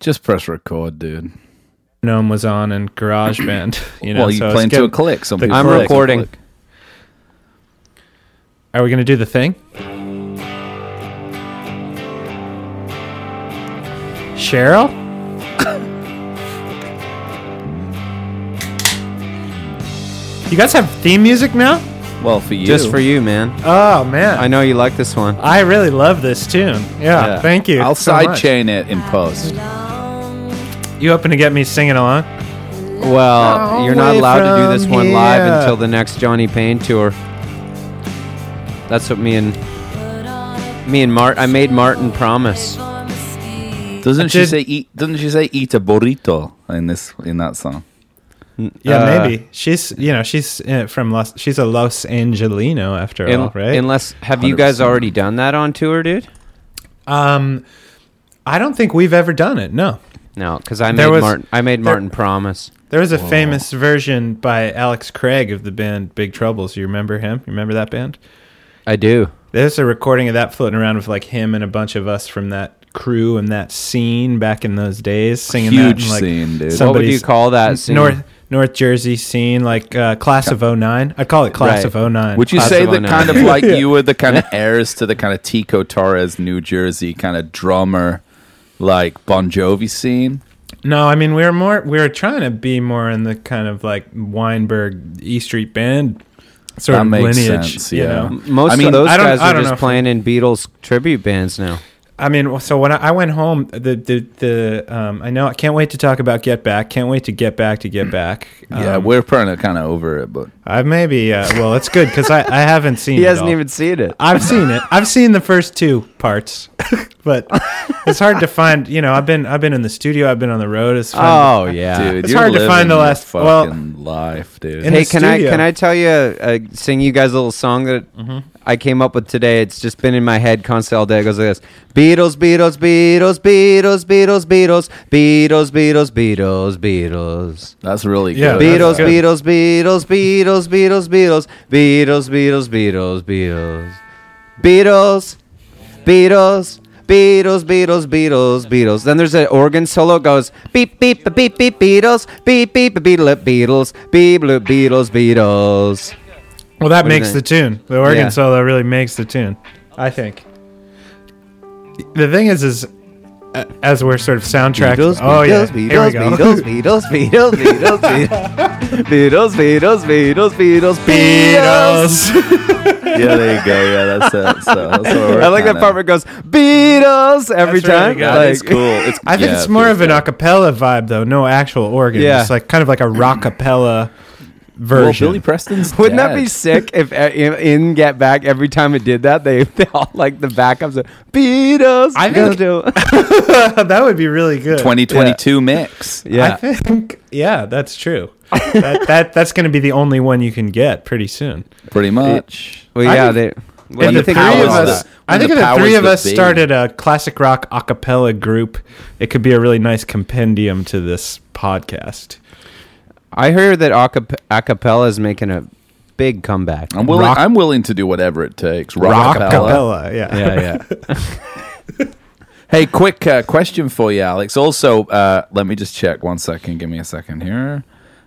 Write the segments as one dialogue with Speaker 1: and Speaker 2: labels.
Speaker 1: Just press record, dude.
Speaker 2: Gnome was on and GarageBand. You know,
Speaker 1: well, you
Speaker 2: so I was
Speaker 1: plan to
Speaker 2: giv-
Speaker 1: a click. Some
Speaker 2: the
Speaker 1: people
Speaker 2: I'm
Speaker 1: like to
Speaker 2: recording.
Speaker 1: click.
Speaker 2: Are we going to do the thing? Cheryl? you guys have theme music now?
Speaker 1: Well, for you,
Speaker 3: Just for you, man.
Speaker 2: Oh, man.
Speaker 3: I know you like this one.
Speaker 2: I really love this tune. Yeah,
Speaker 1: Yeah.
Speaker 2: thank you.
Speaker 1: I'll
Speaker 2: so
Speaker 1: sidechain
Speaker 2: much.
Speaker 1: chain it in post.
Speaker 2: You hoping to get me singing along?
Speaker 3: Well, you're not
Speaker 2: Away
Speaker 3: allowed to do this
Speaker 2: from
Speaker 3: one live
Speaker 2: here.
Speaker 3: until the next Johnny Payne tour. That's what me and me and Mart. I made Martin promise.
Speaker 1: Doesn't she
Speaker 2: did-
Speaker 1: say eat? Doesn't she say eat a burrito in this in that song?
Speaker 2: Yeah,
Speaker 3: Uh,
Speaker 2: maybe. She's, you know, she's uh, from Los, she's a Los Angelino after
Speaker 3: un-
Speaker 2: all, right?
Speaker 3: Unless, have you guys
Speaker 1: 100%.
Speaker 3: already done that on tour, dude?
Speaker 2: Um, I don't think we've ever done it. No,
Speaker 3: No, because I made
Speaker 2: There was-
Speaker 3: Martin. I made
Speaker 2: there-
Speaker 3: Martin promise.
Speaker 2: there was a famous version by Alex Craig of the band Big Troubles. You remember him? You remember that band?
Speaker 3: I do.
Speaker 2: There's a recording of that floating around with like him and a bunch of us from that crew and that scene back in those days singing that
Speaker 1: Huge
Speaker 2: in, like,
Speaker 1: scene, dude.
Speaker 3: What would
Speaker 2: somebody's
Speaker 3: you call that? Scene?
Speaker 2: North North Jersey scene, like uh, class of 09. I call it class
Speaker 3: Right.
Speaker 2: of Uh, 09.
Speaker 1: Would you
Speaker 3: Class
Speaker 1: say
Speaker 3: of
Speaker 1: that
Speaker 3: 09.
Speaker 1: kind of like you were the kind of heirs to the kind of Tico Torres, New Jersey kind of drummer, like Bon Jovi scene?
Speaker 2: No, I mean we were more we were trying to be more in the kind of like Weinberg E Street Band sort
Speaker 1: That
Speaker 2: of
Speaker 1: makes
Speaker 2: lineage.
Speaker 1: sense,
Speaker 2: you
Speaker 1: yeah.
Speaker 2: know?
Speaker 3: Most
Speaker 1: I mean,
Speaker 3: of those
Speaker 2: I don't-
Speaker 3: guys
Speaker 2: I
Speaker 3: are
Speaker 2: don't know
Speaker 3: just
Speaker 2: if-
Speaker 3: playing in Beatles tribute bands now.
Speaker 2: I mean, well, so when I, I went home, the the, the um, I know I can't wait to talk about Get Back. Can't wait to get back to Get Back.
Speaker 1: Yeah,
Speaker 2: Um,
Speaker 1: we're kind of kind of over it, but
Speaker 2: I maybe uh, well, it's good because I, I haven't seen.
Speaker 3: He
Speaker 2: it
Speaker 3: hasn't
Speaker 2: all.
Speaker 3: even seen it.
Speaker 2: I've seen it. I've seen the first two parts, but it's hard to find. You know, I've been I've been in the studio. I've been on the road. It's fun.
Speaker 3: Oh yeah,
Speaker 1: dude,
Speaker 2: Uh, It's
Speaker 1: you're
Speaker 2: hard to
Speaker 1: living
Speaker 2: find the
Speaker 1: your
Speaker 2: last- well-
Speaker 1: fucking life, dude.
Speaker 2: In
Speaker 3: hey,
Speaker 2: the
Speaker 3: can
Speaker 2: studio. Mm-hmm.
Speaker 3: I can I tell you uh, sing you guys a little song that I came up with today? It's just been in my head constantly all day. It goes like this: Beatles, Beatles, Beatles, Beatles, Beatles, Beatles, Beatles, Beatles, Beatles, Beatles.
Speaker 1: That's really good.
Speaker 2: Yeah,
Speaker 3: Beatles,
Speaker 2: good.
Speaker 3: Beatles, Beatles, Beatles, Beatles, Beatles, Beatles, Beatles, Beatles, Beatles, Beatles, Beatles, Beatles, Beatles, Beatles, Beatles. Then there's an organ solo goes beep beep ba- beep beep Beatles, beep beep ba- beetle up, Beatles, beep bloop Beatles, Beatles.
Speaker 2: Well, that
Speaker 3: do you
Speaker 2: makes the
Speaker 3: think?
Speaker 2: tune. The organ
Speaker 3: Yeah.
Speaker 2: solo really makes the tune. I think. The thing is, is uh, as we're sort of soundtrack.
Speaker 3: Beatles,
Speaker 2: oh yeah,
Speaker 3: Beatles,
Speaker 2: here we
Speaker 3: Beatles,
Speaker 2: go.
Speaker 3: Beatles, Beatles, Beatles, Beatles, Beatles, Beatles, Beatles, Beatles, Beatles.
Speaker 2: Beatles.
Speaker 1: yeah, there you go. Yeah, that's it. So, that's what we're
Speaker 3: I like that
Speaker 1: kinda-
Speaker 3: part where it goes Beatles every
Speaker 2: That's really
Speaker 3: time.
Speaker 2: good.
Speaker 1: Yeah,
Speaker 3: Like-
Speaker 1: it's cool. It's,
Speaker 2: I think
Speaker 1: yeah,
Speaker 2: it's
Speaker 1: it
Speaker 2: more
Speaker 1: feels
Speaker 2: of an
Speaker 1: good.
Speaker 2: a cappella vibe though, no actual organ.
Speaker 3: Yeah.
Speaker 2: It's like kind of like a
Speaker 1: Well,
Speaker 2: rockapella version.
Speaker 1: Billy Preston's
Speaker 3: Wouldn't that
Speaker 1: dead.
Speaker 3: be sick if uh, in, in Get Back every time it did that they, they all like the backups of Beatles.
Speaker 2: I think- that would be really good.
Speaker 1: 2022 mix?
Speaker 2: I
Speaker 3: yeah.
Speaker 2: think yeah, that's true. that, that that's going to be the only one you can get pretty soon.
Speaker 1: Pretty much.
Speaker 3: well,
Speaker 2: I
Speaker 3: yeah.
Speaker 2: think-
Speaker 3: they, what do
Speaker 2: If
Speaker 3: you
Speaker 2: the
Speaker 3: think
Speaker 2: three
Speaker 3: about
Speaker 2: of
Speaker 3: all
Speaker 2: us,
Speaker 3: that?
Speaker 1: when
Speaker 2: I think
Speaker 1: the
Speaker 2: if the three
Speaker 1: powers
Speaker 2: of
Speaker 1: that
Speaker 2: us
Speaker 1: be.
Speaker 2: started a classic rock a cappella group, it could be a really nice compendium to this podcast.
Speaker 3: I heard that acap- acapella is making a big comeback.
Speaker 1: I'm willing.
Speaker 2: Rock-
Speaker 1: I'm willing to do whatever it takes.
Speaker 2: Rockapella,
Speaker 1: Rockapella.
Speaker 2: yeah.
Speaker 3: yeah, yeah.
Speaker 1: Hey, quick uh, question for you, Alex. Also, uh, let me just check one second. Give me a second here.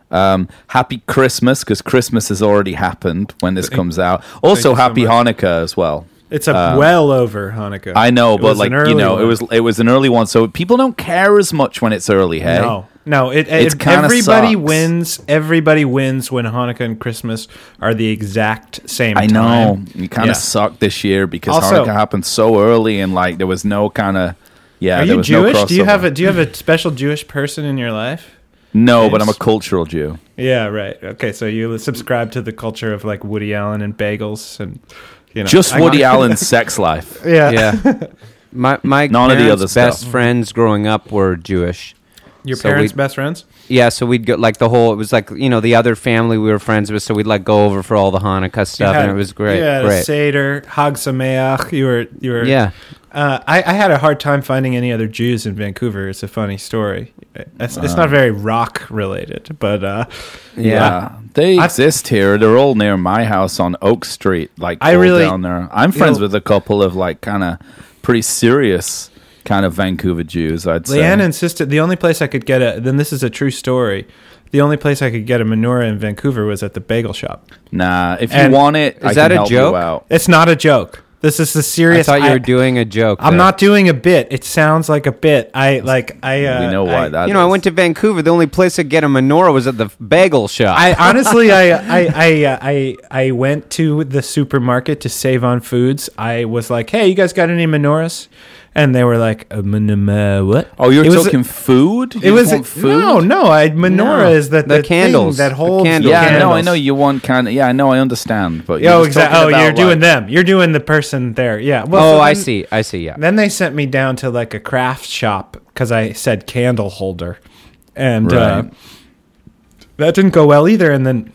Speaker 1: Um, happy Christmas because Christmas has already happened when this comes out. Also,
Speaker 2: you so
Speaker 1: happy
Speaker 2: much.
Speaker 1: Hanukkah as well.
Speaker 2: It's a well over Hanukkah.
Speaker 1: Uh, I know,
Speaker 2: It
Speaker 1: but
Speaker 2: was
Speaker 1: like
Speaker 2: an early
Speaker 1: you know, it
Speaker 2: one.
Speaker 1: was it was an early one, so people don't care as much when it's early. Hey,
Speaker 2: no, no. It,
Speaker 1: eh? It's
Speaker 2: it-
Speaker 1: kinda
Speaker 2: everybody
Speaker 1: sucks.
Speaker 2: wins. Everybody wins when Hanukkah and Christmas are the exact same.
Speaker 1: I know
Speaker 2: time.
Speaker 1: you kind of
Speaker 2: Yeah.
Speaker 1: sucked this year because
Speaker 2: Also-
Speaker 1: Hanukkah happened so early, and like there was no kind of yeah.
Speaker 2: Are
Speaker 1: there
Speaker 2: you
Speaker 1: was
Speaker 2: Jewish?
Speaker 1: No
Speaker 2: do you have
Speaker 1: crossover.
Speaker 2: a Do you have a special Jewish person in your life?
Speaker 1: No, but I'm a cultural Jew.
Speaker 2: Yeah, right. Okay, so you subscribe to the culture of like Woody Allen and bagels and you know
Speaker 1: Just
Speaker 2: I-
Speaker 1: Woody Allen's sex life.
Speaker 2: Yeah.
Speaker 3: yeah. My my
Speaker 1: None of the
Speaker 3: parents'
Speaker 1: other stuff.
Speaker 3: best friends growing up were Jewish.
Speaker 2: Your
Speaker 3: So
Speaker 2: parents'
Speaker 3: we-
Speaker 2: best friends?
Speaker 3: Yeah, so we'd go like the whole. It was like you know the other family we were friends with, so we'd like go over for all the Hanukkah
Speaker 2: You
Speaker 3: stuff,
Speaker 2: had-
Speaker 3: and it was great.
Speaker 2: Yeah,
Speaker 3: great.
Speaker 2: Seder, Hag Sameach. You were you were
Speaker 3: Yeah.
Speaker 2: Uh, I, I had a hard time finding any other Jews in Vancouver. It's a funny story. It's, it's not very rock related, but uh,
Speaker 1: Yeah. They
Speaker 2: I-
Speaker 1: exist here. They're all near my house on Oak Street. Like
Speaker 2: I
Speaker 1: all
Speaker 2: really-
Speaker 1: down there. I'm friends
Speaker 2: you know-
Speaker 1: with a couple of like kind of pretty serious kind of Vancouver Jews, I'd say.
Speaker 2: Leanne insisted the only place I could get a then this is a true story. The only place I could get a menorah in Vancouver was at the bagel shop.
Speaker 1: nah, if you
Speaker 2: And-
Speaker 1: want it,
Speaker 3: Is
Speaker 1: I
Speaker 3: that
Speaker 1: can
Speaker 3: a
Speaker 1: help
Speaker 3: joke?
Speaker 1: you out.
Speaker 2: It's not a joke. This is the
Speaker 3: I
Speaker 2: serious.
Speaker 3: thought you were doing a joke.
Speaker 2: I'm
Speaker 3: there.
Speaker 2: not doing a bit. It sounds like a bit. I like. I. Uh,
Speaker 1: we know why
Speaker 2: I,
Speaker 1: that.
Speaker 3: You know, I
Speaker 1: is.
Speaker 3: went to Vancouver. The only place to get a menorah was at the bagel shop.
Speaker 2: I honestly, I, I, I, uh, I, I went to the supermarket to save on foods. I was like, "Hey, you guys got any menorahs?" And they were like, "A menorah? What?"
Speaker 1: Oh, you're
Speaker 2: It was a-
Speaker 1: talking food?
Speaker 2: It
Speaker 1: You
Speaker 2: was
Speaker 1: want food?
Speaker 2: no, no. I menorah
Speaker 3: No.
Speaker 2: is that
Speaker 3: The
Speaker 2: the, thing
Speaker 3: candles.
Speaker 2: that
Speaker 3: The
Speaker 2: holds.
Speaker 3: candles.
Speaker 1: Yeah, no,
Speaker 2: candles.
Speaker 1: I know you want kind of. Yeah, no, I understand. But
Speaker 2: Oh,
Speaker 1: you're just
Speaker 2: exactly. Oh,
Speaker 1: talking
Speaker 2: you're
Speaker 1: about,
Speaker 2: doing
Speaker 1: like-
Speaker 2: them. You're doing the person there. Yeah. Well,
Speaker 3: oh,
Speaker 2: so
Speaker 3: I
Speaker 2: then-
Speaker 3: see. I see. Yeah.
Speaker 2: Then they sent me down to like a craft shop because I said candle holder, and uh,
Speaker 1: Right.
Speaker 2: that didn't go well either. And then,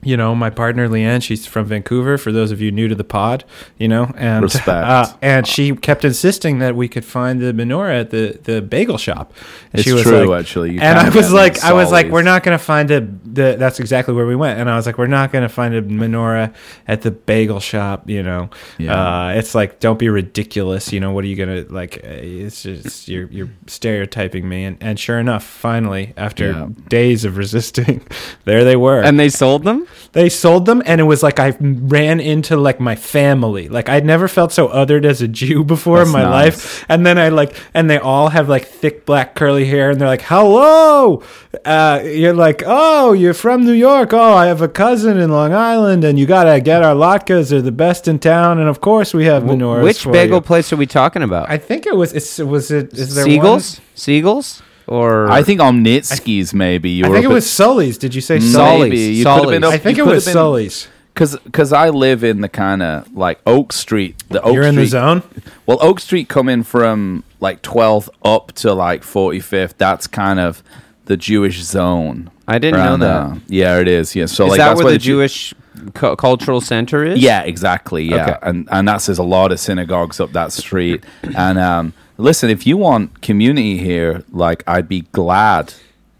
Speaker 2: you know, my partner Leanne, she's from Vancouver. For those of you new to the pod, you know, and
Speaker 1: Respect.
Speaker 2: Uh, and she kept insisting that we could find the menorah at the the bagel shop. And
Speaker 1: It's
Speaker 2: she was
Speaker 1: true,
Speaker 2: like-
Speaker 1: actually. You
Speaker 2: and
Speaker 1: can
Speaker 2: I was
Speaker 1: get
Speaker 2: like,
Speaker 1: these
Speaker 2: I was like,
Speaker 1: sollies.
Speaker 2: we're not gonna find a the. That's exactly where we went. And I was like, we're not gonna find a menorah at the bagel shop. You know,
Speaker 1: Yeah.
Speaker 2: uh, it's like, don't be ridiculous. You know, what are you gonna like? uh, It's just you're you're stereotyping me. And and sure enough, finally, after
Speaker 1: Yeah.
Speaker 2: days of resisting, there they were.
Speaker 3: And they sold them.
Speaker 2: They sold them, and it was like I ran into like my family. Like I'd never felt so othered as a Jew before in
Speaker 1: That's
Speaker 2: my
Speaker 1: nice.
Speaker 2: life. And then I like, and they all have like thick black curly hair, and they're like, "Hello," uh, you're like, "Oh, you're from New York? Oh, I have a cousin in Long Island, and you gotta get our latkes. They're the best in town, and of course we have menorahs."
Speaker 3: Which
Speaker 2: for
Speaker 3: bagel
Speaker 2: you."
Speaker 3: place are we talking about?
Speaker 2: I think it was. It's was it? Is there
Speaker 3: Seagulls. Seagulls. Or
Speaker 1: I think Omnitsky's maybe. You
Speaker 2: One? I
Speaker 1: were
Speaker 2: think
Speaker 1: a
Speaker 2: it
Speaker 1: bit-
Speaker 2: was Sully's. Did you say Sully's?
Speaker 3: Sully's.
Speaker 1: Maybe. You could have been
Speaker 3: Sully's.
Speaker 1: up,
Speaker 2: I think
Speaker 1: you
Speaker 2: it
Speaker 1: could
Speaker 2: was
Speaker 1: have been,
Speaker 2: Sully's.
Speaker 1: Because because I live in the kind of like Oak Street. The Oak
Speaker 2: You're
Speaker 1: Street,
Speaker 2: in the zone.
Speaker 1: Well, Oak Street coming from like 12th up to like 45th, that's kind of the Jewish zone.
Speaker 3: I didn't know
Speaker 1: around
Speaker 3: that.
Speaker 1: there. Yeah, it is. Yeah, so
Speaker 3: is
Speaker 1: like
Speaker 3: that
Speaker 1: that's
Speaker 3: where the
Speaker 1: Jew-
Speaker 3: Jewish cu- cultural center is?
Speaker 1: Yeah, exactly. Yeah,
Speaker 3: Okay.
Speaker 1: and and that's there's a lot of synagogues up that street. and um, listen, if you want community here, like I'd be glad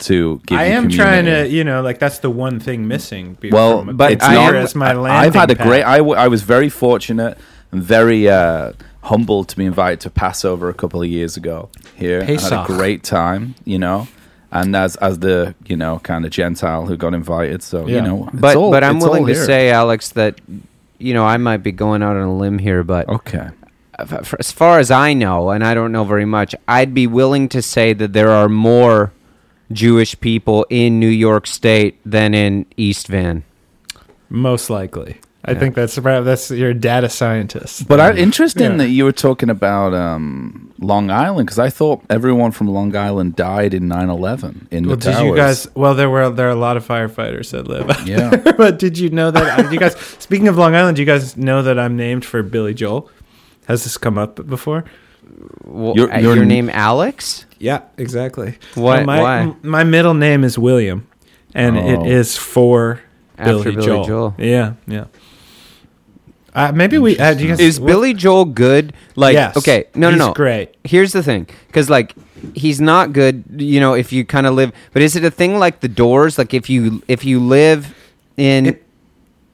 Speaker 1: to give.
Speaker 2: I
Speaker 1: you
Speaker 2: am trying
Speaker 1: community.
Speaker 2: to, you know, like that's the one thing missing. be-
Speaker 1: Well,
Speaker 2: from a
Speaker 1: but
Speaker 2: it's
Speaker 1: I
Speaker 2: here
Speaker 1: am-
Speaker 2: as my
Speaker 1: I- I've
Speaker 2: landing
Speaker 1: had a
Speaker 2: pad.
Speaker 1: great. I, w- I was very fortunate and very uh, humbled to be invited to Passover a couple of years ago here. I had
Speaker 2: Pesach.
Speaker 1: a great time, you know. And as as the you know kind of Gentile who got invited, so you
Speaker 2: Yeah.
Speaker 1: know, it's
Speaker 3: But
Speaker 1: all-
Speaker 3: but I'm
Speaker 1: it's all
Speaker 3: willing to
Speaker 1: here.
Speaker 3: say, Alex, that you know I might be going out on a limb here, but
Speaker 1: okay,
Speaker 3: f- f- as far as I know, and I don't know very much, I'd be willing to say that there are more Jewish people in New York State than in East Van.
Speaker 2: most likely. I
Speaker 3: Yeah.
Speaker 2: think that's about- that's you're a data scientist.
Speaker 1: but I, interesting
Speaker 2: Yeah.
Speaker 1: that you were talking about um, Long Island because I thought everyone from Long Island died in 9-11 in
Speaker 2: Well,
Speaker 1: the
Speaker 2: did
Speaker 1: towers.
Speaker 2: you guys? Well, there were there are a lot of firefighters that live. out
Speaker 1: Yeah.
Speaker 2: there, but did you know that? uh, you guys, speaking of Long Island, do you guys know that I'm named for Billy Joel? Has this come up before?
Speaker 3: Well,
Speaker 1: Your-
Speaker 3: uh,
Speaker 1: your-
Speaker 3: your name Alex?
Speaker 2: Yeah, exactly.
Speaker 3: Why-
Speaker 2: Uh, my,
Speaker 3: why?
Speaker 2: m- my middle name is William, and
Speaker 1: Oh.
Speaker 2: it is for
Speaker 3: After
Speaker 2: Billy,
Speaker 3: Billy
Speaker 2: Joel.
Speaker 3: Joel.
Speaker 2: Yeah, yeah. Uh, maybe we uh, do you guys,
Speaker 3: Is
Speaker 2: well,
Speaker 3: Billy Joel good? Like,
Speaker 2: yes,
Speaker 3: okay, no, no,
Speaker 2: he's
Speaker 3: no.
Speaker 2: Great.
Speaker 3: Here's the thing, because like he's not good, you know. If you kind of live, but is it a thing like the Doors? Like if you if you live in,
Speaker 2: It-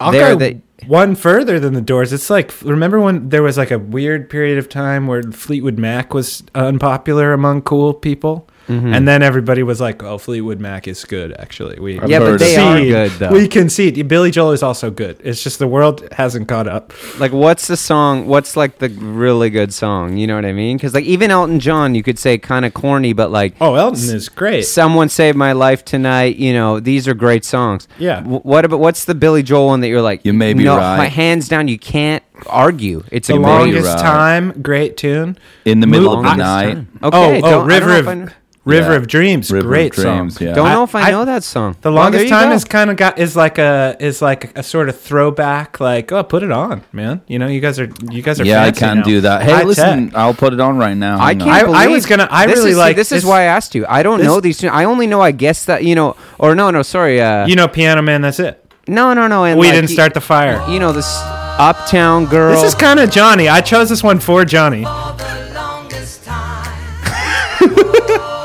Speaker 2: I'll
Speaker 3: there
Speaker 2: go
Speaker 3: that-
Speaker 2: one further than the Doors. It's like remember when there was like a weird period of time where Fleetwood Mac was unpopular among cool people,
Speaker 3: Mm-hmm.
Speaker 2: and then everybody was like, "Oh, Fleetwood Mac is good." Actually, we
Speaker 1: I've
Speaker 3: yeah,
Speaker 1: heard
Speaker 3: but
Speaker 1: of
Speaker 3: they are
Speaker 2: concede.
Speaker 3: good though.
Speaker 2: We concede. Billy Joel is also good. It's just the world hasn't caught up.
Speaker 3: like what's the song? What's like the really good song? You know what I mean? Because like even Elton John, you could say kind of corny, but like
Speaker 2: Oh, Elton is great.
Speaker 3: Someone Saved My Life Tonight. You know, these are great songs.
Speaker 2: Yeah.
Speaker 3: W- what about what's the Billy Joel one that you're like?
Speaker 1: You may be
Speaker 3: no,
Speaker 1: right.
Speaker 3: My hands down, you can't argue. It's
Speaker 2: the
Speaker 3: a
Speaker 1: may be
Speaker 2: longest
Speaker 1: right.
Speaker 2: time, great tune.
Speaker 1: in the middle
Speaker 3: Mo-
Speaker 1: of the
Speaker 3: longest
Speaker 1: night?
Speaker 3: time. Okay.
Speaker 2: oh,
Speaker 3: don't-
Speaker 2: oh,
Speaker 3: I don't
Speaker 2: River
Speaker 3: know
Speaker 2: of
Speaker 3: if I kn-
Speaker 2: River
Speaker 1: Yeah.
Speaker 2: of Dreams,
Speaker 1: River of
Speaker 2: great
Speaker 1: Dreams,
Speaker 2: song.
Speaker 1: yeah.
Speaker 3: Don't
Speaker 2: I-
Speaker 3: know if I,
Speaker 2: I-
Speaker 3: know that song.
Speaker 2: The
Speaker 3: Well,
Speaker 2: longest
Speaker 3: there you
Speaker 2: time
Speaker 3: go.
Speaker 2: is kind of got is like a is like a, sort of throwback. Like, oh, put it on, man. You know, you guys are you guys are.
Speaker 1: Yeah, I
Speaker 2: fancy
Speaker 1: can
Speaker 2: now.
Speaker 1: do that. Hey,
Speaker 2: High
Speaker 1: listen,
Speaker 2: tech.
Speaker 1: I'll put it on right now.
Speaker 3: I
Speaker 1: Hang on.
Speaker 3: can't.
Speaker 2: I- I
Speaker 3: believe-
Speaker 2: was gonna- I
Speaker 3: this
Speaker 2: really
Speaker 3: is,
Speaker 2: like-
Speaker 3: This is
Speaker 2: this-
Speaker 3: why I asked you. I don't
Speaker 2: this-
Speaker 3: know these. two. I only know. I guess that you know. Or no, no. Sorry. Uh,
Speaker 2: You know, Piano Man. That's it.
Speaker 3: no, no, no. And
Speaker 2: We
Speaker 3: like,
Speaker 2: didn't
Speaker 3: y-
Speaker 2: start the fire.
Speaker 3: You know this Uptown Girl.
Speaker 2: This is kind of Johnny. I chose this one for Johnny.
Speaker 4: for the longest time.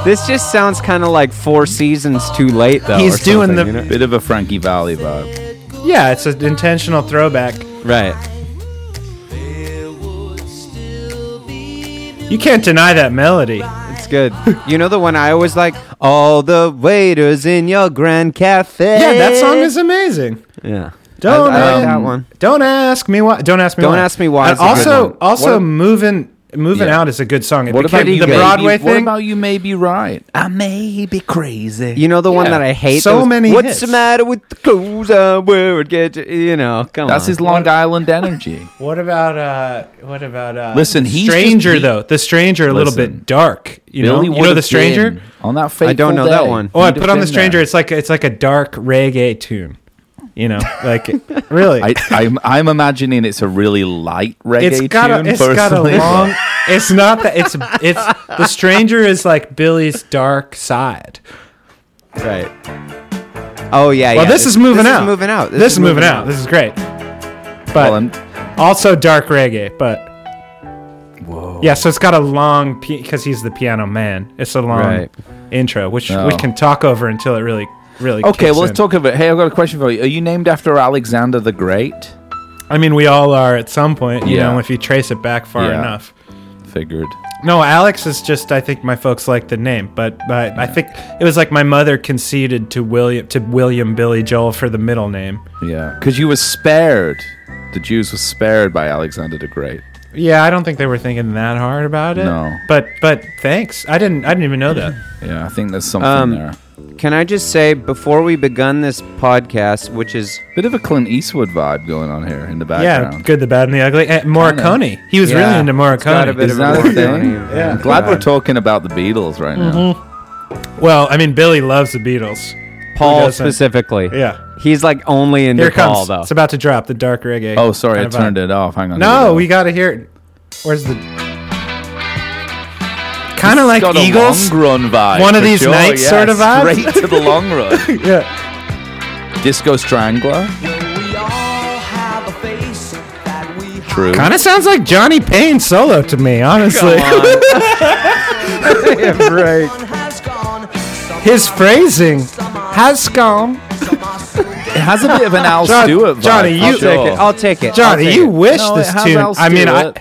Speaker 3: This just sounds kind of like Four Seasons too late though.
Speaker 2: He's
Speaker 3: or
Speaker 2: doing
Speaker 3: something,
Speaker 2: the-
Speaker 3: you know?
Speaker 1: Bit of a Frankie Valley vibe.
Speaker 2: Yeah, it's an intentional throwback.
Speaker 3: right.
Speaker 4: There would still be
Speaker 2: You can't deny that melody.
Speaker 3: It's good. You know the one I always like? All the waiters in your grand cafe.
Speaker 2: Yeah, that song is amazing.
Speaker 3: Yeah.
Speaker 2: Don't
Speaker 3: I, I like
Speaker 2: um,
Speaker 3: that one.
Speaker 2: Don't ask me why. Don't ask me.
Speaker 3: Don't
Speaker 2: why.
Speaker 3: ask me why
Speaker 2: And
Speaker 3: is a good
Speaker 2: also,
Speaker 3: one.
Speaker 2: also
Speaker 1: What-
Speaker 2: moving moving
Speaker 1: Yeah.
Speaker 2: out is a good song. It
Speaker 3: What about
Speaker 2: became
Speaker 3: you
Speaker 2: the
Speaker 3: guys?
Speaker 2: Broadway
Speaker 1: What
Speaker 2: thing.
Speaker 1: about you? May be right. I may be crazy.
Speaker 3: You know the one
Speaker 1: Yeah.
Speaker 3: that I hate?
Speaker 2: So
Speaker 3: Those,
Speaker 2: many
Speaker 3: What's
Speaker 2: hits.
Speaker 3: the matter with the clothes I wear? Get you, you know, come
Speaker 1: That's
Speaker 3: on.
Speaker 2: Uh,
Speaker 1: his Long Island energy.
Speaker 2: What about uh? What about uh?
Speaker 1: Listen, he's
Speaker 2: stranger
Speaker 1: just- he-
Speaker 2: though. The stranger a little
Speaker 1: Listen.
Speaker 2: bit dark. You know,
Speaker 1: Billy
Speaker 2: you know
Speaker 1: would've
Speaker 2: the stranger.
Speaker 1: been on that fateful
Speaker 3: I don't know that
Speaker 1: day.
Speaker 3: one.
Speaker 2: Oh, I
Speaker 1: He'd
Speaker 2: put
Speaker 1: have
Speaker 2: on the
Speaker 1: been
Speaker 2: stranger.
Speaker 1: there.
Speaker 2: It's like it's like a dark reggae tune. You know, like really.
Speaker 1: I, I'm, I'm imagining it's a really light reggae
Speaker 2: it's got
Speaker 1: tune.
Speaker 2: a, it's got a
Speaker 1: personally.
Speaker 2: long. It's not that it's it's the stranger is like Billy's dark side.
Speaker 3: Right. Oh, yeah,
Speaker 2: Well,
Speaker 3: yeah.
Speaker 2: this, is moving
Speaker 3: this
Speaker 2: out.
Speaker 3: Is moving out.
Speaker 2: This, is moving out. This is great. But
Speaker 1: Well, I'm-
Speaker 2: also dark reggae. But whoa, yeah. So it's got a long because he's the piano man. It's a long
Speaker 3: Right.
Speaker 2: intro, which
Speaker 1: Oh.
Speaker 2: we can talk over until it really, really.
Speaker 1: okay,
Speaker 2: kicks
Speaker 1: well, let's
Speaker 2: in.
Speaker 1: talk about. Hey, I've got a question for you. Are you named after Alexander the Great?
Speaker 2: I mean, we all are at some point. You
Speaker 1: Yeah.
Speaker 2: know, if you trace it back far
Speaker 1: Yeah.
Speaker 2: enough.
Speaker 1: Figured.
Speaker 2: No, Alex is just. I think my folks like the name, but but I think it was like my mother conceded to William to William Billy Joel for the middle name.
Speaker 1: Yeah, because you were spared. The Jews were spared by Alexander the Great.
Speaker 2: Yeah, I don't think they were thinking that hard about it.
Speaker 1: No.
Speaker 2: but but thanks. I didn't. I didn't even know that.
Speaker 1: Yeah, I think there's something
Speaker 3: Um,
Speaker 1: there.
Speaker 3: Can I just say, before we begun this podcast, which is
Speaker 1: Bit of a Clint Eastwood vibe going on here in the
Speaker 2: yeah,
Speaker 1: background.
Speaker 2: good, the bad, and the ugly. Eh, Morricone. He was really
Speaker 3: Yeah.
Speaker 2: into
Speaker 3: It's got a
Speaker 2: Morricone.
Speaker 3: bit
Speaker 1: Is
Speaker 3: of
Speaker 1: that a thing?
Speaker 3: Morricone.
Speaker 2: Yeah. Mm-hmm.
Speaker 1: I'm glad we're talking about the Beatles right now.
Speaker 2: well, I mean, Billy loves the Beatles. Who
Speaker 3: Paul
Speaker 2: doesn't?
Speaker 3: specifically.
Speaker 2: Yeah.
Speaker 3: He's like only into
Speaker 2: Here it
Speaker 3: Paul,
Speaker 2: comes.
Speaker 3: though.
Speaker 2: It's about to drop the dark reggae.
Speaker 1: Oh, sorry, I
Speaker 2: kind of vibe.
Speaker 1: turned it off. Hang on.
Speaker 2: No, we got to hear it. Where's the? Kind of like
Speaker 1: got a
Speaker 2: Eagles.
Speaker 1: long run vibe.
Speaker 2: One of
Speaker 1: for
Speaker 2: these
Speaker 1: sure,
Speaker 2: nights
Speaker 1: yeah,
Speaker 2: sort of vibe.
Speaker 1: Straight to the long run.
Speaker 2: Yeah.
Speaker 1: Disco Strangler.
Speaker 4: We all have a face that we
Speaker 1: True.
Speaker 2: Kind of sounds like Johnny Payne solo to me, honestly.
Speaker 3: right.
Speaker 4: One has gone. Some
Speaker 2: His
Speaker 4: are-
Speaker 2: phrasing
Speaker 4: some are-
Speaker 2: has gone.
Speaker 4: some are so
Speaker 1: It has a bit of an Al
Speaker 2: John-
Speaker 1: Stewart vibe.
Speaker 2: Johnny,
Speaker 1: for
Speaker 2: you-
Speaker 1: sure.
Speaker 3: Take it. I'll take it. I'll
Speaker 2: Johnny,
Speaker 3: take
Speaker 2: you
Speaker 3: it.
Speaker 2: wish
Speaker 1: No, it
Speaker 2: this
Speaker 1: has
Speaker 2: tune.
Speaker 1: Al
Speaker 2: I mean, I,
Speaker 1: Stewart.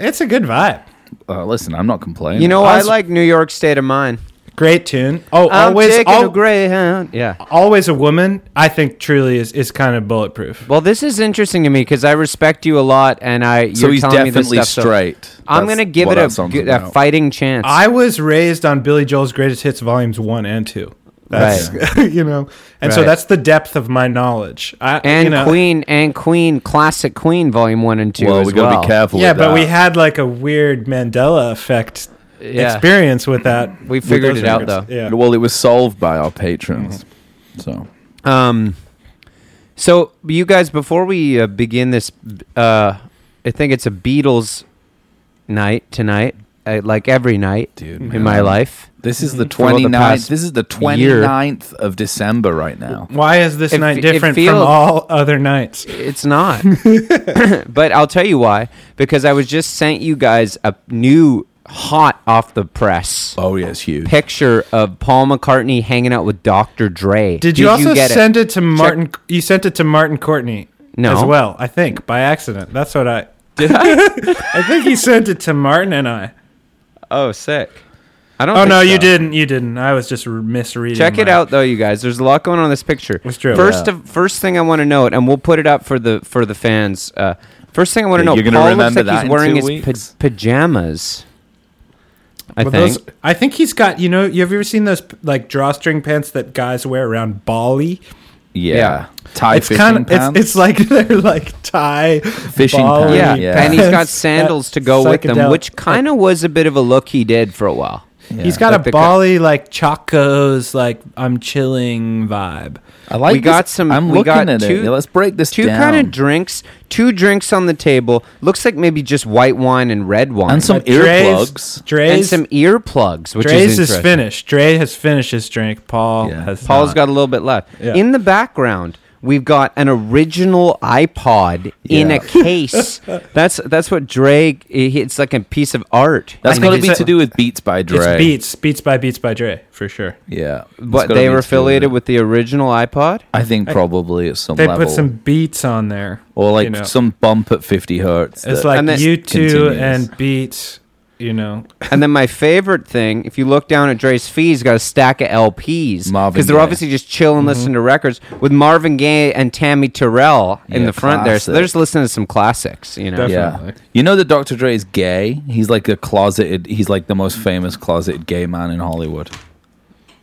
Speaker 2: it's a good vibe.
Speaker 1: Uh, listen, I'm not complaining.
Speaker 3: You know, I
Speaker 2: I'll-
Speaker 3: like New York State of Mind.
Speaker 2: Great tune. Oh,
Speaker 3: I'm
Speaker 2: always,
Speaker 3: taking a
Speaker 2: al-
Speaker 3: Greyhound. Yeah.
Speaker 2: always a woman. I think truly is is kind of bulletproof.
Speaker 3: Well, this is interesting to me because I respect you a lot, and I you're
Speaker 1: so he's
Speaker 3: telling me this
Speaker 1: definitely
Speaker 3: stuff, so
Speaker 1: straight.
Speaker 3: I'm
Speaker 1: That's
Speaker 3: gonna give
Speaker 1: what
Speaker 3: it
Speaker 1: that
Speaker 3: a,
Speaker 1: song's
Speaker 3: good- a
Speaker 1: about.
Speaker 3: fighting chance.
Speaker 2: I was raised on Billy Joel's Greatest Hits Volumes One and Two. That's you know, and so
Speaker 3: Right.
Speaker 2: that's the depth of my knowledge. I,
Speaker 3: and
Speaker 2: you know,
Speaker 3: Queen and Queen classic Queen Volume One and Two.
Speaker 1: Well,
Speaker 3: as
Speaker 1: we gotta be careful.
Speaker 2: Yeah,
Speaker 1: with
Speaker 2: but
Speaker 1: that.
Speaker 2: we had like a weird Mandela effect
Speaker 3: Yeah.
Speaker 2: experience with that.
Speaker 3: We
Speaker 2: with
Speaker 3: figured
Speaker 2: those
Speaker 3: it out,
Speaker 2: records.
Speaker 3: though.
Speaker 2: Yeah.
Speaker 1: Well, it was solved by our patrons. So
Speaker 3: Um, so you guys, before we uh, begin this, uh, I think it's a Beatles night tonight, uh, like every night
Speaker 1: Dude,
Speaker 3: in
Speaker 1: man.
Speaker 3: my life.
Speaker 1: this is the
Speaker 3: For the
Speaker 1: 29th.
Speaker 3: past
Speaker 1: This is the
Speaker 3: year.
Speaker 1: 29th of December right now.
Speaker 2: Why is this
Speaker 3: It
Speaker 2: night
Speaker 3: fe- it
Speaker 2: different
Speaker 3: feels-
Speaker 2: from all other nights?
Speaker 3: It's not, but I'll tell you why. Because I was just sent you guys a new hot off the press.
Speaker 1: Oh yeah, it's huge.
Speaker 3: picture of Paul McCartney hanging out with Dr. Dre.
Speaker 2: Did you also
Speaker 3: get
Speaker 2: send it, to Martin? You sent it to Martin Courtney
Speaker 3: No.
Speaker 2: as well, I think, by accident. That's what I did. I I think he sent it to Martin and I.
Speaker 3: Oh, sick. I don't.
Speaker 2: Oh
Speaker 3: think
Speaker 2: no,
Speaker 3: so.
Speaker 2: you didn't. You didn't. I was just re- misreading.
Speaker 3: Check it
Speaker 2: my-
Speaker 3: out though, you guys. There's a lot going on in this picture.
Speaker 2: It's true.
Speaker 3: First,
Speaker 1: Yeah.
Speaker 3: of, first thing I want to note, and we'll put it up for the for the fans. Uh, first thing I want to
Speaker 1: Yeah,
Speaker 3: know,
Speaker 1: you're gonna
Speaker 3: Paul looks
Speaker 1: remember
Speaker 3: like
Speaker 1: that
Speaker 3: he's
Speaker 1: in
Speaker 3: wearing
Speaker 1: two
Speaker 3: his pa-
Speaker 1: weeks.
Speaker 3: pajamas. I
Speaker 2: Well,
Speaker 3: think.
Speaker 2: those, I think he's got. You know, you have you ever seen those like drawstring pants that guys wear around Bali?
Speaker 1: Yeah.
Speaker 3: Yeah.
Speaker 1: Tie
Speaker 2: It's
Speaker 1: fishing
Speaker 2: kind of it's,
Speaker 1: pants.
Speaker 2: it's like they're like tie
Speaker 1: Fishing
Speaker 2: Bali
Speaker 1: pants.
Speaker 3: yeah.
Speaker 1: Yeah.
Speaker 3: and he's got
Speaker 2: pants.
Speaker 3: sandals to
Speaker 2: That
Speaker 3: go with them,
Speaker 2: psychedelic-
Speaker 3: which kind of was a bit of a look he did for a while.
Speaker 2: He's
Speaker 1: Yeah.
Speaker 2: got
Speaker 3: Like
Speaker 2: a
Speaker 3: the co-
Speaker 2: Bali like Chacos like I'm chilling vibe.
Speaker 1: I like.
Speaker 3: we
Speaker 1: this-
Speaker 3: got some.
Speaker 1: I'm
Speaker 3: we
Speaker 1: looking
Speaker 3: got
Speaker 1: at
Speaker 3: two,
Speaker 1: it. Let's break this
Speaker 3: Two
Speaker 1: down.
Speaker 3: kind of drinks. Two drinks on the table. Looks like maybe just white wine and red wine.
Speaker 1: and some
Speaker 2: But Uh, Dre's-
Speaker 1: earplugs.
Speaker 2: Dre's,
Speaker 3: and some earplugs, which
Speaker 2: Dre's
Speaker 3: is
Speaker 2: is,
Speaker 3: interesting.
Speaker 2: finished. Dre has finished his drink. Paul
Speaker 1: Yeah.
Speaker 2: has.
Speaker 3: Paul's
Speaker 2: not.
Speaker 3: got a little bit left.
Speaker 2: Yeah.
Speaker 3: In the background, we've got an original iPod in
Speaker 1: Yeah.
Speaker 3: a case. that's that's what Dre. It's like a piece of art.
Speaker 1: That's
Speaker 2: I
Speaker 1: got to
Speaker 2: think
Speaker 1: be
Speaker 2: it's-
Speaker 1: to do with Beats by Dre.
Speaker 2: It's Beats. Beats by Beats by Dre for sure.
Speaker 1: Yeah, It's
Speaker 3: but
Speaker 1: gotta
Speaker 3: they
Speaker 1: be
Speaker 3: were
Speaker 1: to do
Speaker 3: affiliated with the original iPod.
Speaker 1: I think probably at some
Speaker 2: They
Speaker 1: level,
Speaker 2: put some beats on there,
Speaker 1: or like
Speaker 2: you know.
Speaker 1: some bump at 50 hertz.
Speaker 2: It's
Speaker 1: that-
Speaker 2: like
Speaker 3: and that
Speaker 2: U two
Speaker 1: continues.
Speaker 2: and beats. you know.
Speaker 3: And then my favorite thing, if you look down at Dre's feet, he's got a stack of LPs
Speaker 1: Marvin
Speaker 3: because they're
Speaker 1: Gaye.
Speaker 3: obviously just chilling,
Speaker 2: Mm-hmm.
Speaker 3: listening to records with Marvin Gaye and Tammy Terrell in
Speaker 1: Yeah,
Speaker 3: the front there. So they're
Speaker 1: classic.
Speaker 3: just listening to some classics, you know.
Speaker 2: Definitely.
Speaker 1: Yeah. You know that Dr. Dre is gay? He's like a closeted, he's like the most famous closeted gay man in Hollywood.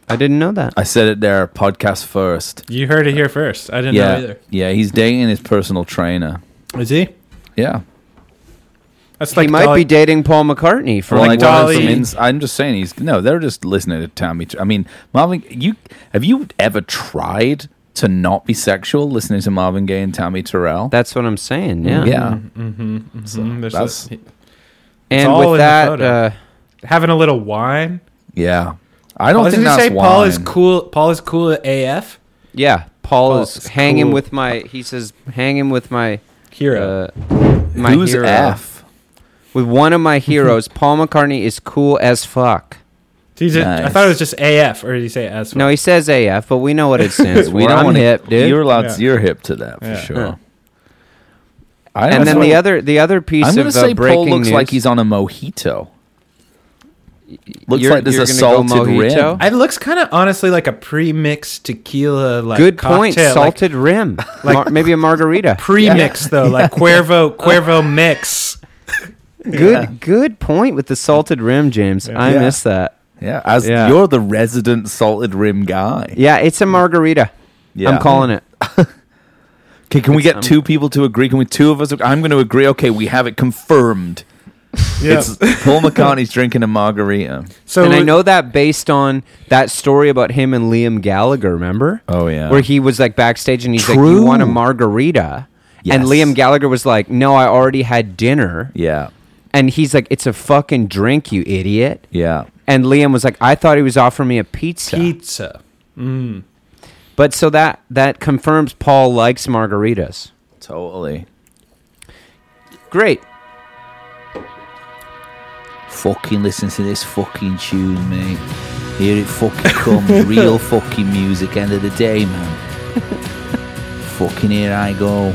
Speaker 3: I didn't know that.
Speaker 1: I said it there, podcast first.
Speaker 2: You heard it here first. I didn't know
Speaker 1: Yeah.
Speaker 2: either.
Speaker 1: Yeah, he's dating his personal trainer.
Speaker 2: Is he?
Speaker 1: Yeah.
Speaker 2: That's like
Speaker 3: he might
Speaker 2: Dolly-
Speaker 3: be dating Paul McCartney for
Speaker 1: Well, like
Speaker 3: like,
Speaker 2: Dolly-
Speaker 1: women from ins- I'm just saying he's no. They're just listening to Tammy. Tr- I mean, Marvin, you have you ever tried to not be sexual listening to Marvin Gaye and Tammy Terrell?
Speaker 3: That's what I'm saying.
Speaker 1: Mm-hmm. yeah,
Speaker 3: Yeah.
Speaker 2: Mm, Mm-hmm, there's
Speaker 1: That's-
Speaker 2: this-
Speaker 3: And
Speaker 2: all in the
Speaker 3: with that,
Speaker 2: photo.
Speaker 3: uh,
Speaker 2: having a little wine.
Speaker 1: yeah. I don't
Speaker 2: Doesn't
Speaker 1: think
Speaker 2: he
Speaker 1: that's
Speaker 2: say Paul is
Speaker 1: wine.
Speaker 2: cool? Paul is cool at AF.
Speaker 3: yeah, Paul is
Speaker 2: it's
Speaker 3: hanging
Speaker 2: cool.
Speaker 3: with my. He says hanging with my.
Speaker 2: Hero.
Speaker 3: Uh, my
Speaker 1: Who's
Speaker 3: hero.
Speaker 1: F?
Speaker 3: With one of my heroes, Paul McCartney is cool as fuck.
Speaker 2: Did he just- I
Speaker 1: nice.
Speaker 2: thought it was just AF, or did he say S?
Speaker 3: No, he says AF, but we know what it stands.
Speaker 1: We
Speaker 3: for.
Speaker 1: don't
Speaker 3: I'm
Speaker 1: want
Speaker 3: hip, dude.
Speaker 1: You're allowed.
Speaker 2: Yeah.
Speaker 1: You're hip to that for
Speaker 2: Yeah.
Speaker 1: sure.
Speaker 3: Yeah.
Speaker 1: I
Speaker 3: and then
Speaker 1: also-
Speaker 3: the other the other piece
Speaker 1: I'm
Speaker 3: of
Speaker 1: gonna
Speaker 3: uh,
Speaker 1: say
Speaker 3: breaking
Speaker 1: Paul looks
Speaker 3: news,
Speaker 1: like he's on a mojito. Looks
Speaker 3: You're-
Speaker 1: like there's
Speaker 3: you're
Speaker 1: a
Speaker 3: gonna go
Speaker 1: salted
Speaker 3: mojito?
Speaker 1: rim.
Speaker 2: it looks kind of honestly like a pre-mixed tequila. Like
Speaker 3: good
Speaker 2: cocktail,
Speaker 3: point
Speaker 2: like
Speaker 3: salted rim Mar- maybe a margarita
Speaker 2: pre-mix though, like Cuervo Cuervo mix.
Speaker 3: good good point with the salted rim James I
Speaker 1: Yeah.
Speaker 3: miss that
Speaker 1: Yeah, as
Speaker 3: Yeah.
Speaker 1: you're the resident salted rim guy.
Speaker 3: yeah it's a margarita
Speaker 1: Yeah.
Speaker 3: I'm calling it
Speaker 1: Okay, can we get two
Speaker 3: um,
Speaker 1: people to agree? Can we two of us? I'm going to agree. Okay, we have it confirmed.
Speaker 2: Yeah.
Speaker 1: It's Paul McCartney's drinking a margarita.
Speaker 2: so
Speaker 3: and I know that based on that story about him and Liam Gallagher remember
Speaker 1: Oh, yeah.
Speaker 3: where he was like backstage and he's like you
Speaker 1: True.
Speaker 3: want a margarita and
Speaker 1: Yes.
Speaker 3: Liam Gallagher was like no I already had dinner
Speaker 1: Yeah,
Speaker 3: and he's like it's a fucking drink you idiot
Speaker 1: yeah.
Speaker 3: and Liam was like I thought he was offering me a pizza
Speaker 2: pizza.
Speaker 3: But so that that confirms Paul likes margaritas.
Speaker 1: Totally.
Speaker 3: Great.
Speaker 1: Fucking listen to this fucking tune, mate. Here it fucking comes. Real fucking music, end of the day, man. fucking here I go.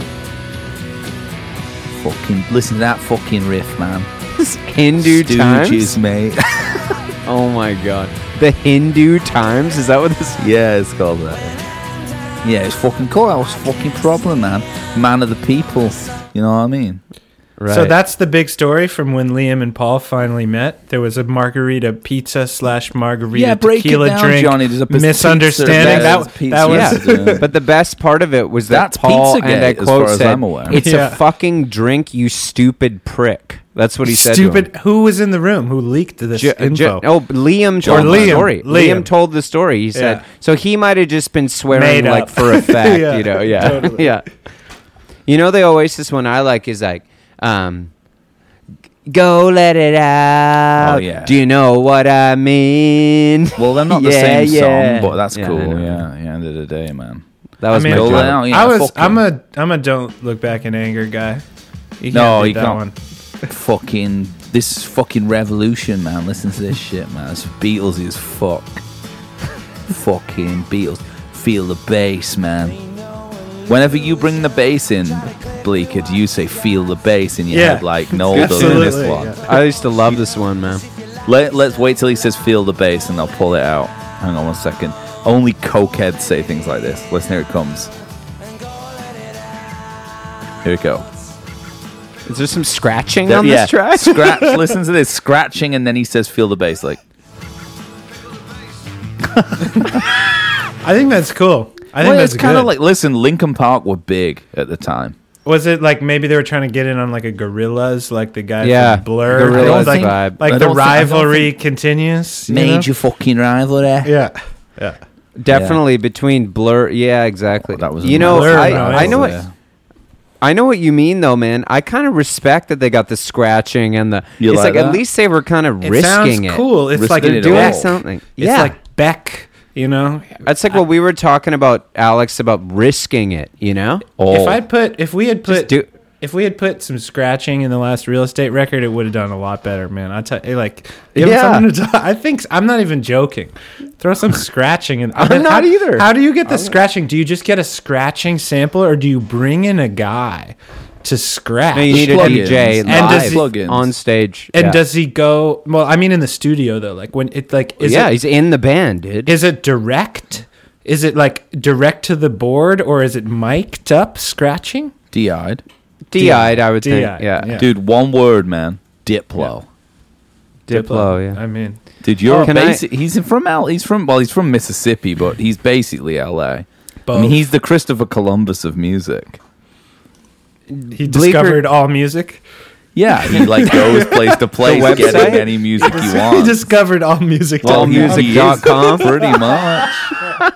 Speaker 1: Fucking listen to that fucking riff, man.
Speaker 3: Hindu
Speaker 1: Stooges,
Speaker 3: times.
Speaker 1: mate.
Speaker 3: Oh my god. The Hindu times. Is that what this?
Speaker 1: Yeah, it's called that. Yeah, it's fucking cool. That was a fucking problem, man. Man of the people. You know what I mean?
Speaker 3: Right.
Speaker 2: So that's the big story from when Liam and Paul finally met. There was a margarita pizza slash margarita
Speaker 1: Yeah, break it
Speaker 2: tequila
Speaker 1: down,
Speaker 2: drink
Speaker 1: Johnny. There's a pizza-
Speaker 2: misunderstanding.
Speaker 1: pizza-
Speaker 2: that
Speaker 1: pizza
Speaker 2: that was
Speaker 1: Yeah.
Speaker 3: yeah. but the best part of it was that
Speaker 1: That's
Speaker 3: Paul
Speaker 1: Pizzagate,
Speaker 3: and I
Speaker 1: as far
Speaker 3: quote
Speaker 1: as
Speaker 3: said,
Speaker 1: I'm aware.
Speaker 3: "It's
Speaker 2: Yeah.
Speaker 3: a fucking drink, you stupid prick." That's what he said. to him.
Speaker 2: stupid. Who was in the room? Who leaked this
Speaker 3: Ju- ju-
Speaker 2: info?
Speaker 3: oh, Liam told the
Speaker 2: Liam,
Speaker 3: story. Liam.
Speaker 2: Liam.
Speaker 3: told the story. He said
Speaker 2: Yeah.
Speaker 3: so. He might have just been swearing
Speaker 2: Made
Speaker 3: like
Speaker 2: up.
Speaker 3: for effect,
Speaker 2: Yeah,
Speaker 3: you know? Yeah,
Speaker 2: totally.
Speaker 3: yeah. You know the Oasis one I like is like, um, "Go let it out."
Speaker 1: Oh, yeah.
Speaker 3: Do you know what I mean?
Speaker 1: Well, they're not the
Speaker 3: Yeah,
Speaker 1: same
Speaker 3: yeah.
Speaker 1: song, but that's
Speaker 3: Yeah, I
Speaker 1: cool.
Speaker 3: know.
Speaker 1: Yeah, yeah, end of the day, man.
Speaker 3: That
Speaker 2: I
Speaker 3: was
Speaker 2: mean,
Speaker 3: my
Speaker 1: Go let
Speaker 3: joke.
Speaker 1: out, yeah,
Speaker 2: I was.
Speaker 1: fuck
Speaker 2: I'm
Speaker 1: you.
Speaker 2: a. I'm a don't look back in anger guy. You
Speaker 1: No,
Speaker 2: do
Speaker 1: you
Speaker 2: that
Speaker 1: can't.
Speaker 2: one.
Speaker 1: Fucking. This is fucking revolution, man. Listen to this shit, man. It's Beatles as fuck. fucking Beatles. Feel the bass, man. Whenever you bring the bass in, Bleaker, do you say feel the bass in your
Speaker 2: Yeah.
Speaker 1: head like Noel does in this
Speaker 2: Absolutely,
Speaker 1: one?
Speaker 2: yeah.
Speaker 3: I used to love this one, man.
Speaker 1: Let, let's wait till he says feel the bass and they'll pull it out. Hang on one second. Only cokeheads say things like this. Listen, here it comes. Here we go.
Speaker 3: Is there some scratching
Speaker 1: There-
Speaker 3: on
Speaker 1: yeah,
Speaker 3: this track?
Speaker 1: scratch. Listen to this scratching, and then he says feel the bass. Like,
Speaker 2: I think that's cool. I think
Speaker 1: well,
Speaker 2: that's
Speaker 1: it's kind of
Speaker 2: good.
Speaker 1: like listen. Lincoln Park were big at the time.
Speaker 2: Was it like maybe they were trying to get in on like a gorillas, like the guy
Speaker 3: Yeah,
Speaker 2: from Blur?
Speaker 3: Gorillaz
Speaker 2: It was like,
Speaker 3: vibe.
Speaker 1: I
Speaker 2: Like the
Speaker 1: don't think- I don't
Speaker 2: rivalry continues. you know?
Speaker 1: Major fucking rivalry.
Speaker 2: Yeah. Yeah. Oh,
Speaker 3: Definitely between blur. Yeah, exactly.
Speaker 1: That was
Speaker 3: you
Speaker 1: a
Speaker 3: know.
Speaker 2: Blur,
Speaker 3: I,
Speaker 2: no,
Speaker 3: I know
Speaker 1: it.
Speaker 3: what. I know what you mean, though, man. I kind of respect that they got the scratching and the.
Speaker 1: You
Speaker 3: it's
Speaker 1: like
Speaker 3: like,
Speaker 1: that?
Speaker 3: at least they were kind of
Speaker 2: It
Speaker 3: risking
Speaker 2: sounds
Speaker 3: it.
Speaker 2: cool. It's
Speaker 1: Risking
Speaker 2: like
Speaker 1: it all.
Speaker 2: they're doing
Speaker 1: Yeah,
Speaker 3: Doing
Speaker 1: Cool.
Speaker 3: something.
Speaker 2: It's
Speaker 3: yeah,
Speaker 2: like Beck, you know.
Speaker 3: that's like what we were talking about, Alex, about risking it. You know,
Speaker 1: Oh,
Speaker 2: If I put, if we had put,
Speaker 3: do-
Speaker 2: if we had put some scratching in the last real estate record, it would have done a lot better, man. I tell you, like, give 'em
Speaker 3: Yeah.
Speaker 2: something to do- I think I'm not even joking. Throw some scratching in. I
Speaker 3: not
Speaker 2: how,
Speaker 3: either.
Speaker 2: How do you get the scratching? Do you just get a scratching sample, or do you bring in a guy to scratch.
Speaker 3: No, you need a
Speaker 1: Plugins.
Speaker 3: DJ
Speaker 1: And
Speaker 2: does
Speaker 3: live
Speaker 2: he-
Speaker 1: Plugins.
Speaker 3: on stage.
Speaker 2: and
Speaker 3: yeah.
Speaker 2: does he go? Well, I mean, in the studio though, like when it like is
Speaker 3: yeah,
Speaker 2: it,
Speaker 3: he's in the band, dude.
Speaker 2: is it direct? Is it like direct to the board or is it mic'd up scratching?
Speaker 1: DI'd.
Speaker 3: DI'd, I would think.
Speaker 2: DI'd,
Speaker 3: yeah.
Speaker 2: yeah.
Speaker 1: Dude, one word, man. Diplo.
Speaker 3: Diplo, yeah.
Speaker 2: I mean,
Speaker 1: Dude, you're
Speaker 3: Oh, can I-
Speaker 1: basi- he's from L. He's from well, he's from Mississippi, but he's basically L.A. I
Speaker 2: Both.
Speaker 1: mean, he's the Christopher Columbus of music.
Speaker 2: he discovered all music.
Speaker 1: Yeah, he like goes place to place,
Speaker 3: The website?
Speaker 1: getting any music he
Speaker 2: he
Speaker 1: wants.
Speaker 2: discovered all music.
Speaker 1: Well,
Speaker 2: dot com.
Speaker 1: he is
Speaker 3: allmusic.com.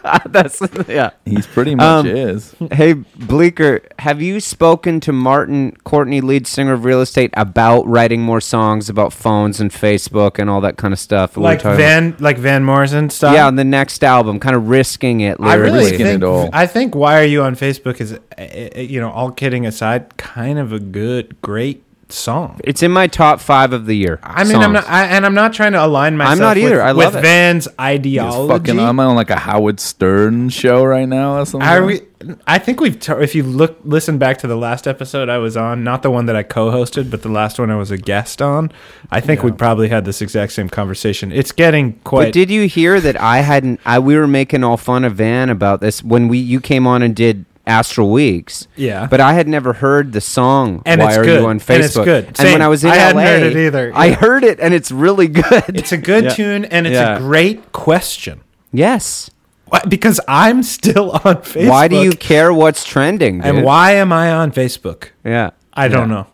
Speaker 1: Pretty much,
Speaker 3: That's yeah.
Speaker 1: he's pretty much
Speaker 3: Um,
Speaker 1: is.
Speaker 3: Hey Bleeker, have you spoken to Martin Courtney, lead singer of Real Estate, about writing more songs about phones and Facebook and all that kind of stuff? that we were
Speaker 2: like
Speaker 3: talking
Speaker 2: Van, like Van Morrison
Speaker 3: about?
Speaker 2: stuff.
Speaker 3: yeah, on the next album, kind of risking it
Speaker 2: I
Speaker 3: lyrically.
Speaker 2: really
Speaker 1: risking it
Speaker 2: think
Speaker 1: all.
Speaker 2: I think why are you on Facebook is uh, uh, you know all kidding aside, kind of a good, great song.
Speaker 3: it's in my top five of the year.
Speaker 2: I mean, I'm
Speaker 3: songs.
Speaker 2: not, I, and I'm not trying to align myself.
Speaker 3: not
Speaker 2: with-
Speaker 3: either. I
Speaker 2: with
Speaker 3: love it.
Speaker 2: Van's
Speaker 1: He's
Speaker 2: ideology.
Speaker 1: fucking. I'm on like a Howard Stern show right now or something.
Speaker 2: Are we? I think we've. T- if you look, listen back to the last episode I was on, not the one that I co-hosted, but the last one I was a guest on. I think we probably had this exact same conversation. It's getting quite.
Speaker 3: But did you hear that I hadn't? I we were making all fun of Van about this when we you came on and did Astral Weeks.
Speaker 2: Yeah.
Speaker 3: but I had never heard the song.
Speaker 2: And
Speaker 3: Why
Speaker 2: it's
Speaker 3: are
Speaker 2: good.
Speaker 3: you on
Speaker 2: And
Speaker 3: Facebook?
Speaker 2: it's good.
Speaker 3: And
Speaker 2: Same.
Speaker 3: when I was in
Speaker 2: I
Speaker 3: LA,
Speaker 2: hadn't heard it either.
Speaker 3: I heard it, and it's really good.
Speaker 2: it's a good
Speaker 3: Yeah.
Speaker 2: tune, and it's
Speaker 3: Yeah.
Speaker 2: a great question.
Speaker 3: yes.
Speaker 2: Why- Because I'm still on Facebook.
Speaker 3: Why do you care what's trending?
Speaker 2: And
Speaker 3: dude?
Speaker 2: why am I on Facebook?
Speaker 3: Yeah.
Speaker 2: I don't know.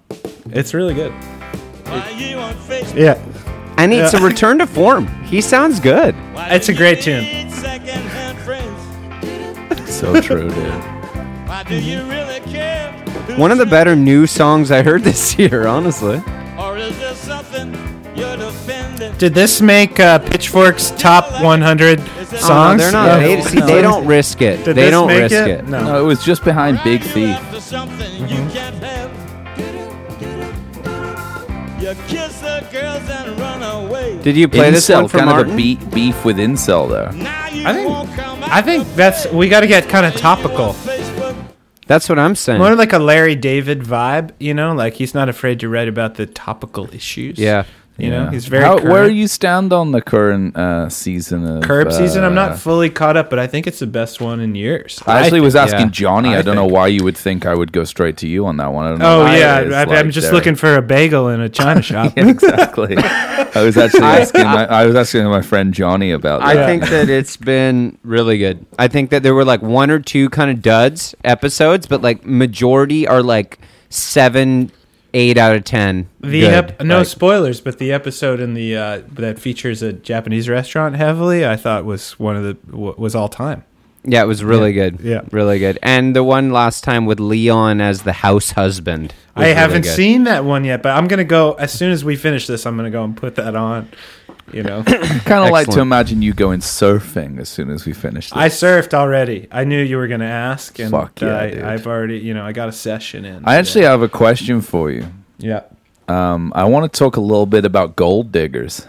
Speaker 2: It's really good.
Speaker 4: Why you on Facebook?
Speaker 2: Yeah,
Speaker 3: And it's
Speaker 2: Yeah.
Speaker 3: a return to form. He sounds good.
Speaker 4: Why
Speaker 2: It's
Speaker 4: do
Speaker 2: a great
Speaker 4: you
Speaker 2: tune.
Speaker 4: need secondhand friends?
Speaker 1: So true, dude.
Speaker 4: Why do you
Speaker 2: Mm-hmm.
Speaker 4: really care? who's
Speaker 3: One of the
Speaker 4: true?
Speaker 3: better new songs I heard this year, honestly.
Speaker 4: Or is there something you're defending?
Speaker 2: Did this make uh, Pitchfork's top 100 songs?
Speaker 3: Oh, no, they're
Speaker 1: Yeah.
Speaker 3: not. They, see, they don't risk it.
Speaker 2: Did
Speaker 3: they
Speaker 2: this
Speaker 3: don't
Speaker 2: make
Speaker 3: risk it.
Speaker 2: No.
Speaker 1: No, it was just behind
Speaker 4: Are
Speaker 1: Big
Speaker 4: you
Speaker 1: Thief.
Speaker 4: after something
Speaker 3: Mm-hmm.
Speaker 4: you can't have? You kiss the girls and run away.
Speaker 3: Did you play this one
Speaker 1: Incel,
Speaker 3: for
Speaker 1: kind
Speaker 3: Martin?
Speaker 1: of a beat, beef with incel there.
Speaker 4: Now you
Speaker 2: I think-
Speaker 4: won't come out
Speaker 2: I think
Speaker 4: the
Speaker 2: that's
Speaker 4: bay.
Speaker 2: we got to get kind
Speaker 4: Are
Speaker 2: of
Speaker 4: you on
Speaker 2: topical.
Speaker 4: Facebook?
Speaker 3: That's what I'm saying.
Speaker 2: More like a Larry David vibe, you know, like he's not afraid to write about the topical issues.
Speaker 3: Yeah.
Speaker 2: You know,
Speaker 1: Yeah.
Speaker 2: he's very
Speaker 1: How, where
Speaker 2: current.
Speaker 1: you stand on the current uh, season of
Speaker 2: curb
Speaker 1: uh,
Speaker 2: season. I'm not fully caught up, but I think it's the best one in years.
Speaker 1: I actually
Speaker 2: think-
Speaker 1: was asking
Speaker 3: yeah.
Speaker 1: Johnny. I,
Speaker 2: I
Speaker 1: don't know
Speaker 2: think-
Speaker 1: why you would think I would go straight to you on that one. I don't know
Speaker 2: Oh
Speaker 1: why it
Speaker 2: yeah,
Speaker 1: is,
Speaker 2: I, I'm
Speaker 1: like,
Speaker 2: just
Speaker 1: there.
Speaker 2: looking for a bagel in a china shop.
Speaker 1: Yeah, exactly. I was actually asking. My, I was asking my friend Johnny about. That.
Speaker 3: I think that it's been really good. I think that there were like one or two kind of duds episodes, but like majority are like seven, eight out of ten.
Speaker 2: The
Speaker 3: good.
Speaker 2: ep- no
Speaker 3: Like,
Speaker 2: spoilers, but the episode in the uh, that features a Japanese restaurant heavily, I thought was one of the w- was all time.
Speaker 3: yeah, it was really good.
Speaker 2: yeah.
Speaker 3: really good. And the one last time with Leon as the house husband. was
Speaker 2: I
Speaker 3: really
Speaker 2: haven't
Speaker 3: good.
Speaker 2: seen that one yet, but I'm gonna go as soon as we finish this. I'm gonna go and put that on. You know,
Speaker 1: kind of like to
Speaker 3: Excellent.
Speaker 1: imagine you going surfing as soon as we finish. This.
Speaker 2: I surfed already. I knew you were gonna ask, and
Speaker 1: Fuck yeah, dude.
Speaker 2: I, I've already, you know, I got a session in.
Speaker 1: I actually uh, have a question for you.
Speaker 2: yeah.
Speaker 1: Um, I want to talk a little bit about gold diggers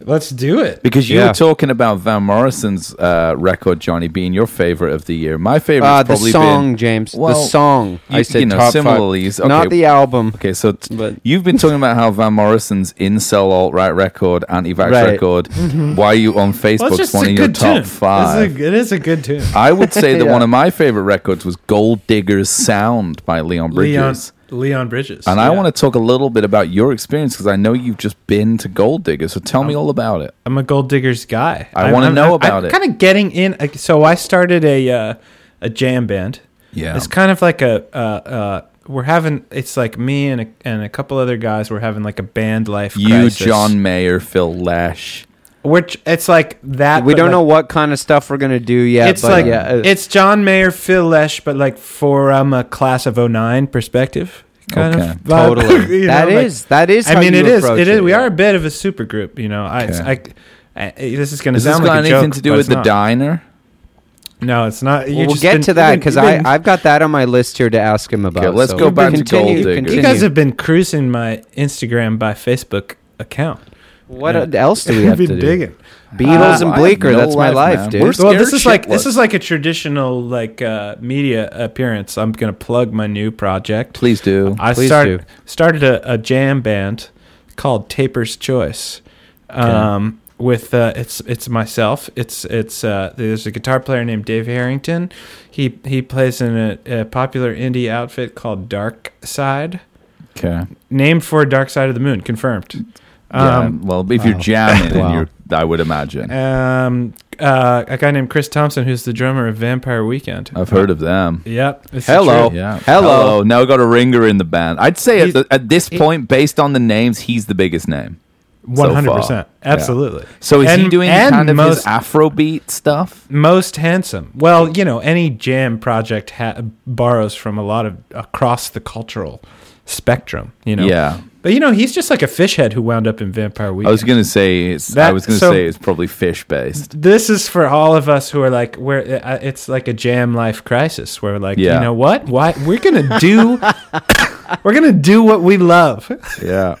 Speaker 2: Let's do it.
Speaker 1: because you
Speaker 3: Yeah.
Speaker 1: were talking about Van Morrison's uh, record, Johnny, being your favorite of the year. My favorite,
Speaker 3: Uh, the
Speaker 1: probably
Speaker 3: song,
Speaker 1: been,
Speaker 3: James. the
Speaker 1: Well,
Speaker 3: song.
Speaker 1: you-
Speaker 3: I said
Speaker 1: you know,
Speaker 3: top
Speaker 1: similarly,
Speaker 3: five.
Speaker 1: okay.
Speaker 3: Not the album.
Speaker 1: Okay, so t-
Speaker 3: But-
Speaker 1: you've been talking about how Van Morrison's incel alt right record, anti-vax
Speaker 3: Right.
Speaker 1: record. Why you on
Speaker 2: Mm-hmm. Well,
Speaker 1: Facebook's
Speaker 2: it's just
Speaker 1: one
Speaker 2: a
Speaker 1: of your
Speaker 2: good tune.
Speaker 1: top five?
Speaker 2: It's a, it is a good tune.
Speaker 1: I would say that
Speaker 3: Yeah.
Speaker 1: one of my favorite records was Gold Diggers Sound by Leon Bridges.
Speaker 2: Leon Leon Bridges,
Speaker 1: And I
Speaker 2: Yeah.
Speaker 1: want to talk a little bit about your experience because I know you've just been to Gold Diggers. So tell me
Speaker 2: Um,
Speaker 1: all about it.
Speaker 2: I'm a gold diggers guy.
Speaker 1: I wanna
Speaker 2: I'm-
Speaker 1: know
Speaker 2: I'm-
Speaker 1: about
Speaker 2: I'm
Speaker 1: it.
Speaker 2: Kind of getting in. like, So I started a uh, a jam band.
Speaker 1: Yeah.
Speaker 2: it's kind of like a uh, uh, we're having. It's like me and a, and a couple other guys. We're having like a band life.
Speaker 1: You,
Speaker 2: crisis.
Speaker 1: John Mayer, Phil Lesh.
Speaker 2: Which it's like that.
Speaker 3: We
Speaker 2: but,
Speaker 3: don't
Speaker 2: like,
Speaker 3: know what kind of stuff we're gonna do yet.
Speaker 2: it's
Speaker 3: but
Speaker 2: like
Speaker 3: yeah, uh,
Speaker 2: it's John Mayer, Phil Lesh, but like from a class of 09 perspective. Kind
Speaker 1: Okay.
Speaker 2: of vibe.
Speaker 3: totally.
Speaker 2: You
Speaker 3: That is.
Speaker 2: know, like-
Speaker 3: that is.
Speaker 2: I
Speaker 3: how
Speaker 2: mean,
Speaker 3: you
Speaker 2: it is.
Speaker 3: approach
Speaker 2: It is. We
Speaker 3: yeah.
Speaker 2: are a bit of a super group. You know, I, it's- I, I- this is going to
Speaker 1: Has this
Speaker 2: sound
Speaker 1: got
Speaker 2: like a
Speaker 1: anything
Speaker 2: joke,
Speaker 1: to do
Speaker 2: but
Speaker 1: with
Speaker 2: it's
Speaker 1: the
Speaker 2: not.
Speaker 1: diner?
Speaker 2: No, it's not. you
Speaker 3: Well, we'll
Speaker 2: just
Speaker 3: get
Speaker 2: been-
Speaker 3: to that
Speaker 2: you've been-
Speaker 3: because
Speaker 2: you've been-
Speaker 3: I've got that on my list here to ask him about.
Speaker 1: Okay, let's go back to Gold Diggers.
Speaker 2: you guys have been cruising my Instagram by Facebook account.
Speaker 3: What else do we have
Speaker 2: Be
Speaker 3: to do?
Speaker 2: digging.
Speaker 3: Beatles
Speaker 1: Ah,
Speaker 3: and
Speaker 1: I have
Speaker 3: Bleecker.
Speaker 1: no
Speaker 3: that's my
Speaker 1: life,
Speaker 3: life,
Speaker 1: man.
Speaker 3: dude.
Speaker 1: We're s-
Speaker 2: Well,
Speaker 1: Scared
Speaker 2: this is like this
Speaker 1: shitless.
Speaker 2: is like a traditional like uh, media appearance. I'm gonna plug my new project.
Speaker 1: Please do.
Speaker 2: I
Speaker 3: Please
Speaker 2: start,
Speaker 3: do.
Speaker 2: started a, a jam band called Taper's Choice. Um, with uh, it's it's myself. It's it's uh, there's a guitar player named Dave Harrington. He he plays in a, a popular indie outfit called Dark Side,
Speaker 1: Okay.
Speaker 2: named for Dark Side of the Moon. Confirmed.
Speaker 1: Yeah,
Speaker 2: Um,
Speaker 1: well, if you're jamming, then
Speaker 3: Wow.
Speaker 1: you're, I would imagine.
Speaker 2: um, uh, a guy named Chris Thompson, who's the drummer of Vampire Weekend.
Speaker 1: I've heard of them.
Speaker 2: Yep. it's the
Speaker 3: Hello.
Speaker 2: truth.
Speaker 1: Oh. Yeah.
Speaker 3: Hello.
Speaker 1: Now I got a ringer in the band. I'd say at,
Speaker 2: He's-
Speaker 1: the, at this
Speaker 2: he-
Speaker 1: point, based on the names, he's the biggest name.
Speaker 2: One hundred percent,
Speaker 1: Yeah.
Speaker 2: absolutely.
Speaker 1: So is he
Speaker 2: And-
Speaker 1: doing
Speaker 2: and
Speaker 1: kind of
Speaker 2: most,
Speaker 1: his Afrobeat stuff?
Speaker 2: most handsome? Well, you know, any jam project ha- borrows from a lot of across the cultural spectrum. You know,
Speaker 1: Yeah.
Speaker 2: But you know, he's just like a fish head who wound up in Vampire
Speaker 1: I
Speaker 2: Weekend.
Speaker 1: was gonna say it's. I
Speaker 2: That-
Speaker 1: was gonna
Speaker 2: so-
Speaker 1: say it's probably fish based.
Speaker 2: this is for all of us who are like, where uh, it's like a jam life crisis. Where like,
Speaker 1: Yeah.
Speaker 2: you know what? Why we're gonna do? we're gonna do what we love.
Speaker 1: Yeah.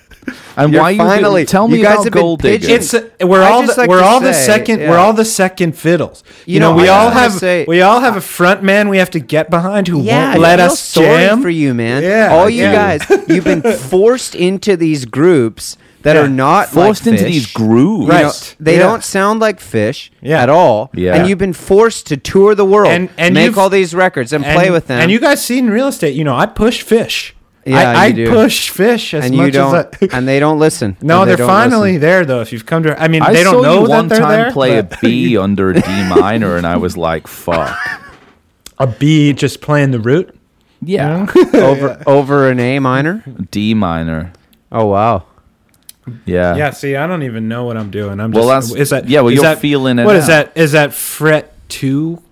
Speaker 1: And
Speaker 3: You're
Speaker 1: why you
Speaker 3: finally-
Speaker 1: finally tell
Speaker 3: you
Speaker 1: me
Speaker 3: guys
Speaker 1: about
Speaker 3: have been
Speaker 1: gold diggers?
Speaker 2: It's uh, we're
Speaker 3: I
Speaker 2: all
Speaker 3: just
Speaker 2: the,
Speaker 3: like
Speaker 2: we're
Speaker 3: to
Speaker 2: all the
Speaker 3: say,
Speaker 2: second
Speaker 3: yeah.
Speaker 2: we're all the second fiddles. You,
Speaker 3: You
Speaker 2: know,
Speaker 3: know,
Speaker 2: we
Speaker 3: I
Speaker 2: all
Speaker 3: just wanna
Speaker 2: have
Speaker 3: say-
Speaker 2: we all have a front man we have to get behind who
Speaker 3: Yeah,
Speaker 2: won't let
Speaker 3: I feel
Speaker 2: us
Speaker 3: sorry
Speaker 2: jam
Speaker 3: for you, man.
Speaker 2: Yeah,
Speaker 3: all you
Speaker 2: yeah.
Speaker 3: guys, you've been forced into these groups that
Speaker 2: Yeah.
Speaker 3: are not
Speaker 1: forced
Speaker 3: like
Speaker 1: into
Speaker 3: Fish.
Speaker 1: these grooves.
Speaker 3: You know,
Speaker 2: Right.
Speaker 3: they
Speaker 2: Yeah.
Speaker 3: don't sound like fish
Speaker 2: Yeah.
Speaker 3: at all.
Speaker 1: Yeah.
Speaker 3: And you've been forced to tour the world
Speaker 2: And-
Speaker 3: and,
Speaker 2: and
Speaker 3: make
Speaker 2: you've-
Speaker 3: all these records and,
Speaker 2: and,
Speaker 3: play with them.
Speaker 2: And you guys seen real estate? You know, I push fish.
Speaker 3: Yeah,
Speaker 2: I,
Speaker 3: you do.
Speaker 2: I push fish as
Speaker 3: and
Speaker 2: much
Speaker 3: you don't
Speaker 2: as I.
Speaker 3: and they don't listen.
Speaker 2: no,
Speaker 3: And
Speaker 2: they
Speaker 3: they
Speaker 2: are
Speaker 3: don't
Speaker 2: finally
Speaker 3: listen.
Speaker 2: there though. If you've come to, I mean,
Speaker 1: I
Speaker 2: they don't
Speaker 1: saw
Speaker 2: know
Speaker 1: you
Speaker 2: that
Speaker 1: one
Speaker 2: they're
Speaker 1: time
Speaker 2: there,
Speaker 1: play a
Speaker 2: but
Speaker 1: B under a D minor, and I was like, "Fuck."
Speaker 2: a B just playing the root.
Speaker 1: Yeah,
Speaker 3: over over an A minor.
Speaker 1: D minor.
Speaker 3: Oh wow.
Speaker 1: Yeah,
Speaker 2: Yeah, see, I don't even know what I'm doing. I'm
Speaker 1: Well,
Speaker 2: just
Speaker 1: that's-
Speaker 2: is that
Speaker 1: yeah, well,
Speaker 2: is
Speaker 1: you're
Speaker 2: that-
Speaker 1: feeling it
Speaker 2: What is
Speaker 1: out.
Speaker 2: that? Is that fret two,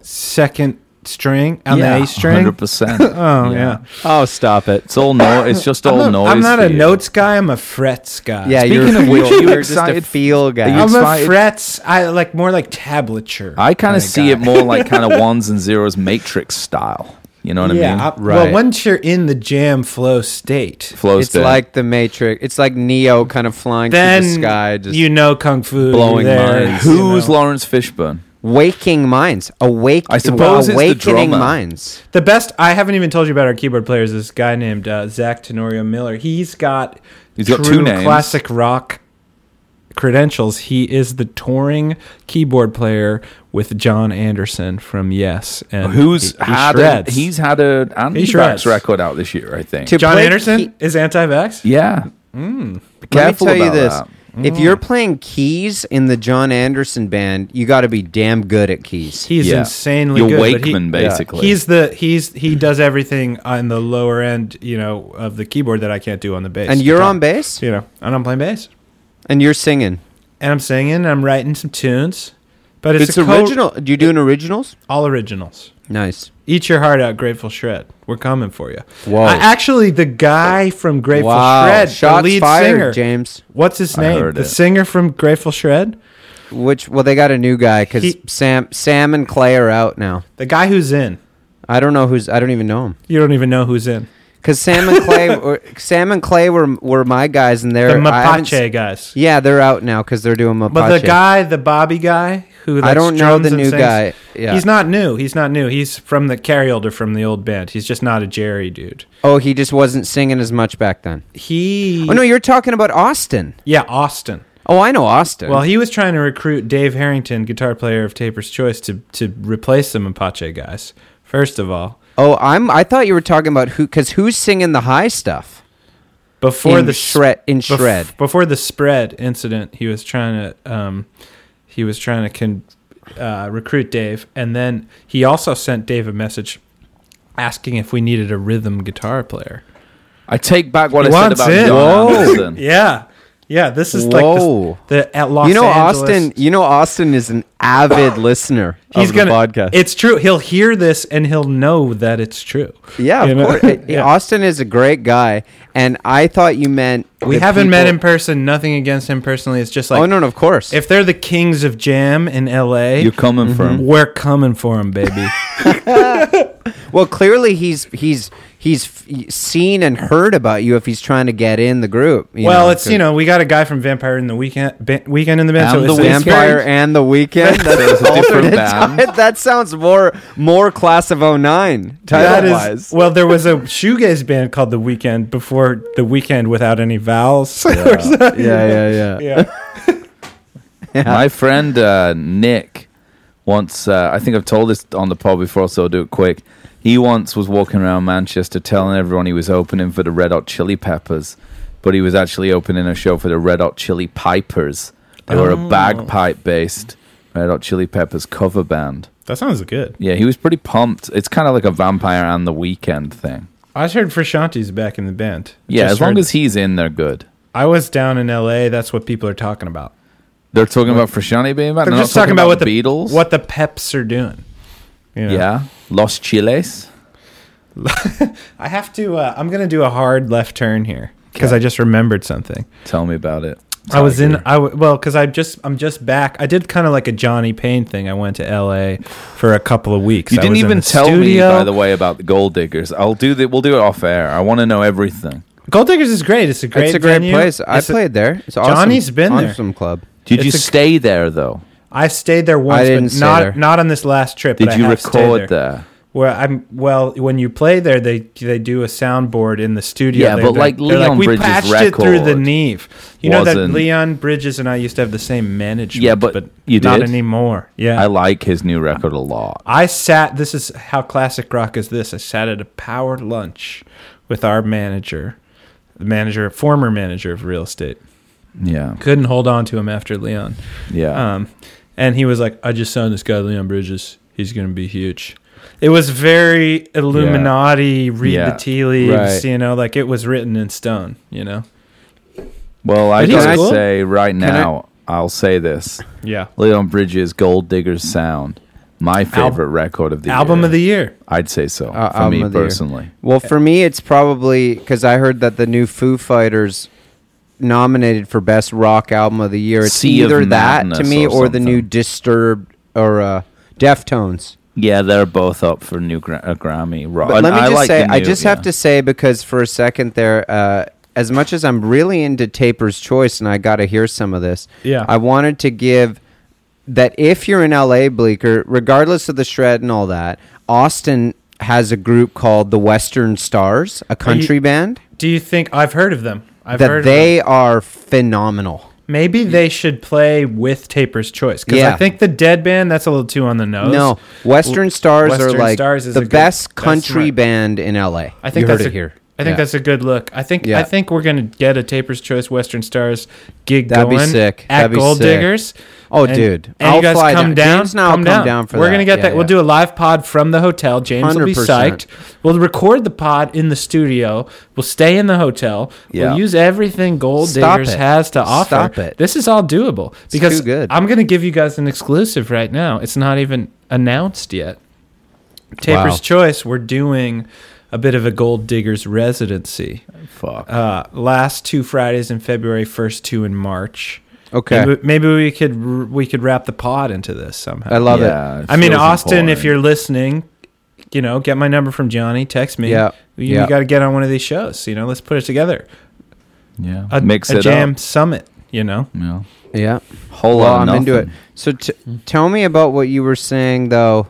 Speaker 2: second string on the A string?
Speaker 1: hundred percent.
Speaker 2: Oh yeah,
Speaker 3: Oh stop it.
Speaker 1: it's all no. It's just all
Speaker 2: I'm,
Speaker 1: noise.
Speaker 2: not, I'm not
Speaker 1: for
Speaker 2: a
Speaker 1: you.
Speaker 2: notes guy. I'm a frets guy.
Speaker 3: Yeah,
Speaker 1: Speaking
Speaker 3: you're
Speaker 1: of which,
Speaker 3: feel-
Speaker 1: you
Speaker 3: you're
Speaker 1: excited-
Speaker 3: just a feel guy.
Speaker 1: Are
Speaker 2: I'm
Speaker 1: you-
Speaker 2: a
Speaker 1: excited?
Speaker 2: frets. I like more like tablature.
Speaker 1: I kind
Speaker 2: kinda
Speaker 1: of see
Speaker 2: guy.
Speaker 1: it more like kind of ones and zeros matrix style. You know what I mean?
Speaker 2: Yeah, I-
Speaker 3: Right.
Speaker 2: Well, once you're in the jam flow state,
Speaker 1: Flow
Speaker 3: It's
Speaker 1: state.
Speaker 3: like the Matrix. It's like Neo kind of flying
Speaker 2: then
Speaker 3: through the sky, just
Speaker 2: you know kung fu. you're
Speaker 3: blowing
Speaker 2: there,
Speaker 3: minds.
Speaker 2: you
Speaker 1: who's
Speaker 2: know.
Speaker 1: Lawrence Fishburne?
Speaker 3: waking minds. Awake
Speaker 1: I suppose it's the
Speaker 3: awakening
Speaker 1: drama.
Speaker 3: minds.
Speaker 2: The best I haven't even told you about our keyboard player is this guy named uh, Zach Tenorio Miller. He's got
Speaker 1: He's got two names.
Speaker 2: classic rock credentials. He is the touring keyboard player with John Anderson from Yes, and
Speaker 1: Who's
Speaker 2: he- he
Speaker 1: had a,
Speaker 2: shreds.
Speaker 1: he's had a anti-vax
Speaker 2: shreds.
Speaker 1: record out this year? I think.
Speaker 3: To
Speaker 2: John
Speaker 3: play
Speaker 2: Anderson
Speaker 3: key-
Speaker 2: is anti-vax.
Speaker 1: yeah. Be
Speaker 3: Let me
Speaker 1: careful
Speaker 3: tell you
Speaker 1: about
Speaker 3: this.
Speaker 1: that.
Speaker 3: If you're playing keys in the John Anderson band, you got to be damn good at keys.
Speaker 2: He's
Speaker 1: Yeah.
Speaker 2: insanely
Speaker 1: You're
Speaker 2: good. but
Speaker 1: Wakeman, basically.
Speaker 2: He's the he's he does everything on the lower end, you know, of the keyboard that I can't do on the bass.
Speaker 3: and you're
Speaker 2: guitar.
Speaker 3: on bass
Speaker 2: you know, and I'm playing bass.
Speaker 3: and you're singing.
Speaker 2: and I'm singing and I'm writing some tunes. But it's,
Speaker 3: It's,
Speaker 2: a co-
Speaker 3: original. Do you do an originals?
Speaker 2: all originals.
Speaker 3: Nice.
Speaker 2: Eat your heart out, Grateful Shred. We're coming for you.
Speaker 3: Whoa.
Speaker 2: I- actually, the guy from Grateful Shred,
Speaker 3: Shots
Speaker 2: the lead
Speaker 3: fired,
Speaker 2: singer,
Speaker 3: James.
Speaker 2: What's his
Speaker 1: I
Speaker 2: name?
Speaker 1: heard
Speaker 2: The
Speaker 1: it.
Speaker 2: singer from Grateful Shred,
Speaker 3: Which well, they got a new guy because
Speaker 2: He-
Speaker 3: Sam, Sam and Clay are out now.
Speaker 2: the guy who's in.
Speaker 3: I don't know who's. I don't even know him.
Speaker 2: You don't even know who's in.
Speaker 3: Because Sam and Clay, were, Sam and Clay were were my guys, and
Speaker 2: The
Speaker 3: they're I haven't s-
Speaker 2: Mapache guys.
Speaker 3: Yeah, they're out now because they're doing Mapache.
Speaker 2: But the guy, the Bobby guy, who like,
Speaker 3: don't know
Speaker 2: strums
Speaker 3: the
Speaker 2: and
Speaker 3: new
Speaker 2: sings,
Speaker 3: guy. Yeah.
Speaker 2: He's not new. He's not new. He's from the carryolder from the old band. He's just not a Jerry dude.
Speaker 3: Oh, he just wasn't singing as much back then.
Speaker 2: He.
Speaker 3: Oh no, you're talking about Austin.
Speaker 2: yeah, Austin.
Speaker 3: Oh, I know Austin.
Speaker 2: Well, he was trying to recruit Dave Harrington, guitar player of Taper's Choice, to to replace the Mapache guys. First of all,
Speaker 3: oh, I'm. I thought you were talking about who because who's singing the high stuff
Speaker 2: before
Speaker 3: in
Speaker 2: the
Speaker 3: shred in
Speaker 2: bef-
Speaker 3: shred.
Speaker 2: before the spread incident, he was trying to um, he was trying to con- uh, recruit Dave, and then he also sent Dave a message asking if we needed a rhythm guitar player.
Speaker 1: I take back what I
Speaker 2: He
Speaker 1: said
Speaker 2: wants
Speaker 1: about
Speaker 2: in.
Speaker 1: John
Speaker 3: Whoa.
Speaker 1: Anderson.
Speaker 2: Yeah, yeah. This is
Speaker 3: Whoa.
Speaker 2: like the, the at Los
Speaker 3: You know
Speaker 2: Angeles-
Speaker 3: Austin. You know Austin is an avid listener
Speaker 2: He's
Speaker 3: of
Speaker 2: gonna.
Speaker 3: the podcast.
Speaker 2: It's true. He'll hear this and he'll know that it's true.
Speaker 3: yeah,
Speaker 2: You
Speaker 3: of
Speaker 2: know?
Speaker 3: course. It- Austin is a great guy, and I thought you meant
Speaker 2: We
Speaker 3: the
Speaker 2: haven't met
Speaker 3: people-
Speaker 2: in person. Nothing against him personally. It's just like,
Speaker 3: oh no, no, of course.
Speaker 2: if they're the kings of jam in L.A., Mm-hmm.
Speaker 1: You're coming from.
Speaker 2: we're coming for them, baby.
Speaker 3: Well, clearly he's he's he's f- seen and heard about you if he's trying to get in the group. you
Speaker 2: well, it's
Speaker 3: 'cause
Speaker 2: you know we got a guy from Vampire in the Weekend, ba- Weekend in the Band.
Speaker 1: And
Speaker 2: so
Speaker 1: the
Speaker 2: it's
Speaker 1: Weeknd.
Speaker 2: it's
Speaker 3: Vampire
Speaker 1: Scary.
Speaker 3: and the Weekend.
Speaker 1: There's a different
Speaker 3: That-
Speaker 1: band.
Speaker 3: that sounds more more class of 09
Speaker 2: That
Speaker 3: title
Speaker 2: is
Speaker 3: wise.
Speaker 2: well. There was a shoegaze band called The Weekend before The Weekend without any vowels. or something.
Speaker 3: Yeah, yeah, yeah.
Speaker 2: yeah.
Speaker 1: My friend uh, Nick once, uh, I think I've told this on the pod before, so I'll do it quick. He once was walking around Manchester telling everyone he was opening for the Red Hot Chili Peppers, but he was actually opening a show for the Red Hot Chili Pipers. They were
Speaker 2: Oh.
Speaker 1: a bagpipe based Red Hot Chili Peppers cover band.
Speaker 2: That sounds good.
Speaker 1: Yeah, he was pretty pumped. It's kind of like a vampire and the weekend thing.
Speaker 2: I just heard Frashanti's back in the band.
Speaker 1: Yeah,
Speaker 2: Just
Speaker 1: as long
Speaker 2: heard-
Speaker 1: as he's in, they're good.
Speaker 2: I was down in L.A., that's what people are talking about.
Speaker 1: They're talking about Frashani being back.
Speaker 2: They're
Speaker 1: not
Speaker 2: just talking about what the
Speaker 1: Beatles.
Speaker 2: what the Peps are doing. You know?
Speaker 1: Yeah, Los Chiles.
Speaker 2: I have to. Uh, I'm gonna do a hard left turn here because I just remembered something.
Speaker 1: Tell me about it.
Speaker 2: I was in.
Speaker 1: Tiger.
Speaker 2: I w- well, because I just. I'm just back. I did kind of like a Johnny Payne thing. I went to L.A. for a couple of weeks.
Speaker 1: You
Speaker 2: I
Speaker 1: didn't
Speaker 2: was in
Speaker 1: even
Speaker 2: the
Speaker 1: tell me,
Speaker 2: studio.
Speaker 1: by the way, about the Gold Diggers. I'll do that. We'll do it off air. I want to know everything.
Speaker 2: Gold Diggers is great. It's a great.
Speaker 3: it's a great
Speaker 2: venue.
Speaker 3: place. I
Speaker 2: It's a-
Speaker 3: played there. It's awesome.
Speaker 2: Johnny's been there.
Speaker 3: Awesome club.
Speaker 1: Did you
Speaker 2: It's a-
Speaker 1: stay there though?
Speaker 2: I stayed there once,
Speaker 3: didn't
Speaker 2: but
Speaker 3: stay
Speaker 2: not
Speaker 3: there.
Speaker 2: not on this last trip.
Speaker 1: Did
Speaker 2: but I
Speaker 1: you
Speaker 2: have stayed
Speaker 1: record there?
Speaker 2: there? Well, I'm well. When you play there, they they do a soundboard in the studio.
Speaker 1: Yeah,
Speaker 2: They-
Speaker 1: but
Speaker 2: they're-
Speaker 1: like
Speaker 2: they're
Speaker 1: Leon
Speaker 2: we
Speaker 1: Bridges'
Speaker 2: patched it through the
Speaker 1: record
Speaker 2: Neve. You know that
Speaker 1: wasn't-
Speaker 2: Leon Bridges and I used to have the same management.
Speaker 1: Yeah, but you
Speaker 2: not
Speaker 1: did?
Speaker 2: anymore. Yeah,
Speaker 1: I like his new record a lot.
Speaker 2: I sat. This is how classic rock is. This I sat at a power lunch with our manager, the manager, former manager of real estate.
Speaker 1: Yeah,
Speaker 2: Couldn't hold on to him after Leon.
Speaker 1: yeah.
Speaker 2: Um, and he was like, "I just signed this guy, Leon Bridges. He's gonna be huge." It was very Illuminati. Read
Speaker 1: Yeah.
Speaker 2: the tea leaves,
Speaker 3: Right.
Speaker 2: you know, like it was written in stone, you know.
Speaker 1: well, I
Speaker 2: but he's
Speaker 1: gotta
Speaker 2: cool.
Speaker 1: say right now, I'll say this:
Speaker 2: Yeah.
Speaker 1: Leon Bridges' Gold Diggers sound, my favorite record of the
Speaker 2: Album
Speaker 1: year.
Speaker 2: of the year.
Speaker 1: I'd say so
Speaker 3: Uh,
Speaker 1: for
Speaker 3: album
Speaker 1: me
Speaker 3: of the year.
Speaker 1: personally.
Speaker 3: Well, for me, it's probably because I heard that the new Foo Fighters nominated for best rock album of the year. It's
Speaker 1: Sea of
Speaker 3: either that to
Speaker 1: Madness
Speaker 3: me
Speaker 1: or
Speaker 3: or, the new
Speaker 1: something.
Speaker 3: Disturbed or uh, Deftones.
Speaker 1: Yeah, they're both up for new gra- a Grammy. Ro-
Speaker 3: But let
Speaker 1: and
Speaker 3: me just
Speaker 1: like
Speaker 3: say,
Speaker 1: the
Speaker 3: I
Speaker 1: new-
Speaker 3: just have
Speaker 1: yeah.
Speaker 3: to say because for a second there, uh, as much as I'm really into Taper's Choice, and I got to hear some of this.
Speaker 2: Yeah.
Speaker 3: I wanted to give that if you're in LA, Bleecker, regardless of the shred and all that, Austin has a group called the Western Stars, a country band.
Speaker 2: Do you think I've heard of them? I've
Speaker 3: that
Speaker 2: heard
Speaker 3: they are phenomenal.
Speaker 2: Maybe they should play with Taper's Choice because I
Speaker 3: Yeah.
Speaker 2: think the Dead Band that's a little too on the nose.
Speaker 3: No, Western Stars
Speaker 2: Western
Speaker 3: are like
Speaker 2: Stars is
Speaker 3: the
Speaker 2: a good-
Speaker 3: best
Speaker 2: that's
Speaker 3: country
Speaker 2: smart.
Speaker 3: band in LA.
Speaker 2: I think
Speaker 3: you
Speaker 2: that's
Speaker 3: heard
Speaker 2: a,
Speaker 3: it here.
Speaker 2: I think
Speaker 3: Yeah.
Speaker 2: that's a good look. I think
Speaker 3: Yeah.
Speaker 2: I think we're gonna get a Taper's Choice Western Stars gig
Speaker 3: That'd be
Speaker 2: going
Speaker 3: sick.
Speaker 2: at
Speaker 3: That'd be
Speaker 2: Gold
Speaker 3: sick.
Speaker 2: Diggers.
Speaker 3: Oh,
Speaker 2: And-
Speaker 3: dude,
Speaker 2: and
Speaker 3: I'll
Speaker 2: you guys
Speaker 3: fly
Speaker 2: come
Speaker 3: down.
Speaker 2: down.
Speaker 3: James and I'll
Speaker 2: come
Speaker 3: come
Speaker 2: down.
Speaker 3: down for
Speaker 2: We're
Speaker 3: that.
Speaker 2: gonna get
Speaker 3: Yeah,
Speaker 2: that. We'll
Speaker 3: yeah.
Speaker 2: do a live pod from the hotel. James will be psyched.
Speaker 3: 100%.
Speaker 2: We'll record the pod in the studio. We'll stay in the hotel.
Speaker 1: Yeah.
Speaker 2: We'll use everything Gold
Speaker 3: Stop
Speaker 2: Diggers
Speaker 3: it.
Speaker 2: has to offer.
Speaker 3: Stop it.
Speaker 2: This is all doable because
Speaker 3: too good.
Speaker 2: I'm gonna give you guys an exclusive right now. It's not even announced yet. Taper's
Speaker 3: Wow.
Speaker 2: Choice, we're doing a bit of a gold digger's residency.
Speaker 1: Fuck.
Speaker 2: Uh, last two Fridays in February, first two in March.
Speaker 3: Okay.
Speaker 2: Maybe, maybe we could r- we could wrap the pod into this somehow.
Speaker 3: I love
Speaker 1: Yeah,
Speaker 3: it.
Speaker 1: it
Speaker 2: I mean,
Speaker 1: feels
Speaker 2: Austin, if
Speaker 1: important.
Speaker 2: you're listening, you know, get my number from Johnny. Text me.
Speaker 3: Yeah.
Speaker 2: You,
Speaker 3: Yeah.
Speaker 2: got to get on one of these shows. You know, let's put it together.
Speaker 1: yeah,
Speaker 2: A,
Speaker 1: mix
Speaker 2: a
Speaker 1: it
Speaker 2: jam
Speaker 1: up.
Speaker 2: summit. You know,
Speaker 1: Yeah.
Speaker 3: Yeah,
Speaker 1: Whole
Speaker 3: well,
Speaker 1: lot
Speaker 3: I'm
Speaker 1: of
Speaker 3: into it. Hmm.
Speaker 1: nothing.
Speaker 3: So t- tell me about what you were saying though.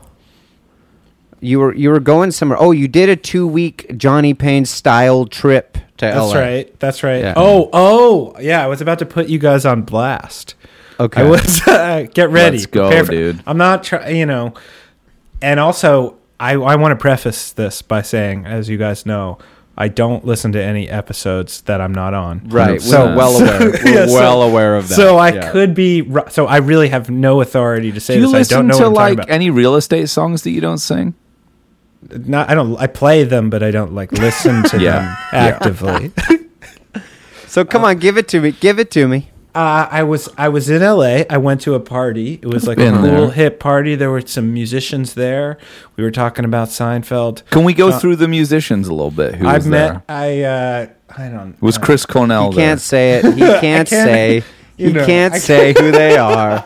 Speaker 3: You were you were going somewhere. Oh, you did a two week Johnny Payne style trip to LA.
Speaker 2: that's right. That's right.
Speaker 3: Yeah.
Speaker 2: Oh, oh, yeah. I was about to put you guys on blast.
Speaker 3: Okay.
Speaker 2: I was uh, get ready.
Speaker 1: Let's go,
Speaker 2: Prepare for-
Speaker 1: dude.
Speaker 2: I'm not trying, you know. And also, I I want to preface this by saying, as you guys know, I don't listen to any episodes that I'm not on.
Speaker 3: Right.
Speaker 1: So-
Speaker 3: we're well aware. We're
Speaker 2: Yeah, so-
Speaker 3: well aware of that.
Speaker 2: So I
Speaker 3: Yeah.
Speaker 2: could be. ru- So I really have no authority to say
Speaker 1: Do you
Speaker 2: this. I
Speaker 1: listen
Speaker 2: don't know
Speaker 1: to
Speaker 2: what I'm
Speaker 1: like
Speaker 2: talking
Speaker 1: any real estate songs that you don't sing?
Speaker 2: about. Not, I don't. I play them, but I don't like listen to
Speaker 1: Yeah.
Speaker 2: them actively.
Speaker 3: So come on, give it to me. Give it to me.
Speaker 2: Uh, I was I was in LA. I went to a party. It was like a
Speaker 1: been
Speaker 2: cool
Speaker 1: there.
Speaker 2: hip party. There were some musicians there. We were talking about Seinfeld.
Speaker 1: Can we go through the musicians a little bit? Who
Speaker 2: Uh, I've
Speaker 1: was
Speaker 2: met
Speaker 1: there?
Speaker 2: I uh I don't
Speaker 1: Was Chris Cornell
Speaker 3: He can't say it. He can't say.
Speaker 2: you
Speaker 3: He
Speaker 2: know,
Speaker 3: can't
Speaker 2: I
Speaker 3: say who they are.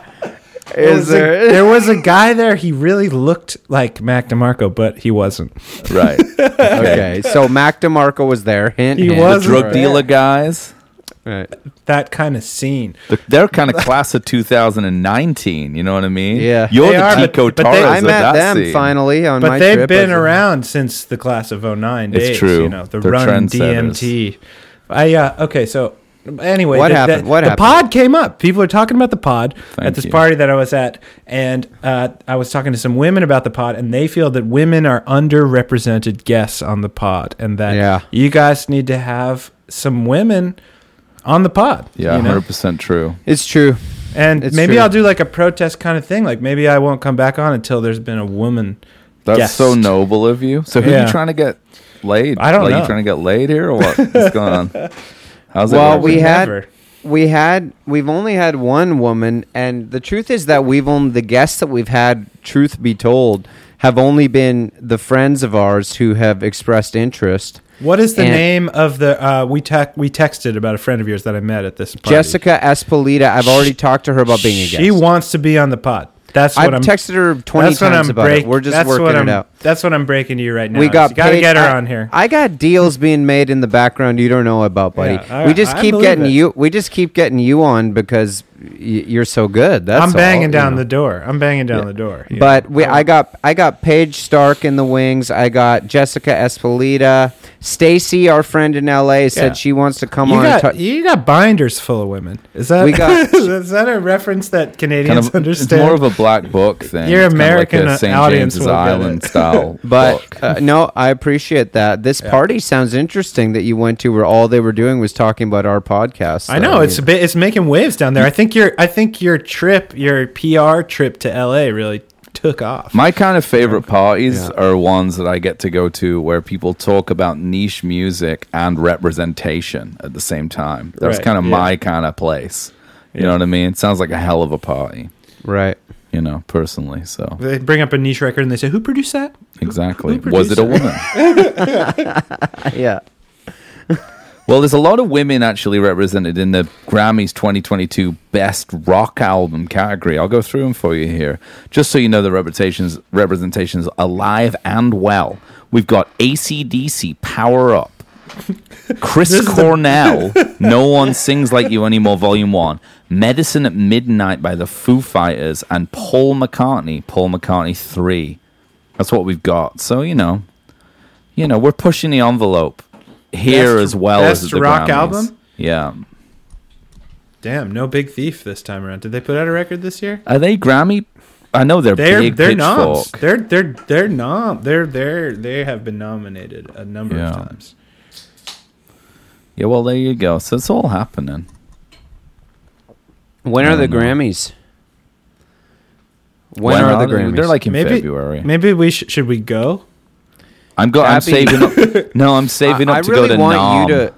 Speaker 3: Is
Speaker 2: a,
Speaker 3: there?
Speaker 2: there was a guy there. He really looked like Mac DeMarco, but he wasn't.
Speaker 1: right.
Speaker 3: Okay, so Mac DeMarco was there. Hint,
Speaker 2: He
Speaker 3: hint.
Speaker 2: was.
Speaker 1: Drug
Speaker 2: Right.
Speaker 1: dealer guys.
Speaker 3: Right.
Speaker 2: That kind of scene.
Speaker 1: The- They're kind of class of 2019. You know what I mean?
Speaker 3: Yeah.
Speaker 1: You're
Speaker 2: They
Speaker 1: the
Speaker 2: are, but-
Speaker 1: Tico
Speaker 2: but they-
Speaker 1: Torres
Speaker 3: I
Speaker 1: of
Speaker 3: met
Speaker 1: that
Speaker 3: them
Speaker 1: scene.
Speaker 3: finally on
Speaker 2: But
Speaker 3: my
Speaker 2: they've
Speaker 3: trip
Speaker 2: been
Speaker 3: as a-
Speaker 2: around since the class of 09
Speaker 1: It's
Speaker 2: days.
Speaker 1: true.
Speaker 2: You know, the
Speaker 1: They're
Speaker 2: run
Speaker 1: trendsetters.
Speaker 2: DMT. I, uh, okay, so anyway.
Speaker 3: What
Speaker 2: the,
Speaker 3: happened?
Speaker 2: The,
Speaker 3: What
Speaker 2: the
Speaker 3: happened?
Speaker 2: pod came up. People are talking about the pod
Speaker 1: Thank
Speaker 2: at this
Speaker 1: you.
Speaker 2: party that I was at. And uh, I was talking to some women about the pod, and they feel that women are underrepresented guests on the pod and that
Speaker 3: Yeah.
Speaker 2: you guys need to have some women on the pod.
Speaker 1: Yeah,
Speaker 2: you know?
Speaker 1: 100% true.
Speaker 3: It's true.
Speaker 2: And
Speaker 3: It's
Speaker 2: maybe
Speaker 3: true.
Speaker 2: I'll do like a protest kind of thing. Like maybe I won't come back on until there's been a woman.
Speaker 1: That's
Speaker 2: guest.
Speaker 1: so noble of you. So who are
Speaker 2: Yeah.
Speaker 1: you trying to get laid?
Speaker 2: I don't
Speaker 1: like,
Speaker 2: know.
Speaker 1: You trying to get laid here or what? What's going on? How's it
Speaker 3: Well,
Speaker 1: working?
Speaker 3: we had
Speaker 2: Never.
Speaker 3: we had we've only had one woman, and the truth is that we've only the guests that we've had. Truth be told, have only been the friends of ours who have expressed interest.
Speaker 2: What is the
Speaker 3: And-
Speaker 2: name of the uh, we tec- we texted about a friend of yours that I met at this party?
Speaker 3: Jessica Espolita, I've already talked to her about being a guest.
Speaker 2: She wants to be on the pod. That's what I'm
Speaker 3: I've texted her twenty
Speaker 2: that's what
Speaker 3: times
Speaker 2: I'm
Speaker 3: about
Speaker 2: break-
Speaker 3: it. We're just
Speaker 2: that's
Speaker 3: working
Speaker 2: what I'm,
Speaker 3: it out.
Speaker 2: That's what I'm breaking to you right now.
Speaker 3: We got
Speaker 2: got to
Speaker 3: paid-
Speaker 2: get her
Speaker 3: I,
Speaker 2: on here.
Speaker 3: I got deals being made in the background you don't know about, buddy.
Speaker 2: Yeah, I-
Speaker 3: we just
Speaker 2: I
Speaker 3: keep
Speaker 2: believe
Speaker 3: getting
Speaker 2: it.
Speaker 3: you. We just keep getting you on because y- you're so good. That's
Speaker 2: I'm banging
Speaker 3: all,
Speaker 2: down
Speaker 3: you
Speaker 2: the
Speaker 3: know.
Speaker 2: door. I'm banging down the door. you
Speaker 3: But
Speaker 2: know.
Speaker 3: we, I got I got Paige Stark in the wings. I got Jessica Espolita. Stacy, our friend in LA, said
Speaker 2: Yeah.
Speaker 3: she wants to come
Speaker 2: you
Speaker 3: on. and
Speaker 2: got
Speaker 3: talk-
Speaker 2: you got binders full of women. Is that
Speaker 3: We got-
Speaker 2: is that a reference that Canadians
Speaker 1: Kind of-
Speaker 2: understand?
Speaker 1: It's more of a black book thing.
Speaker 2: Your
Speaker 1: It's kind of
Speaker 2: American,
Speaker 1: like
Speaker 2: uh,
Speaker 1: a St.
Speaker 2: audience
Speaker 1: James's
Speaker 2: will get
Speaker 1: Island
Speaker 2: it.
Speaker 1: style. book.
Speaker 3: But uh, no, I appreciate that. This party sounds interesting that you went to, where all they were doing was talking about our podcast.
Speaker 2: I
Speaker 3: So,
Speaker 2: know it's a
Speaker 3: mean,
Speaker 2: bit, it's making waves down there. I think your I think your trip, your PR trip to LA, really took off.
Speaker 1: My kind of favorite parties are ones that I get to go to where people talk about niche music and representation at the same time. That's
Speaker 2: Right,
Speaker 1: kind of
Speaker 2: yeah.
Speaker 1: my kind of place. You
Speaker 2: Yeah.
Speaker 1: know what I mean? It sounds like a hell of a party,
Speaker 3: right.
Speaker 1: you know, personally. So,
Speaker 2: They bring up a niche record and they say, "Who produced that?"
Speaker 1: exactly.
Speaker 2: who
Speaker 1: Was it a woman?
Speaker 3: yeah.
Speaker 1: well, there's a lot of women actually represented in the Grammys 2022 Best Rock Album category. I'll go through them for you here. Just so you know the representations, representations alive and well. We've got ACDC Power Up. Chris Cornell, No One Sings Like You Anymore, Volume 1, Medicine at Midnight by the Foo Fighters, and Paul McCartney, Paul McCartney 3. That's what we've got. So, you know, you know, we're pushing the envelope here
Speaker 2: Best-
Speaker 1: as well as
Speaker 2: best
Speaker 1: at the
Speaker 2: rock
Speaker 1: Grammys.
Speaker 2: album?
Speaker 1: Yeah.
Speaker 2: Damn, no big thief this time around. Did they put out a record this year?
Speaker 1: Are they Grammy? I know they're,
Speaker 2: They're
Speaker 1: big
Speaker 2: they're noms.
Speaker 1: pitchfork.
Speaker 2: They're they're they're nom. They're they're they have been nominated a number
Speaker 1: Yeah.
Speaker 2: of times.
Speaker 1: Yeah, well, there you go. So it's all happening.
Speaker 3: When
Speaker 1: I
Speaker 3: are the
Speaker 1: don't know.
Speaker 3: Grammys? When, are, the
Speaker 1: they?
Speaker 3: Grammys?
Speaker 1: They're like in
Speaker 2: Maybe
Speaker 1: February.
Speaker 2: Maybe we sh- should we go?
Speaker 1: I'm go. I'm
Speaker 3: Happy-
Speaker 1: saving up. No, I'm saving up to go to Nom.
Speaker 3: you to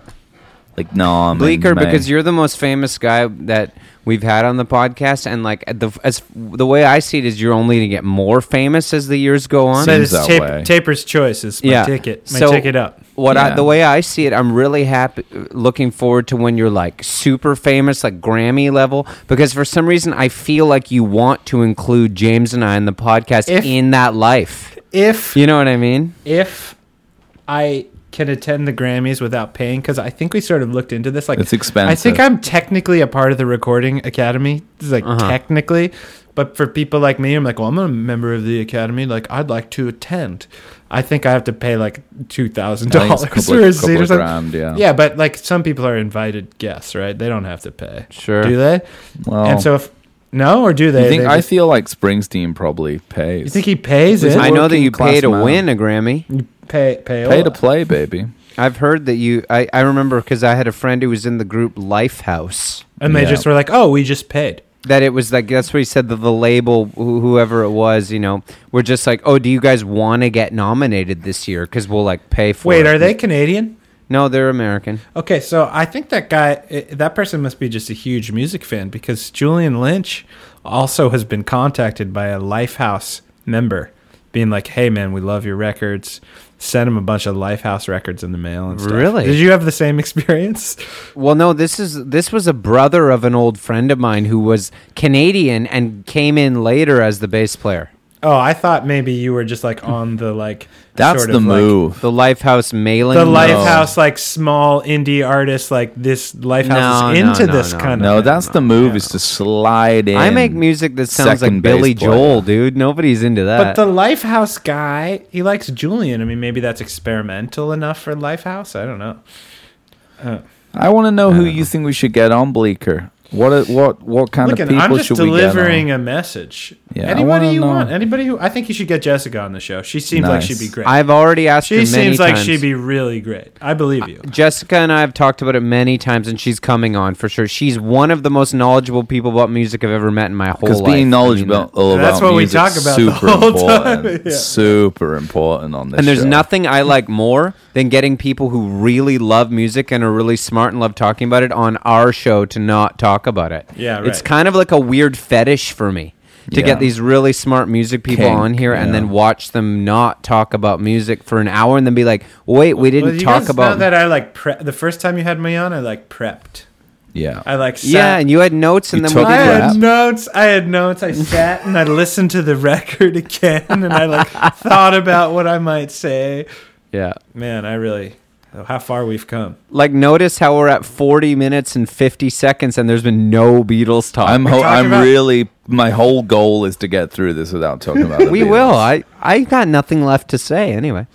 Speaker 1: like Nom. and
Speaker 3: Bleeker
Speaker 1: May.
Speaker 3: because you're the most famous guy that we've had on the podcast, and like the as the way I see it is, you're only going to get more famous as the years go on.
Speaker 2: So
Speaker 1: Seems
Speaker 2: it's
Speaker 1: that way.
Speaker 2: tape, Taper's choice is my
Speaker 3: Yeah.
Speaker 2: ticket. My
Speaker 3: So-
Speaker 2: ticket up.
Speaker 3: what I,
Speaker 1: Yeah.
Speaker 3: the way I see it, I'm really happy, looking forward to when you're like super famous, like Grammy level, because for some reason I feel like you want to include James and I in the podcast
Speaker 2: If-
Speaker 3: in that life.
Speaker 2: If
Speaker 3: You know what I mean?
Speaker 2: if I can attend the Grammys without paying, because I think we sort of looked into this. Like
Speaker 1: It's expensive.
Speaker 2: I think I'm technically a part of the Recording Academy. This is like technically, but for people like me, I'm like, well, I'm a member of the Academy. Like, I'd like to attend. I think I have to pay like two thousand
Speaker 1: I think
Speaker 2: dollars
Speaker 1: it's a couple
Speaker 2: for
Speaker 1: of-
Speaker 2: a seat
Speaker 1: couple
Speaker 2: or
Speaker 1: of
Speaker 2: something.
Speaker 1: grand, yeah.
Speaker 2: yeah, but like some people are invited guests, right? They don't have to pay.
Speaker 3: Sure.
Speaker 2: do they?
Speaker 1: Well,
Speaker 2: and so if no, or do they?
Speaker 1: you think
Speaker 2: They
Speaker 1: I
Speaker 2: just-
Speaker 1: feel like Springsteen probably pays.
Speaker 2: you think he pays it?
Speaker 1: Is
Speaker 3: I know that
Speaker 1: working
Speaker 3: you pay
Speaker 1: class
Speaker 3: to
Speaker 1: man.
Speaker 3: win a Grammy.
Speaker 2: pay pay
Speaker 1: pay to play, baby?
Speaker 3: I've heard that you. I, I remember because I had a friend who was in the group Lifehouse.
Speaker 2: and they
Speaker 1: Yeah.
Speaker 2: just were like, oh, we just paid.
Speaker 3: That it was like that's what he said that the label, wh- whoever it was, you know, we're just like, oh, do you guys want to get nominated this year? Because we'll like pay for.
Speaker 2: Wait,
Speaker 3: it.
Speaker 2: are they Canadian?
Speaker 3: No, they're American.
Speaker 2: Okay, so I think that guy, eh, that person must be just a huge music fan because Julian Lynch also has been contacted by a Lifehouse member being like, "Hey, man, we love your records." Sent him a bunch of Lifehouse records in the mail and stuff.
Speaker 3: Really?
Speaker 2: Did you have the same experience?
Speaker 3: Well, no, this is this was a brother of an old friend of mine who was Canadian and came in later as the bass player.
Speaker 2: Oh, I thought maybe you were just like on the like.
Speaker 1: That's
Speaker 2: sort
Speaker 1: the
Speaker 2: of, like,
Speaker 1: move.
Speaker 3: The Lifehouse mailing.
Speaker 2: the
Speaker 3: list.
Speaker 2: Lifehouse, like small indie artists, like this Lifehouse is
Speaker 3: No, no,
Speaker 2: into
Speaker 3: no,
Speaker 2: this
Speaker 3: no,
Speaker 2: kind of.
Speaker 1: no, that's the move is to slide in.
Speaker 3: I make music that sounds like
Speaker 1: second base
Speaker 3: Billy
Speaker 1: player.
Speaker 3: Joel, dude. Nobody's into that.
Speaker 2: But
Speaker 1: Uh,
Speaker 2: the Lifehouse guy, he likes Julian. I mean, maybe that's experimental enough for Lifehouse. I don't know.
Speaker 1: I want to know who you think we should get on Bleaker. What are- what what kind
Speaker 2: Look,
Speaker 1: of
Speaker 2: and
Speaker 1: people
Speaker 2: I'm just
Speaker 1: should we get on?
Speaker 2: delivering a message.
Speaker 1: Yeah, I
Speaker 2: Anybody
Speaker 1: wanna
Speaker 2: you
Speaker 1: know.
Speaker 2: want? Anybody who? I think you should get Jessica on the show. She seems like
Speaker 1: Nice.
Speaker 2: she'd be great.
Speaker 3: I've already asked her
Speaker 2: she
Speaker 3: many
Speaker 2: seems like
Speaker 3: times.
Speaker 2: she'd be really great. I believe you.
Speaker 3: Jessica and I have talked about it many times, and she's coming on for sure. She's one of the most knowledgeable people about music I've ever met in my whole life.
Speaker 1: Because
Speaker 3: I mean uh,
Speaker 1: being knowledgeable
Speaker 3: that.
Speaker 1: all about
Speaker 2: That's what we
Speaker 1: music's
Speaker 2: talk about the
Speaker 1: super
Speaker 2: whole
Speaker 1: important.
Speaker 2: time, yeah.
Speaker 1: Super important on this.
Speaker 3: And there's
Speaker 1: show.
Speaker 3: nothing I like more than getting people who really love music and are really smart and love talking about it on our show to not talk about it.
Speaker 2: Yeah, right.
Speaker 3: It's kind of like a weird fetish for me to
Speaker 1: Yeah.
Speaker 3: get these really smart music people
Speaker 1: Kink,
Speaker 3: on here and
Speaker 1: yeah.
Speaker 3: then watch them not talk about music for an hour and then be like, "Wait, we didn't
Speaker 2: Well, you
Speaker 3: talk
Speaker 2: guys know
Speaker 3: about."
Speaker 2: that. I like pre- the first time you had me on. I like prepped.
Speaker 1: Yeah.
Speaker 2: I like sat,
Speaker 3: yeah, and you had notes, and
Speaker 1: You
Speaker 3: then
Speaker 1: took
Speaker 3: we
Speaker 2: I
Speaker 1: it
Speaker 3: didn't-
Speaker 1: Rap.
Speaker 2: had notes. I had notes. I sat and I listened to the record again, and I like thought about what I might say.
Speaker 3: yeah.
Speaker 2: Man, I really oh, how far we've come.
Speaker 3: Like, notice how we're at 40 minutes and 50 seconds, and there's been no Beatles talk.
Speaker 1: I'm ho-
Speaker 2: talking
Speaker 1: I'm
Speaker 2: about-
Speaker 1: really my whole goal is to get through this without talking about it.
Speaker 3: we will. I I got nothing left to say anyway.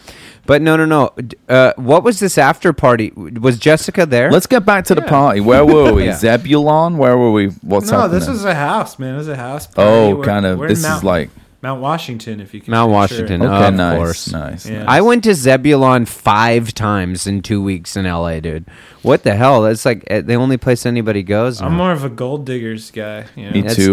Speaker 3: But no, no, no. D- Uh, what was this after party? Was Jessica there?
Speaker 1: Let's get back to the party. Where were we?
Speaker 3: Yeah.
Speaker 1: Zebulon? Where were we? What's
Speaker 2: no,
Speaker 1: happening?
Speaker 2: this was a house, man. It was a house. Party.
Speaker 1: oh,
Speaker 2: We're-
Speaker 1: kind of.
Speaker 2: we're in
Speaker 1: This
Speaker 2: Mount,
Speaker 1: is like
Speaker 2: Mount Washington, if you can.
Speaker 3: Mount
Speaker 2: picture
Speaker 3: Washington.
Speaker 2: it.
Speaker 1: okay,
Speaker 3: Of
Speaker 1: nice,
Speaker 3: course.
Speaker 1: nice.
Speaker 2: Yeah.
Speaker 3: I went to Zebulon five times in two weeks in LA, dude. What the hell? That's like uh, the only place anybody goes. now.
Speaker 2: I'm more of a gold diggers guy. You know?
Speaker 1: Me
Speaker 3: That's
Speaker 1: too, bro.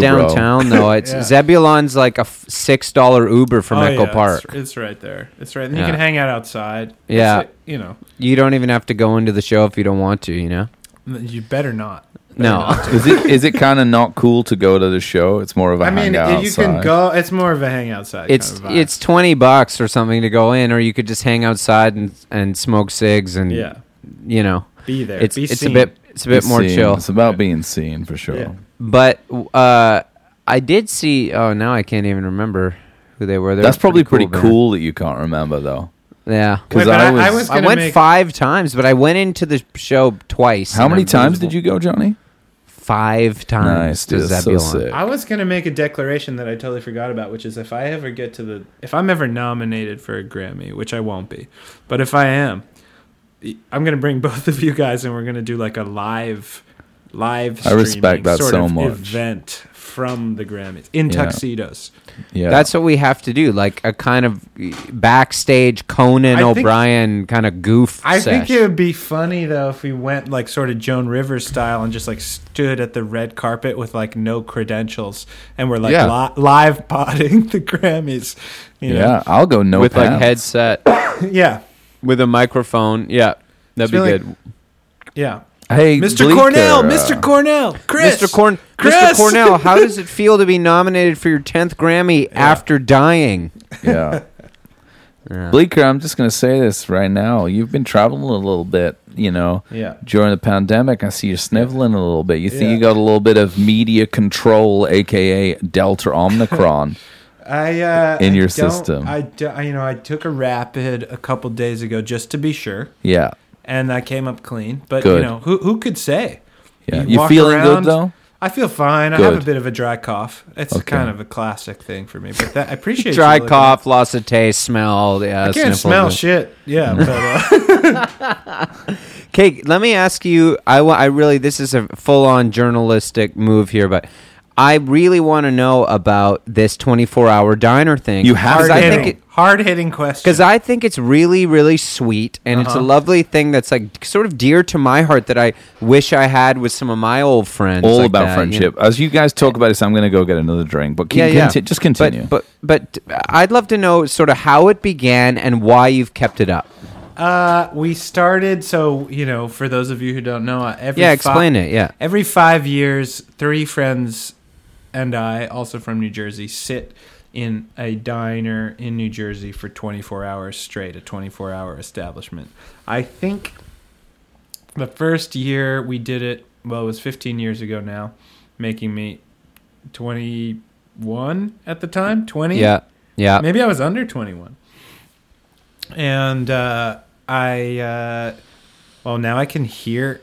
Speaker 3: downtown though. It's
Speaker 2: Yeah.
Speaker 3: Zebulon's like a f- six dollar Uber from
Speaker 2: Oh,
Speaker 3: Echo
Speaker 2: yeah,
Speaker 3: Park.
Speaker 2: It's, it's right there. It's right. And
Speaker 3: Yeah.
Speaker 2: You can hang out outside. It's
Speaker 3: Yeah.
Speaker 2: like, you know,
Speaker 3: You don't even have to go into the show if you don't want to. You know?
Speaker 2: you better not. Better
Speaker 3: No.
Speaker 2: not.
Speaker 1: is it is it kind of not cool to go to the show? It's more of a
Speaker 2: I mean,
Speaker 1: hangout
Speaker 2: you can
Speaker 1: outside.
Speaker 2: go. It's more of a hang outside.
Speaker 3: it's
Speaker 2: kind of vibe.
Speaker 3: it's twenty bucks or something to go in, or you could just hang outside and and smoke cigs and
Speaker 2: yeah.
Speaker 3: you know.
Speaker 2: Be there.
Speaker 3: it's
Speaker 2: Be
Speaker 3: it's
Speaker 2: seen.
Speaker 3: a bit it's a bit
Speaker 1: Be
Speaker 3: more
Speaker 1: seen.
Speaker 3: chill.
Speaker 1: It's about being seen for sure.
Speaker 2: Yeah.
Speaker 3: But uh, I did see. Oh, now I can't even remember who they were. They
Speaker 1: That's
Speaker 3: were
Speaker 1: probably pretty,
Speaker 3: band.
Speaker 1: cool that you can't remember though.
Speaker 3: Yeah,
Speaker 1: Because
Speaker 2: Wait, but
Speaker 1: I,
Speaker 2: I-
Speaker 1: was,
Speaker 2: I was-
Speaker 3: I
Speaker 2: gonna
Speaker 3: went
Speaker 2: make-
Speaker 3: five times, but I went into the show twice.
Speaker 1: How
Speaker 3: and
Speaker 1: many
Speaker 3: I'm-
Speaker 1: times did you go, Johnny?
Speaker 3: Five times.
Speaker 1: Nice,
Speaker 3: to
Speaker 1: dude. that's So
Speaker 3: Zebulon.
Speaker 1: sick.
Speaker 2: I was gonna make a declaration that I totally forgot about, which is if I ever get to the, if I'm ever nominated for a Grammy, which I won't be, but if I am, I'm gonna bring both of you guys and we're gonna do like a live, live.
Speaker 1: I respect
Speaker 2: streaming
Speaker 1: that
Speaker 2: sort
Speaker 1: so
Speaker 2: of
Speaker 1: much.
Speaker 2: Event from the Grammys in
Speaker 1: Yeah.
Speaker 2: tuxedos.
Speaker 1: Yeah.
Speaker 3: That's what we have to do, like a kind of backstage Conan
Speaker 2: I think-
Speaker 3: O'Brien kind of goof.
Speaker 2: I
Speaker 3: sesh.
Speaker 2: think it would be funny though if we went like sort of Joan Rivers style and just like stood at the red carpet with like no credentials and we're like
Speaker 1: Yeah.
Speaker 2: li- live potting the Grammys. You know?
Speaker 1: yeah. I'll go no
Speaker 3: with like
Speaker 1: pants.
Speaker 3: headset
Speaker 2: Yeah.
Speaker 3: with a microphone. Yeah, that'd be
Speaker 2: It's really-
Speaker 3: good.
Speaker 2: Yeah.
Speaker 1: Hey,
Speaker 2: Mr.
Speaker 1: Bleaker,
Speaker 2: Cornell,
Speaker 1: uh,
Speaker 2: Mr. Cornell, Chris,
Speaker 3: Mr. Corn- Mr.
Speaker 2: Chris!
Speaker 3: Cornell, how does it feel to be nominated for your 10th Grammy after dying?
Speaker 1: Yeah. Bleaker, I'm just going to say this right now. You've been traveling a little bit, you know,
Speaker 2: Yeah.
Speaker 1: during the pandemic. I see you're sniveling a little bit. You think
Speaker 2: Yeah.
Speaker 1: you got a little bit of media control, aka Delta Omicron.
Speaker 2: I uh,
Speaker 1: in
Speaker 2: I
Speaker 1: your
Speaker 2: don't-
Speaker 1: system.
Speaker 2: I, do- I- you know I took a rapid a couple days ago just to be sure,
Speaker 1: yeah.
Speaker 2: and I came up clean. But
Speaker 1: Good.
Speaker 2: you know who who could say?
Speaker 1: Yeah. You, feeling good, though?
Speaker 2: I feel fine. I have
Speaker 1: Good.
Speaker 2: a bit of a dry cough. It's
Speaker 1: Okay.
Speaker 2: kind of a classic thing for me, but that, I appreciate
Speaker 3: Dry
Speaker 2: you looking-
Speaker 3: cough, loss of taste, smell. Yeah,
Speaker 2: I can't
Speaker 3: sniffle.
Speaker 2: smell shit. Yeah, but, uh,
Speaker 3: Okay, let me ask you. I wa- I really this is a full on journalistic move here, but I really want to know about this 24 hour diner thing.
Speaker 1: You have
Speaker 3: 'Cause
Speaker 2: hard
Speaker 1: to
Speaker 3: I
Speaker 1: know.
Speaker 3: think
Speaker 2: hitting,
Speaker 3: it,
Speaker 2: hard hitting question.
Speaker 3: because I think it's really, really sweet, and it's a lovely thing that's like sort of dear to my heart that I wish I had with some of my old friends.
Speaker 1: All
Speaker 3: like
Speaker 1: about
Speaker 3: that, you know?
Speaker 1: friendship. As you guys talk about this, I'm going to go get another drink, but keep, conti- just continue.
Speaker 3: But, but but I'd love to know sort of how it began and why you've kept it up.
Speaker 2: Uh, we started. So you know, for those of you who don't know, uh, every
Speaker 3: Yeah,
Speaker 2: fi-
Speaker 3: explain it. Yeah.
Speaker 2: Every five years, three friends and I, also from New Jersey, sit in a diner in New Jersey for 24 hours straight, a 24 hour establishment. I think the first year we did it, well, it was 15 years ago now, making me 21 at the time, 20?
Speaker 3: Yeah. Yeah.
Speaker 2: Maybe I was under 21. And uh, I, uh, well, now I can hear,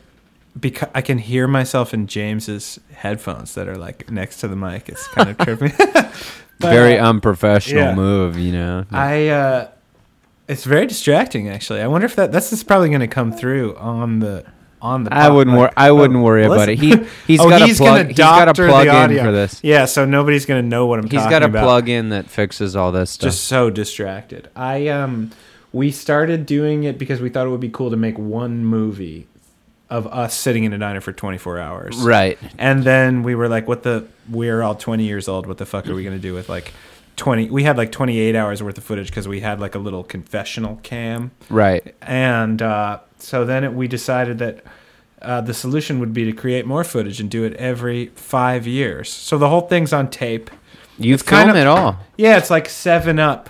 Speaker 2: because I can hear myself in James's headphones that are like next to the mic. It's kind of trippy. But,
Speaker 3: Very um,
Speaker 2: uh,
Speaker 3: unprofessional
Speaker 2: yeah.
Speaker 3: move, you know.
Speaker 2: I, uh, it's very distracting actually. I wonder if that that's just probably going to come through on the on the.
Speaker 3: I
Speaker 2: pod-
Speaker 3: wouldn't
Speaker 2: like,
Speaker 3: wor- I
Speaker 2: oh,
Speaker 3: wouldn't worry about
Speaker 2: listen.
Speaker 3: it. He he's
Speaker 2: Oh,
Speaker 3: got a
Speaker 2: he's
Speaker 3: plug.
Speaker 2: gonna
Speaker 3: He's got a
Speaker 2: doctor the
Speaker 3: plug in
Speaker 2: audio.
Speaker 3: for this.
Speaker 2: Yeah, so nobody's going to know what I'm
Speaker 3: He's
Speaker 2: talking
Speaker 3: got a
Speaker 2: about.
Speaker 3: plug in that fixes all this stuff.
Speaker 2: just so distracted. I um we started doing it because we thought it would be cool to make one movie of us sitting in a diner for 24 hours.
Speaker 3: right.
Speaker 2: And then we were like what the we're all 20 years old, what the fuck are we going to do with like 20 we had like 28 hours worth of footage cuz we had like a little confessional cam
Speaker 3: Right.
Speaker 2: and uh, so then it, we decided that uh, the solution would be to create more footage and do it every 5 years. So the whole thing's on tape.
Speaker 3: You
Speaker 2: It's
Speaker 3: film
Speaker 2: kind of-
Speaker 3: it all.
Speaker 2: Yeah, it's like Seven Up.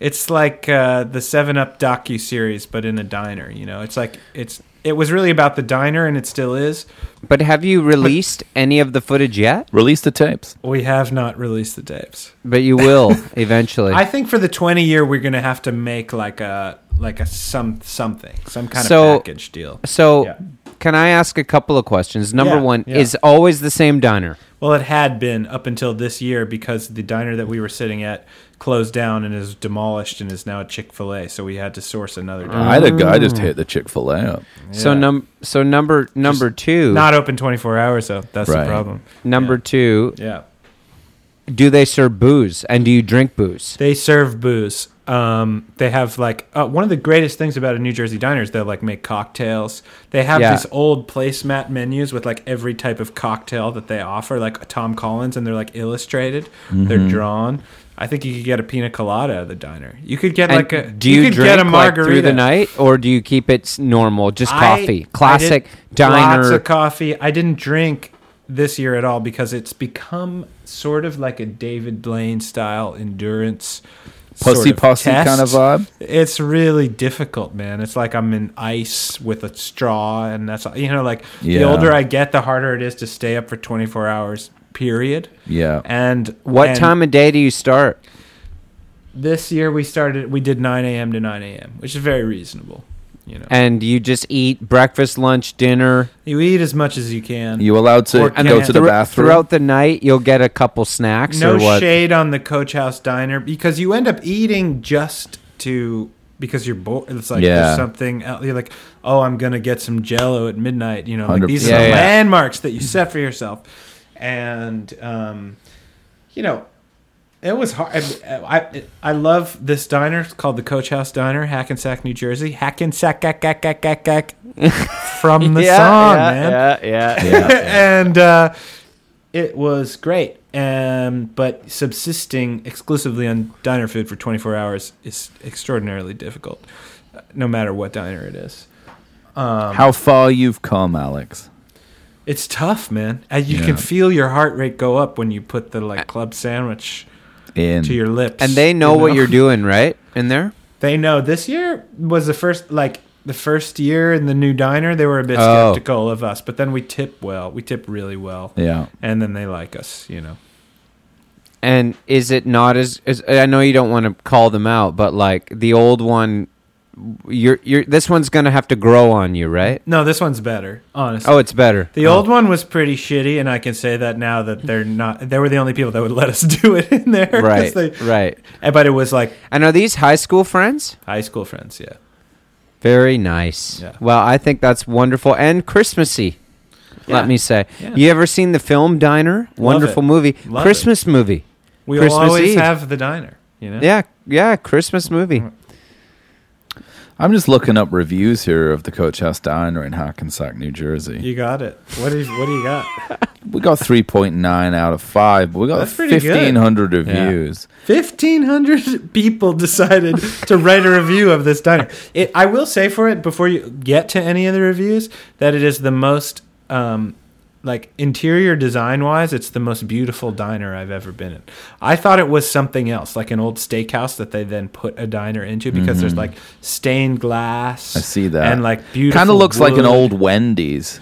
Speaker 2: It's like uh, the Seven Up docu series, but in a diner. You know, it's like it's it was really about the diner, and it still is.
Speaker 3: But have you released any of the footage yet?
Speaker 1: Release the tapes.
Speaker 2: We have not released the tapes.
Speaker 3: But you will eventually.
Speaker 2: I think for the twenty year, we're gonna have to make like a like a some something some kind
Speaker 3: So-
Speaker 2: of package deal.
Speaker 3: so,
Speaker 2: Yeah.
Speaker 3: can I ask a couple of questions? Number
Speaker 2: Yeah,
Speaker 3: one
Speaker 2: yeah.
Speaker 3: is always the same diner.
Speaker 2: Well, it had been up until this year because the diner that we were sitting at closed down and is demolished and is now a Chick Fil A. So we had to source another diner.
Speaker 1: I'd have, go- I just hit the Chick Fil A up.
Speaker 3: So
Speaker 2: Yeah.
Speaker 3: num so number number two
Speaker 2: Not open twenty four hours though. That's
Speaker 1: Right.
Speaker 2: the problem.
Speaker 3: number
Speaker 2: Yeah.
Speaker 3: two
Speaker 2: Yeah.
Speaker 3: do they serve booze and do you drink booze?
Speaker 2: They serve booze. Um, they have like uh, one of the greatest things about a New Jersey diner is they'll like make cocktails. They have
Speaker 3: Yeah.
Speaker 2: these old placemat menus with like every type of cocktail that they offer, like Tom Collins, and they're like illustrated.
Speaker 3: Mm-hmm.
Speaker 2: They're drawn. I think you could get a pina colada at the diner. You could get
Speaker 3: And
Speaker 2: like a
Speaker 3: do you,
Speaker 2: could
Speaker 3: drink
Speaker 2: get a
Speaker 3: like,
Speaker 2: margarita
Speaker 3: through the night or do you keep it s- normal just
Speaker 2: I-
Speaker 3: coffee
Speaker 2: I
Speaker 3: classic
Speaker 2: did
Speaker 3: diner
Speaker 2: Lots of coffee. I didn't drink this year at all because it's become sort of like a David Blaine style endurance. sort
Speaker 1: Pussy
Speaker 2: of
Speaker 1: posse
Speaker 2: test.
Speaker 1: kind of vibe.
Speaker 2: It's really difficult, man. It's like I'm in ice with a straw, and that's you know, like the
Speaker 1: Yeah.
Speaker 2: older I get, the harder it is to stay up for 24 hours. Period.
Speaker 1: Yeah.
Speaker 2: And
Speaker 3: What
Speaker 2: and
Speaker 3: time of day do you start?
Speaker 2: This year we started. We did 9 a.m. to 9 a.m., which is very reasonable. You know,
Speaker 3: And you just eat breakfast, lunch, dinner.
Speaker 2: you eat as much as you can.
Speaker 1: You allowed to
Speaker 2: Or
Speaker 1: go
Speaker 2: can-
Speaker 1: to the
Speaker 3: Thro-
Speaker 1: bathroom.
Speaker 3: Throughout the night, you'll get a couple snacks
Speaker 2: no
Speaker 3: or what?
Speaker 2: shade on the coach house diner because you end up eating just to because you're bored it's like
Speaker 1: Yeah.
Speaker 2: there's something else. you're like oh i'm gonna get some jello at midnight you know like
Speaker 1: 100%.
Speaker 2: these are
Speaker 3: Yeah,
Speaker 2: the
Speaker 3: yeah.
Speaker 2: landmarks that you set for yourself and um you know it was hard. I, I I love this diner. It's called the Coach House Diner, Hackensack, New Jersey. Hackensack, gack, gack, gack, gack, gack. from the song, man
Speaker 3: yeah,
Speaker 2: and uh, it was great. Um, but subsisting exclusively on diner food for 24 hours is extraordinarily difficult, uh, no matter what diner it is.
Speaker 1: How far you've come, Alex?
Speaker 2: It's tough, man. And you
Speaker 1: Yeah.
Speaker 2: can feel your heart rate go up when you put the like club sandwich
Speaker 1: In
Speaker 2: to your lips.
Speaker 3: And they know
Speaker 2: you
Speaker 3: what you're doing, right? In there?
Speaker 2: They know this year was the first like the first year in the new diner. They were a bit
Speaker 3: Oh.
Speaker 2: skeptical of us, but then we tip well. We tip really well,
Speaker 1: yeah.
Speaker 2: and then they like us. You know.
Speaker 3: And is it not as, as I know you don't want to call them out, but like the old one you're you're this one's going to have to grow on you, right?
Speaker 2: No, this one's better, honestly.
Speaker 3: Oh, it's better.
Speaker 2: The old one was pretty shitty, and I can say that now that they're not. They were the only people that would let us do it in there. 'cause
Speaker 3: right.
Speaker 2: they-
Speaker 3: right.
Speaker 2: And- But it was like
Speaker 3: And are these high school friends?
Speaker 2: high school friends. Yeah.
Speaker 3: Very nice.
Speaker 2: Yeah.
Speaker 3: Well, I think that's wonderful and Christmassy.
Speaker 2: Yeah.
Speaker 3: Let me say.
Speaker 2: Yeah.
Speaker 3: You ever seen the film Diner? Wonderful
Speaker 2: it.
Speaker 3: movie.
Speaker 2: Love
Speaker 3: Christmas movie.
Speaker 2: We will
Speaker 3: Christmas
Speaker 2: always
Speaker 3: Eve.
Speaker 2: have the diner. You know.
Speaker 3: Yeah, yeah, Christmas movie.
Speaker 1: I'm just looking up reviews here of the Coach House Diner in Hackensack, New Jersey.
Speaker 2: You got it. What is? What do you got?
Speaker 1: We got 3.9 out of 5, but we got
Speaker 2: That's pretty good.
Speaker 1: 1,500 reviews.
Speaker 2: Fifteen hundred people decided to write a review of this diner. It, I will say for it before you get to any of the reviews that it is the most um, like interior design wise, it's the most beautiful diner I've ever been in. I thought it was something else, like an old steakhouse that they then put a diner into because there's like stained glass.
Speaker 1: Mm-hmm. I see that.
Speaker 2: and like beautiful.
Speaker 1: Kind of looks like an
Speaker 2: wood.
Speaker 1: old Wendy's.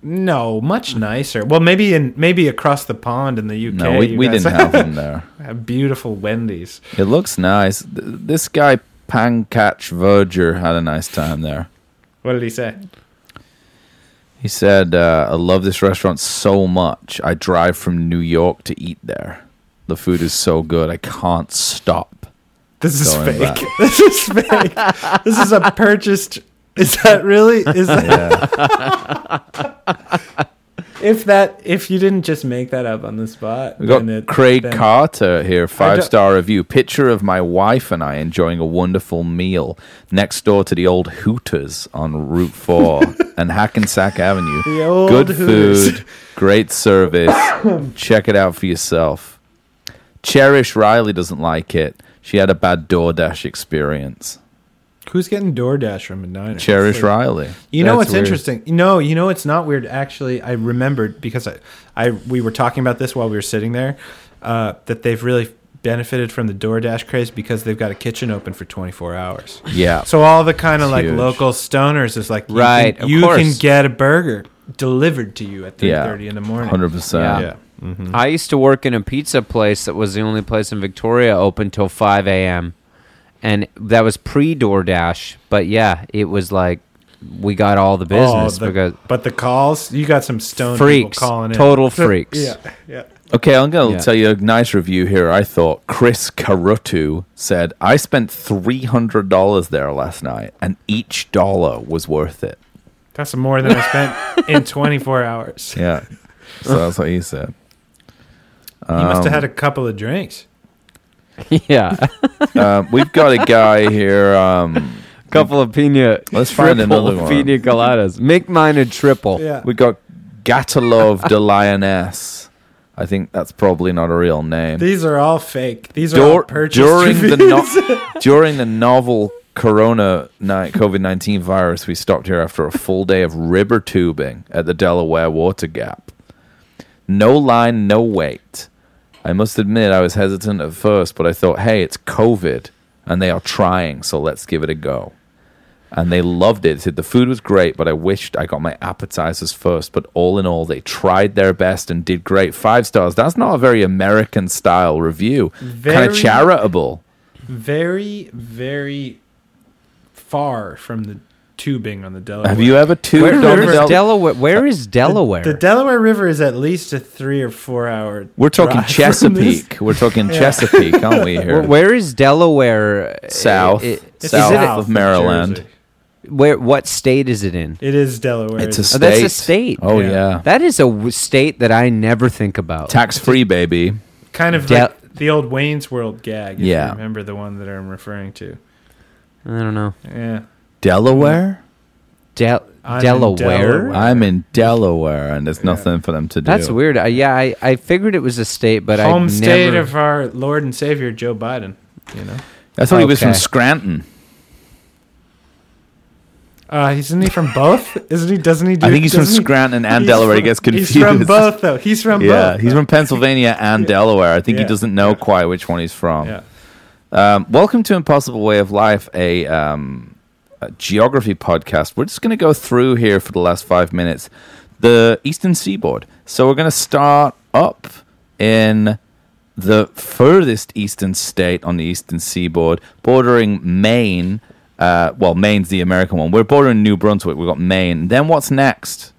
Speaker 2: No, much nicer. Well, maybe in maybe across the pond in the UK.
Speaker 1: No, we,
Speaker 2: you
Speaker 1: we
Speaker 2: guys
Speaker 1: didn't have them there.
Speaker 2: have beautiful Wendy's.
Speaker 1: It looks nice. Th- This guy Pankaj Verger had a nice time there.
Speaker 2: What did he say?
Speaker 1: He said, uh, "I love this restaurant so much. I drive from New York to eat there. The food is so good. I can't stop."
Speaker 2: This is
Speaker 1: Going
Speaker 2: fake. This is fake. This is a purchased. Is that really? Is that
Speaker 1: Yeah.
Speaker 2: if that if you didn't just make that up on the spot?
Speaker 1: We got
Speaker 2: then it-
Speaker 1: Craig
Speaker 2: then-
Speaker 1: Carter here, five
Speaker 2: don't-
Speaker 1: star review. Picture of my wife and I enjoying a wonderful meal next door to the old Hooters on Route Four and Hackensack Avenue.
Speaker 2: The old
Speaker 1: Good
Speaker 2: Hooters.
Speaker 1: food, great service. Check it out for yourself. Cherish Riley doesn't like it. She had a bad DoorDash experience.
Speaker 2: Who's getting DoorDash from a diner?
Speaker 1: Cherish
Speaker 2: It's like-
Speaker 1: Riley.
Speaker 2: You know
Speaker 3: That's
Speaker 2: what's
Speaker 3: weird.
Speaker 2: interesting? No, you know it's not weird. Actually, I remembered because I, I we were talking about this while we were sitting there, uh, that they've really benefited from the DoorDash craze because they've got a kitchen open for 24 hours.
Speaker 1: Yeah.
Speaker 2: So all the kind of
Speaker 1: It's
Speaker 2: like
Speaker 1: huge.
Speaker 2: local stoners is like you
Speaker 3: Right,
Speaker 2: Can,
Speaker 3: of
Speaker 2: you
Speaker 3: course.
Speaker 2: can get a burger delivered to you at 3:30
Speaker 1: Yeah.
Speaker 2: in the morning.
Speaker 1: 100%.
Speaker 3: Yeah.
Speaker 2: Yeah.
Speaker 3: I used to work in a pizza place that was the only place in Victoria open till 5 a.m. And that was pre DoorDash. But yeah, it was like we got all the business
Speaker 2: Oh, the-
Speaker 3: because
Speaker 2: but the calls you got some stone
Speaker 3: freaks,
Speaker 2: people calling in.
Speaker 3: total freaks.
Speaker 2: Yeah. Yeah.
Speaker 1: Okay, I'm going to
Speaker 3: Yeah.
Speaker 1: tell you a nice review here. I thought Chris Carutu said, I spent $300 there last night, and each dollar was worth it.
Speaker 2: That's more than I spent in 24 hours.
Speaker 1: Yeah. So that's what he said.
Speaker 2: You must have had
Speaker 3: Um,
Speaker 2: a couple of drinks.
Speaker 3: yeah.
Speaker 1: Um, we've got a guy here. Um,
Speaker 3: couple of pina.
Speaker 1: Let's find
Speaker 3: triple
Speaker 1: another one.
Speaker 3: Pina coladas. Make mine a triple.
Speaker 2: Yeah.
Speaker 1: we got Gatalov de Lioness. I think that's probably not a real name.
Speaker 2: These are all fake. These are all
Speaker 1: Dur-
Speaker 2: purchased
Speaker 1: during the
Speaker 2: reviews.
Speaker 1: no- during the novel Corona night COVID nineteen virus, we stopped here after a full day of river tubing at the Delaware Water Gap. No line, no wait. I must admit, I was hesitant at first, but I thought, hey, it's COVID, and they are trying, so let's give it a go. And they loved it. They said the food was great, but I wished I got my appetizers first. But all in all, they tried their best and did great. Five stars. That's not a very American style review. Kind
Speaker 2: Very-
Speaker 1: of charitable.
Speaker 2: very, very far from the tubing on the Delaware.
Speaker 1: Have you ever
Speaker 3: Where,
Speaker 1: tubed on
Speaker 3: where
Speaker 1: the
Speaker 3: is
Speaker 1: Del-
Speaker 3: Delaware? Where is Delaware?
Speaker 2: The Delaware River is at least a three or four hour.
Speaker 1: We're talking
Speaker 2: drive from this.
Speaker 1: Chesapeake. We're talking Chesapeake, aren't we? Here,
Speaker 3: Where- where is Delaware? uh,
Speaker 1: south,
Speaker 3: i-
Speaker 2: It's
Speaker 1: south,
Speaker 3: is it
Speaker 1: of Maryland.
Speaker 2: Jersey.
Speaker 3: Where? What state is it in?
Speaker 2: It is Delaware.
Speaker 1: It's a
Speaker 3: Oh,
Speaker 1: state.
Speaker 3: that's a state.
Speaker 1: Oh
Speaker 2: Yeah.
Speaker 1: yeah,
Speaker 3: That is a w- state that I never think about.
Speaker 1: tax free, baby.
Speaker 2: kind of
Speaker 3: Del-
Speaker 2: like the old Wayne's World gag. If
Speaker 1: Yeah.
Speaker 2: you remember the one that I'm referring to.
Speaker 3: I don't know.
Speaker 2: Yeah,
Speaker 1: Delaware.
Speaker 3: Del-
Speaker 2: I'm in
Speaker 3: Delaware?
Speaker 2: Delaware.
Speaker 1: I'm in Delaware, and there's nothing for them to do.
Speaker 3: That's weird. I, yeah, I, I figured it was a state, but I
Speaker 2: home
Speaker 3: never.
Speaker 2: state of our Lord and Savior Joe Biden. You know,
Speaker 1: I thought he was from
Speaker 3: Okay.
Speaker 1: Scranton.
Speaker 2: uh, isn't he from both? Isn't he? Doesn't he? Do,
Speaker 1: I think he's from
Speaker 2: doesn't he-
Speaker 1: Scranton and
Speaker 2: he's
Speaker 1: Delaware. he
Speaker 2: from-
Speaker 1: gets confused.
Speaker 2: He's from both, though. He's from
Speaker 1: Yeah,
Speaker 2: both.
Speaker 1: he's from Pennsylvania and Delaware. I think he
Speaker 2: Yeah.
Speaker 1: doesn't know quite which one he's from.
Speaker 2: Yeah.
Speaker 1: Um, welcome to Impossible Way of Life, a, um, a geography podcast. We're just going to go through here for the last five minutes the Eastern Seaboard. So we're going to start up in the furthest eastern state on the Eastern Seaboard, bordering Maine. Uh, well, Maine's the American one. We're bordering New Brunswick. We've got Maine. Then what's next,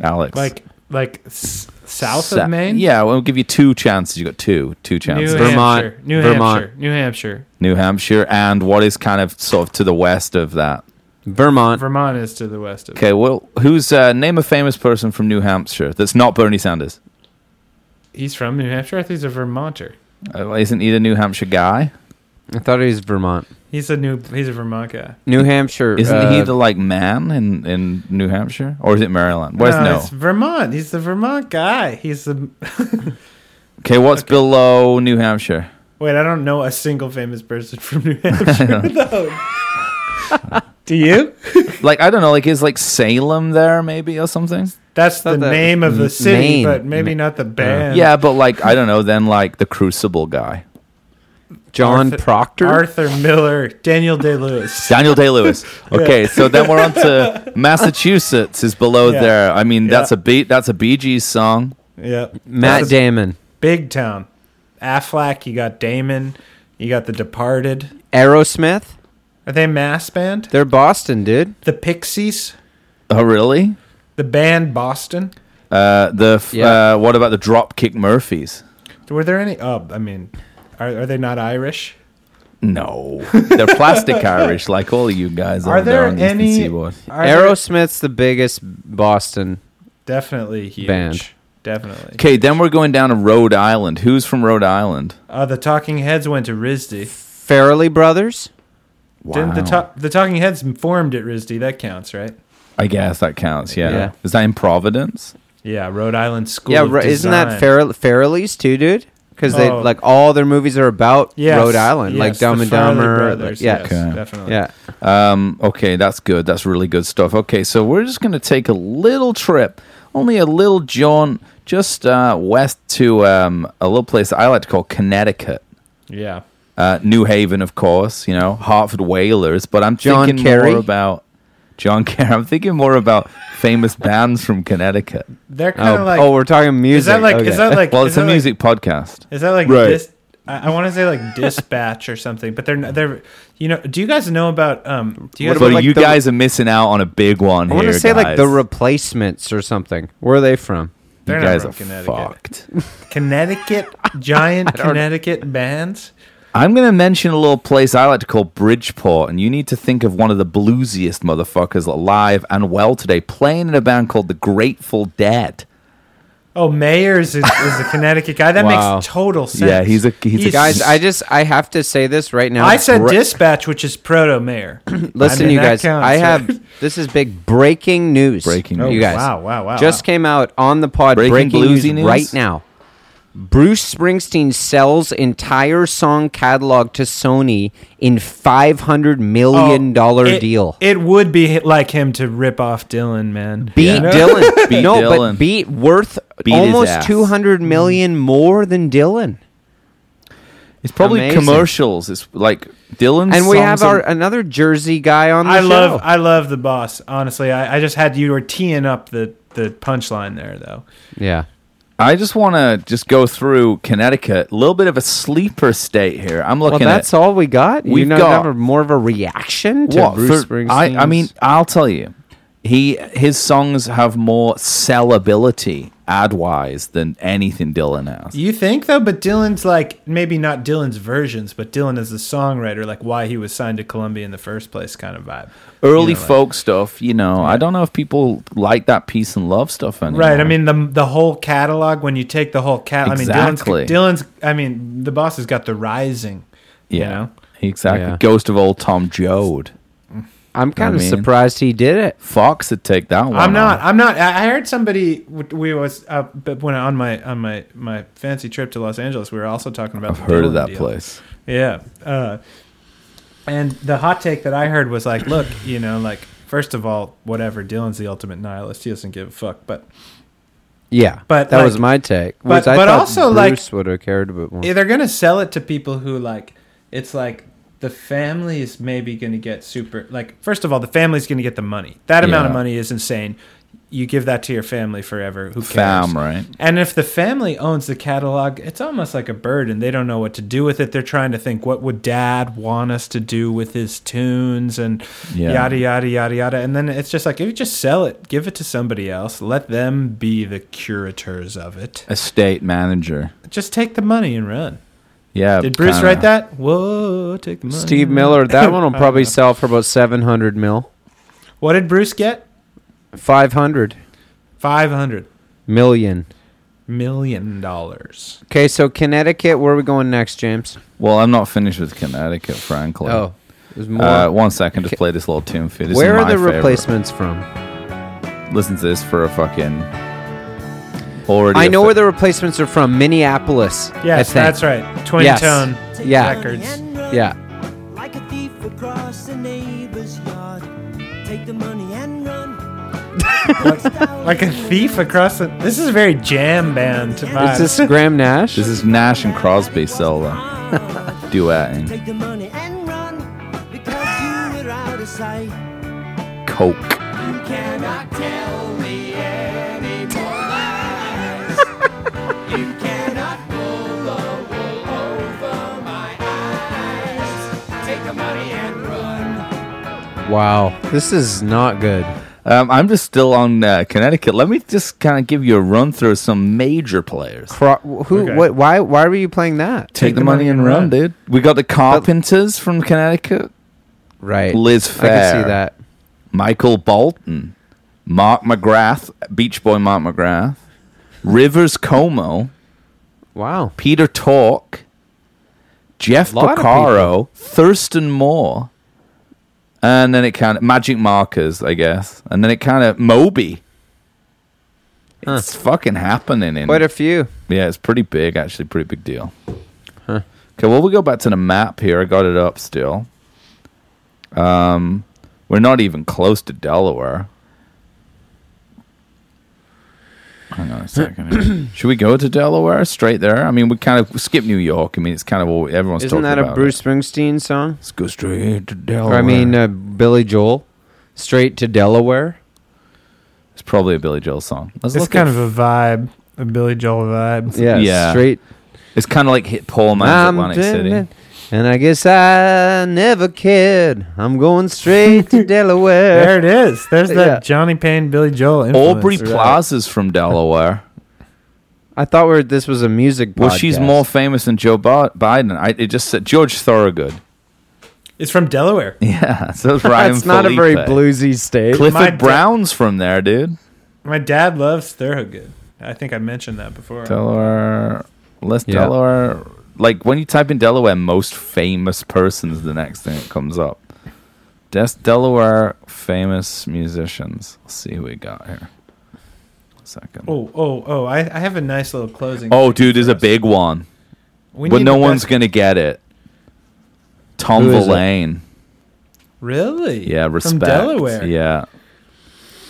Speaker 1: Alex?
Speaker 2: Like, like s- south
Speaker 1: Sa-
Speaker 2: of Maine.
Speaker 1: Yeah, we'll give you two chances. You got two, two
Speaker 2: New
Speaker 1: chances.
Speaker 3: Vermont.
Speaker 2: Hampshire. New
Speaker 3: Vermont.
Speaker 2: Hampshire. New Hampshire.
Speaker 1: New Hampshire, and what is kind of sort of to the west of that.
Speaker 3: Vermont.
Speaker 2: Vermont is to the west of.
Speaker 1: Okay, well, who's uh, name a famous person from New Hampshire that's not Bernie Sanders?
Speaker 2: He's from New Hampshire. I think he's a Vermonter.
Speaker 1: Uh, isn't he the New Hampshire guy?
Speaker 3: I thought it was Vermont.
Speaker 2: He's a new. He's a Vermont guy.
Speaker 3: New Hampshire.
Speaker 1: Isn't he
Speaker 3: uh,
Speaker 1: the like man in, in New Hampshire, or is it Maryland? Where's no?
Speaker 2: it's Vermont. He's the Vermont guy. He's the.
Speaker 1: Okay, what's below New Hampshire?
Speaker 2: Wait, I don't know a single famous person from New Hampshire. though. Do you?
Speaker 1: Like I don't know, like is like Salem there maybe or something?
Speaker 2: That's the
Speaker 3: Thought that
Speaker 2: name
Speaker 3: was
Speaker 2: of the
Speaker 3: M-
Speaker 2: city,
Speaker 3: Maine.
Speaker 2: but maybe not the band.
Speaker 1: Yeah, but like I don't know. Then like the Crucible guy,
Speaker 3: John
Speaker 2: Arthur-
Speaker 3: Proctor.
Speaker 2: Arthur Miller, Daniel Day Lewis.
Speaker 1: Daniel Day Lewis. Okay, so then we're on to Massachusetts is below
Speaker 2: Yeah.
Speaker 1: there. I mean, that's
Speaker 2: Yeah.
Speaker 1: a beat. That's a Bee Gees song.
Speaker 2: Yep.
Speaker 3: Matt
Speaker 2: That's
Speaker 3: Damon.
Speaker 2: Big Town. Affleck, you got Damon, you got The Departed.
Speaker 3: Aerosmith.
Speaker 2: Are they a mass band?
Speaker 3: They're Boston, dude.
Speaker 2: The Pixies?
Speaker 1: Oh, really?
Speaker 2: The band Boston?
Speaker 1: Uh, the f-
Speaker 3: Yeah.
Speaker 1: uh, what about the Dropkick Murphys?
Speaker 2: Were there any? Oh, I mean, are, are they not Irish?
Speaker 1: No, they're plastic Irish, like all of you guys
Speaker 2: Are
Speaker 1: over there,
Speaker 2: there
Speaker 1: on the
Speaker 2: any-
Speaker 1: Eastern Seaboard.
Speaker 2: Are there-
Speaker 3: Aerosmith's the biggest Boston.
Speaker 2: Definitely huge.
Speaker 3: Band.
Speaker 2: Definitely.
Speaker 1: Okay, then we're going down to Rhode Island. Who's from Rhode Island?
Speaker 2: Uh, the Talking Heads went to RISD.
Speaker 3: Farrelly Brothers.
Speaker 2: Didn't the,
Speaker 1: Wow.
Speaker 2: to- the Talking Heads formed at RISD? That counts, right?
Speaker 1: I guess that counts. Yeah.
Speaker 3: Yeah.
Speaker 1: Is that in Providence?
Speaker 2: Yeah, Rhode Island School.
Speaker 3: yeah,
Speaker 2: of
Speaker 3: ri- isn't that
Speaker 2: Design.
Speaker 3: Farrell- Farrelly's too, dude? Because they
Speaker 2: Oh.
Speaker 3: like all their movies are about
Speaker 2: Yes,
Speaker 3: Rhode Island,
Speaker 2: yes,
Speaker 3: like Dumb
Speaker 2: the
Speaker 3: and
Speaker 2: Farrelly
Speaker 3: Dumber.
Speaker 2: Brothers,
Speaker 3: like- yeah,
Speaker 2: yes,
Speaker 1: Okay.
Speaker 2: definitely.
Speaker 3: yeah.
Speaker 1: Um, okay, that's good. That's really good stuff. Okay, so we're just going to take a little trip, only a little jaunt, just uh, west to um, a little place I like to call Connecticut.
Speaker 2: Yeah.
Speaker 1: Uh, New Haven, of course, you know, Hartford Whalers. But I'm
Speaker 3: John
Speaker 1: thinking
Speaker 3: Kerry?
Speaker 1: more about John Kerry. I'm thinking more about famous bands from Connecticut.
Speaker 2: They're kind of
Speaker 3: Oh,
Speaker 2: like.
Speaker 3: oh, we're talking music.
Speaker 2: is that like?
Speaker 3: okay.
Speaker 2: Is that like?
Speaker 1: Well,
Speaker 2: is
Speaker 1: it's a
Speaker 2: that like-
Speaker 1: music podcast.
Speaker 2: Is that like
Speaker 1: Right.
Speaker 2: dis- I, I want to say like dispatch or something, but they're n- they're you know. Do you guys know about um? Do you
Speaker 3: What
Speaker 2: guys
Speaker 1: But
Speaker 3: about, like,
Speaker 1: you
Speaker 3: the-
Speaker 1: guys are missing out on a big one
Speaker 3: I
Speaker 1: here.
Speaker 3: want to say like the
Speaker 1: guys.
Speaker 3: replacements or something. Where are they from?
Speaker 2: they're
Speaker 1: you
Speaker 2: not
Speaker 1: guys
Speaker 2: from
Speaker 1: are fucked.
Speaker 2: Connecticut giant Connecticut bands?
Speaker 1: I'm going to mention a little place I like to call Bridgeport, and you need to think of one of the bluesiest motherfuckers alive and well today, playing in a band called the Grateful Dead.
Speaker 2: Oh, Mayers is, is a Connecticut guy. That
Speaker 3: Wow.
Speaker 2: makes total sense.
Speaker 1: Yeah, he's a- he's a-
Speaker 3: Guys, I just I have to say this right now.
Speaker 2: I said
Speaker 3: Bra-
Speaker 2: dispatch, which is proto mayor. I
Speaker 3: Listen,
Speaker 2: mean,
Speaker 3: you
Speaker 2: that
Speaker 3: guys.
Speaker 2: counts,
Speaker 3: I
Speaker 2: right?
Speaker 3: have this is big breaking news.
Speaker 1: Breaking
Speaker 3: You
Speaker 1: news.
Speaker 3: guys.
Speaker 2: Oh, Wow, wow, wow.
Speaker 3: Just came out on the pod.
Speaker 1: Breaking
Speaker 3: Breaking, news,
Speaker 1: bluesy news?
Speaker 3: right now. Bruce Springsteen sells entire song catalog to Sony in five hundred million dollar
Speaker 2: Oh, It-
Speaker 3: deal.
Speaker 2: It would be hi- like him to rip off Dylan, man.
Speaker 3: beat
Speaker 1: Yeah.
Speaker 3: Dylan.
Speaker 1: Beat
Speaker 3: no,
Speaker 1: Dylan.
Speaker 3: but beat worth
Speaker 1: Beat his
Speaker 3: almost
Speaker 1: ass.
Speaker 3: two hundred million more than Dylan.
Speaker 1: It's probably
Speaker 3: Amazing.
Speaker 1: commercials. It's like Dylan's.
Speaker 3: And we
Speaker 1: songs
Speaker 3: have our
Speaker 1: are-
Speaker 3: another Jersey guy on the
Speaker 2: I
Speaker 3: show.
Speaker 2: love I love the boss. Honestly, I, I just had you were teeing up the the punchline there though.
Speaker 3: yeah.
Speaker 1: I just want to just go through Connecticut. A little bit of a sleeper state here. I'm
Speaker 3: Well,
Speaker 1: looking at.
Speaker 3: that's all we got.
Speaker 1: We've
Speaker 3: We've you know,
Speaker 1: got-
Speaker 3: never more of a reaction to
Speaker 1: What,
Speaker 3: Bruce
Speaker 1: for-
Speaker 3: Springsteen.
Speaker 1: I, I mean, I'll tell you, he his songs have more sellability ad wise than anything Dylan has.
Speaker 2: You think though, but Dylan's like maybe not Dylan's versions, but Dylan as a songwriter, like why he was signed to Columbia in the first place, kind of vibe.
Speaker 1: Early
Speaker 2: You know, like-
Speaker 1: folk stuff, you know. I don't know if people like that peace and love stuff anymore.
Speaker 2: Right. I mean the the whole catalog. When you take the whole cat,
Speaker 1: Exactly.
Speaker 2: I mean Dylan's, Dylan's. I mean the boss has got the rising.
Speaker 1: yeah,
Speaker 2: You know?
Speaker 1: exactly.
Speaker 3: Yeah.
Speaker 1: Ghost of old Tom Joad.
Speaker 3: I'm kind of
Speaker 1: mean-
Speaker 3: surprised he did it.
Speaker 1: Fox would take that one.
Speaker 2: I'm not.
Speaker 1: on.
Speaker 2: I'm not. I I heard somebody. w- We was uh, but when I- on my on my my fancy trip to Los Angeles, we were also talking about.
Speaker 1: I've
Speaker 2: the
Speaker 1: heard of
Speaker 2: Dylan
Speaker 1: that
Speaker 2: deal.
Speaker 1: place.
Speaker 2: Yeah. Uh, and the hot take that I heard was like, look, you know, like first of all, whatever. Dylan's the ultimate nihilist. He doesn't give a fuck. But
Speaker 3: Yeah,
Speaker 2: But,
Speaker 3: that
Speaker 2: like-
Speaker 3: was my take.
Speaker 2: but-
Speaker 3: was I
Speaker 2: but
Speaker 3: thought
Speaker 2: also, like-
Speaker 3: Bruce would have cared about more.
Speaker 2: Yeah, they're gonna sell it to people who like it's like the family is maybe gonna get super like first of all the family's gonna get the money that amount of
Speaker 1: Yeah.
Speaker 2: money is insane you give that to your family forever who cares
Speaker 1: Fam, right?
Speaker 2: and if the family owns the catalog it's almost like a burden they don't know what to do with it they're trying to think what would dad want us to do with his tunes and
Speaker 1: Yeah.
Speaker 2: yada yada yada yada and then it's just like if you just sell it give it to somebody else let them be the curators of it
Speaker 1: Estate manager.
Speaker 2: just take the money and run
Speaker 1: Yeah.
Speaker 2: did Bruce
Speaker 1: kinda.
Speaker 2: write that? Whoa, take the money.
Speaker 3: Steve Miller, that one will probably sell for about seven hundred mil,
Speaker 2: What did Bruce get?
Speaker 3: five hundred
Speaker 2: Five hundred
Speaker 3: million.
Speaker 2: million dollars.
Speaker 3: Okay, so Connecticut, where are we going next, James? Oh,
Speaker 1: Well, I'm not finished with Connecticut, frankly.
Speaker 3: there's more.
Speaker 1: Uh, one second, just play this little tune for you. This is
Speaker 3: where are
Speaker 1: my
Speaker 3: the
Speaker 1: favorite.
Speaker 3: replacements from?
Speaker 1: Listen to this for a fucking. Already,
Speaker 3: I
Speaker 1: a
Speaker 3: know
Speaker 1: fa-
Speaker 3: where the replacements are from. Minneapolis. I
Speaker 2: Yes,
Speaker 3: think.
Speaker 2: that's right. Twin
Speaker 3: Yes.
Speaker 2: Tone
Speaker 3: Yeah.
Speaker 2: Records.
Speaker 3: Yeah.
Speaker 4: Like a thief across the neighbor's yard. Take the money and run.
Speaker 2: like a thief across the. This is a very jam band to
Speaker 3: Is
Speaker 2: vibe.
Speaker 3: this Graham Nash?
Speaker 1: This is Nash and Crosby solo duetting
Speaker 5: Take the money and run because you were out of sight.
Speaker 1: Coke.
Speaker 5: You cannot tell me any more lies. you cannot pull the wool over my eyes. Take the money and run.
Speaker 3: wow. This is not good.
Speaker 1: Um, I'm just still on uh, Connecticut. Let me just kind of give you a run through of some major players.
Speaker 3: Cro- who?
Speaker 2: Okay.
Speaker 3: What? Why? Why were you playing that?
Speaker 1: Take, the, money, and run,
Speaker 2: run.
Speaker 1: dude. We got the Carpenters from Connecticut,
Speaker 3: Right.
Speaker 1: Liz
Speaker 3: I can
Speaker 1: Phair.
Speaker 3: see that.
Speaker 1: Michael Bolton, Mark McGrath, Beach Boy Mark McGrath, Rivers Como,
Speaker 3: Wow.
Speaker 1: Peter Tork, Jeff
Speaker 3: Lot of
Speaker 1: Porcaro, Thurston Moore, and then it kind of Magic Markers, I guess, and then it kind of Moby. It's fucking happening in
Speaker 3: Quite a few.
Speaker 1: Yeah, it's pretty big, actually. Pretty big deal. Okay, well, we'll go back to the map here. I got it up still. Um, we're not even close to Delaware. Hang on a second. here. Should we go to Delaware straight there? I mean, we kind of skip New York. I mean, it's kind of all everyone's
Speaker 3: Isn't
Speaker 1: talking
Speaker 3: that a
Speaker 1: about.
Speaker 3: Bruce
Speaker 1: it.
Speaker 3: Springsteen song?
Speaker 1: Let's go straight to Delaware.
Speaker 3: Or I mean, uh, Billy Joel. Straight to Delaware.
Speaker 1: it's probably a Billy Joel song. Let's
Speaker 2: It's
Speaker 1: look
Speaker 2: kind
Speaker 1: at-
Speaker 2: of a vibe, a Billy Joel vibe.
Speaker 3: Yeah.
Speaker 1: Yeah.
Speaker 3: Straight.
Speaker 1: It's kind of like hit Paul Man's
Speaker 3: I'm
Speaker 1: Atlantic City.
Speaker 3: doing- And I guess I never cared. I'm going straight to Delaware.
Speaker 2: There it is. There's that
Speaker 3: Yeah.
Speaker 2: Johnny Payne, Billy Joel influence.
Speaker 1: Aubrey Plaza's from Delaware.
Speaker 3: I thought we were, this was a music.
Speaker 1: Well, she's
Speaker 3: podcast.
Speaker 1: more famous than Joe Bi- Biden. I, it just said George Thorogood.
Speaker 2: It's from Delaware.
Speaker 1: Yeah, so it's Ryan.
Speaker 3: That's not a very
Speaker 1: Felipe.
Speaker 3: bluesy state.
Speaker 2: My
Speaker 1: Clifford
Speaker 2: da-
Speaker 1: Brown's from there, dude.
Speaker 2: My dad loves Thurgood. I think I mentioned that before.
Speaker 1: Delaware, less
Speaker 3: Yeah.
Speaker 1: Delaware. Like when you type in Delaware, most famous persons, the next thing that comes up. Des- Delaware famous musicians. Let's see who we got here. Second. Oh,
Speaker 2: Oh, oh, oh! I, I have a nice little closing.
Speaker 1: dude, there's a
Speaker 2: big.
Speaker 1: big one,
Speaker 2: We
Speaker 1: Oh, but
Speaker 2: need
Speaker 1: no
Speaker 2: the
Speaker 1: one's
Speaker 2: best-
Speaker 1: gonna get it. Tom
Speaker 3: Who is it?
Speaker 1: Verlaine.
Speaker 2: really.
Speaker 1: Yeah, respect.
Speaker 2: From Delaware.
Speaker 1: Yeah.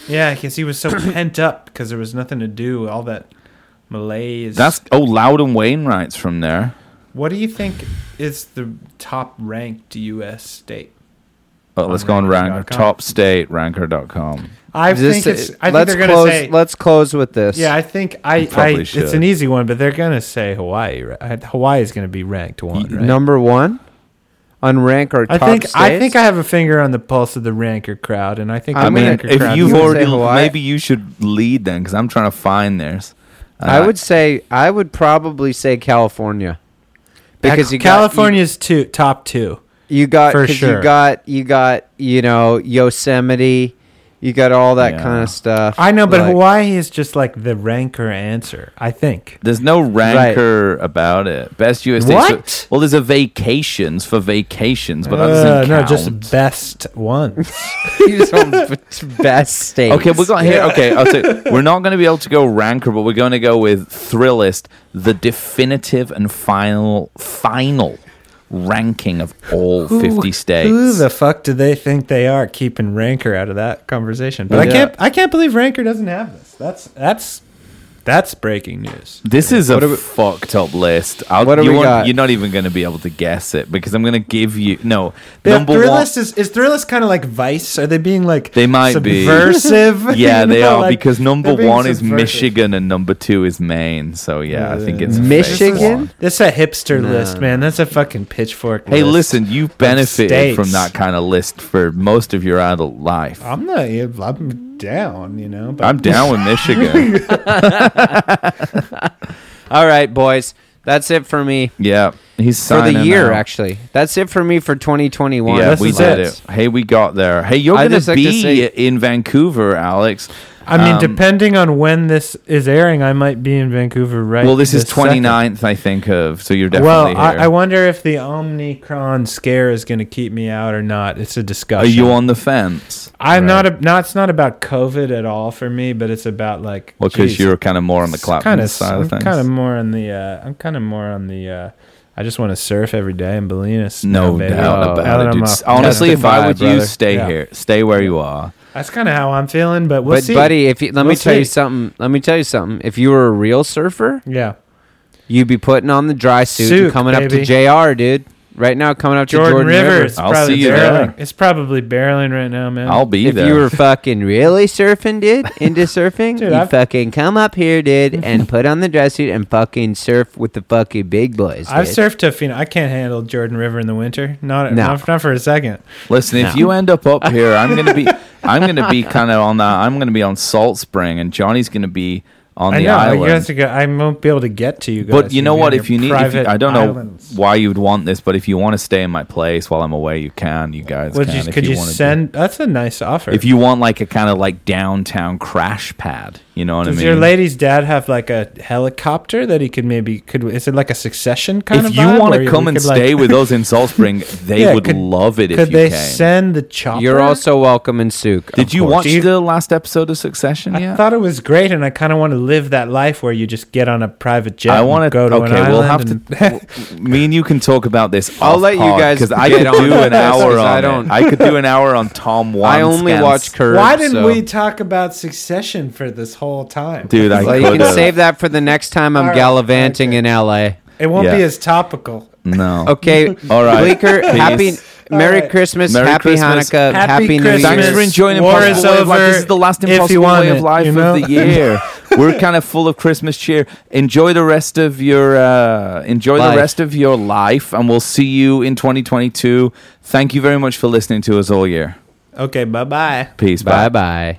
Speaker 2: yeah, because he was so pent up because there was nothing to do. All that malaise.
Speaker 1: That's oh, Loudon Wainwright's from there.
Speaker 2: what do you think is the top ranked U.S. state?
Speaker 1: Oh, let's
Speaker 2: On
Speaker 1: go on
Speaker 2: ranker.com.
Speaker 1: ranker top state ranker.com.
Speaker 2: I
Speaker 3: Just,
Speaker 2: think it's.
Speaker 3: uh,
Speaker 2: I think
Speaker 3: let's
Speaker 2: they're gonna
Speaker 3: close.
Speaker 2: say.
Speaker 3: Let's close with this.
Speaker 2: Yeah, I think I. I
Speaker 1: probably
Speaker 2: it's
Speaker 1: should.
Speaker 2: an easy one, but they're gonna say Hawaii. Right? Hawaii is gonna be ranked one. Right?
Speaker 3: number one on rank or
Speaker 2: I
Speaker 3: top
Speaker 2: think I
Speaker 3: states?
Speaker 2: think I have a finger on the pulse of the ranker crowd, and I think
Speaker 3: I
Speaker 1: I
Speaker 2: the
Speaker 3: I'm
Speaker 1: mean,
Speaker 3: gonna-
Speaker 2: ranker crowd
Speaker 1: if you've
Speaker 2: is-
Speaker 3: gonna
Speaker 1: already,
Speaker 3: say Hawaii.
Speaker 1: maybe you should lead then, because I'm trying to find theirs. Uh,
Speaker 3: I would say I would probably say California because you
Speaker 2: California's two top two.
Speaker 3: got, you, you got
Speaker 2: for
Speaker 3: 'cause
Speaker 2: sure.
Speaker 3: you got you got you know Yosemite, you got all that
Speaker 1: Yeah.
Speaker 3: kind of stuff.
Speaker 2: I know, but
Speaker 3: Like,
Speaker 2: Hawaii is just like the ranker answer. I think.
Speaker 1: There's no ranker about it. Best US states.
Speaker 2: What?
Speaker 1: well, there's a vacations for vacations, but that
Speaker 2: Uh,
Speaker 1: doesn't
Speaker 2: no,
Speaker 1: count.
Speaker 2: just best ones.
Speaker 3: these are the best states.
Speaker 1: okay, we got here. Okay, I'll say we're not going to be able to go ranker, but we're going to go with Thrillist, the definitive and final final ranking of all 50 states.
Speaker 2: Who the fuck do they think they are keeping ranker out of that conversation? But
Speaker 1: Yeah.
Speaker 2: I can't. I can't believe ranker doesn't have this. That's that's that's breaking news.
Speaker 1: This is a
Speaker 3: do we-
Speaker 1: fucked up list. I'll,
Speaker 3: What do
Speaker 1: you
Speaker 3: we
Speaker 1: won't-
Speaker 3: got?
Speaker 1: You're not even going to be able to guess it because I'm going to give you no
Speaker 2: Yeah,
Speaker 1: number one.
Speaker 2: Thrillist is is Thrillist kind of like Vice? Are they being like
Speaker 1: They might be.
Speaker 2: subversive?
Speaker 1: yeah,
Speaker 2: You
Speaker 1: they
Speaker 2: know,
Speaker 1: are
Speaker 2: like,
Speaker 1: because number
Speaker 2: they're being
Speaker 1: one is
Speaker 2: subversive.
Speaker 1: Michigan and number two is Maine. So yeah, I think it's a
Speaker 3: Michigan?
Speaker 1: fake one.
Speaker 2: That's a hipster list, man. That's a fucking pitchfork.
Speaker 1: Hey,
Speaker 2: list.
Speaker 1: listen, you benefited
Speaker 2: states.
Speaker 1: from that kind of list for most of your adult life.
Speaker 2: I'm not. I'm down. You know, but
Speaker 1: I'm down with Michigan.
Speaker 3: all right, boys, that's it for me
Speaker 1: yeah, he's
Speaker 3: for
Speaker 1: signing
Speaker 3: the year.
Speaker 1: out.
Speaker 3: Actually, that's it for me for 2021.
Speaker 1: Yeah,
Speaker 2: This
Speaker 1: we
Speaker 2: is
Speaker 1: did
Speaker 2: it.
Speaker 1: it. Hey, we got there. Hey, you're
Speaker 3: I
Speaker 1: gonna
Speaker 3: just like to
Speaker 1: be
Speaker 3: say-
Speaker 1: in Vancouver, Alex.
Speaker 2: I mean,
Speaker 1: Um,
Speaker 2: depending on when this is airing, I might be in Vancouver right.
Speaker 1: Well, this is
Speaker 2: second.
Speaker 1: 29th, I think, of so you're
Speaker 2: Well,
Speaker 1: definitely
Speaker 2: I,
Speaker 1: here.
Speaker 2: I wonder if the Omicron scare is going to keep me out or not. It's a
Speaker 1: Are
Speaker 2: discussion.
Speaker 1: you on the fence?
Speaker 2: I'm not. A, not. It's not about COVID at all for me, but it's about like.
Speaker 1: Well, because you're kind of more on the clap
Speaker 2: kind of.
Speaker 1: side of
Speaker 2: I'm
Speaker 1: things.
Speaker 2: kind of more on the. Uh, I'm kind of more on the. Uh, I just want to surf every day in Bolinas.
Speaker 1: No
Speaker 2: baby. Oh,
Speaker 1: doubt
Speaker 2: Out
Speaker 1: about
Speaker 2: of
Speaker 1: it, dude.
Speaker 2: my
Speaker 1: Honestly, if I
Speaker 2: vibe,
Speaker 1: would you,
Speaker 2: brother.
Speaker 1: stay
Speaker 2: Yeah.
Speaker 1: here, stay where you are.
Speaker 2: That's kind of how I'm feeling, but we'll
Speaker 3: but
Speaker 2: see.
Speaker 3: buddy, if you, let me
Speaker 2: We'll
Speaker 3: tell you
Speaker 2: see.
Speaker 3: something, let me tell you something. If you were a real surfer,
Speaker 2: yeah,
Speaker 3: you'd be putting on the dry suit and
Speaker 2: Suit,
Speaker 3: coming
Speaker 2: baby.
Speaker 3: up to Jr. Dude, right now coming up
Speaker 2: Jordan,
Speaker 3: to Jordan
Speaker 2: Rivers.
Speaker 3: Rivers.
Speaker 1: I'll
Speaker 2: probably
Speaker 1: see you
Speaker 2: barreling.
Speaker 1: there.
Speaker 2: It's probably barreling right now, man.
Speaker 1: I'll be
Speaker 3: If
Speaker 1: there.
Speaker 3: you were fucking really surfing, dude, into surfing,
Speaker 2: Dude,
Speaker 3: you
Speaker 2: I've-
Speaker 3: fucking come up here, dude, and put on the dress suit and fucking surf with the fucking big boys.
Speaker 2: I've
Speaker 3: dude.
Speaker 2: surfed to Phoenix. I can't handle Jordan River in the winter. Not
Speaker 3: No.
Speaker 2: not, not for a second.
Speaker 1: Listen, if
Speaker 3: No.
Speaker 1: you end up up here, I'm gonna be, I'm gonna be kind of on that. I'm gonna be on Salt Spring, and Johnny's gonna be on
Speaker 2: I
Speaker 1: the
Speaker 2: know.
Speaker 1: island.
Speaker 2: You guys are go, I won't be able to get to you guys.
Speaker 1: But you know
Speaker 2: You're
Speaker 1: what?
Speaker 2: on
Speaker 1: If
Speaker 2: your
Speaker 1: you need, if you,
Speaker 2: private
Speaker 1: I don't know
Speaker 2: islands.
Speaker 1: why you'd want this, but if you want to stay in my place while I'm away, you can. You guys
Speaker 2: Would
Speaker 1: can.
Speaker 2: you,
Speaker 1: if
Speaker 2: could you,
Speaker 1: wanna do-
Speaker 2: send? That's a nice offer.
Speaker 1: If you want like a kind of like downtown crash pad, you know what I
Speaker 2: does
Speaker 1: mean.
Speaker 2: your lady's dad have like a helicopter that he could maybe could? Is it like a succession kind of?
Speaker 1: if you
Speaker 2: vibe
Speaker 1: want
Speaker 2: where
Speaker 1: to come
Speaker 2: we
Speaker 1: and
Speaker 2: could, like-
Speaker 1: stay with us in Salt Spring, they
Speaker 2: Yeah,
Speaker 1: would
Speaker 2: could-
Speaker 1: love it if
Speaker 2: Could
Speaker 1: you
Speaker 2: they
Speaker 1: came.
Speaker 2: send the chopper?
Speaker 3: You're also welcome in Souk.
Speaker 1: Did
Speaker 3: of
Speaker 1: you
Speaker 3: course.
Speaker 1: watch
Speaker 2: Do you-
Speaker 1: the last episode of Succession
Speaker 2: I
Speaker 1: yet?
Speaker 2: thought it was great, and I kind of want to live that life where you just get on a private jet.
Speaker 1: I
Speaker 2: and
Speaker 1: want
Speaker 2: go to an
Speaker 1: Okay, we'll have
Speaker 2: island
Speaker 1: to.
Speaker 2: and-
Speaker 1: w- me and you can talk about this.
Speaker 3: I'll
Speaker 1: off
Speaker 3: let you
Speaker 1: pod,
Speaker 3: guys
Speaker 1: I
Speaker 3: get
Speaker 1: could
Speaker 3: on
Speaker 1: do
Speaker 3: to
Speaker 1: an
Speaker 3: this, 'cause
Speaker 1: hour
Speaker 3: I
Speaker 1: on.
Speaker 3: don't-
Speaker 1: it. I could do an hour on Tom.
Speaker 3: I only
Speaker 1: Wanskans.
Speaker 3: watch Curb.
Speaker 2: Why didn't
Speaker 3: so-
Speaker 2: we talk about Succession for this whole time,
Speaker 1: dude. I
Speaker 3: Well, you
Speaker 1: could've.
Speaker 3: can save that for the next time I'm
Speaker 2: All right,
Speaker 3: gallivanting in LA.
Speaker 2: It won't
Speaker 1: Yeah.
Speaker 2: be as topical.
Speaker 1: No.
Speaker 3: Okay.
Speaker 1: All right.
Speaker 3: Bleaker,
Speaker 1: Peace.
Speaker 3: happy Merry
Speaker 2: All right.
Speaker 3: Christmas,
Speaker 1: Merry
Speaker 3: Happy
Speaker 1: Christmas.
Speaker 3: Hanukkah,
Speaker 2: Happy
Speaker 3: Happy, New Year's.
Speaker 2: Christmas.
Speaker 1: Thanks for enjoying
Speaker 2: War
Speaker 1: Impossible
Speaker 2: is
Speaker 1: Way of Life. This
Speaker 2: over
Speaker 1: is the last
Speaker 2: if you
Speaker 1: Impossible
Speaker 2: want
Speaker 1: Way
Speaker 2: it,
Speaker 1: of Life
Speaker 2: you know?
Speaker 1: of the year. We're kind of full of Christmas cheer. Enjoy the rest of your uh, enjoy
Speaker 3: Life.
Speaker 1: the rest of your life, and we'll see you in 2022. Thank you very much for listening to us all year.
Speaker 2: Okay, bye bye.
Speaker 1: Peace.
Speaker 3: Bye bye.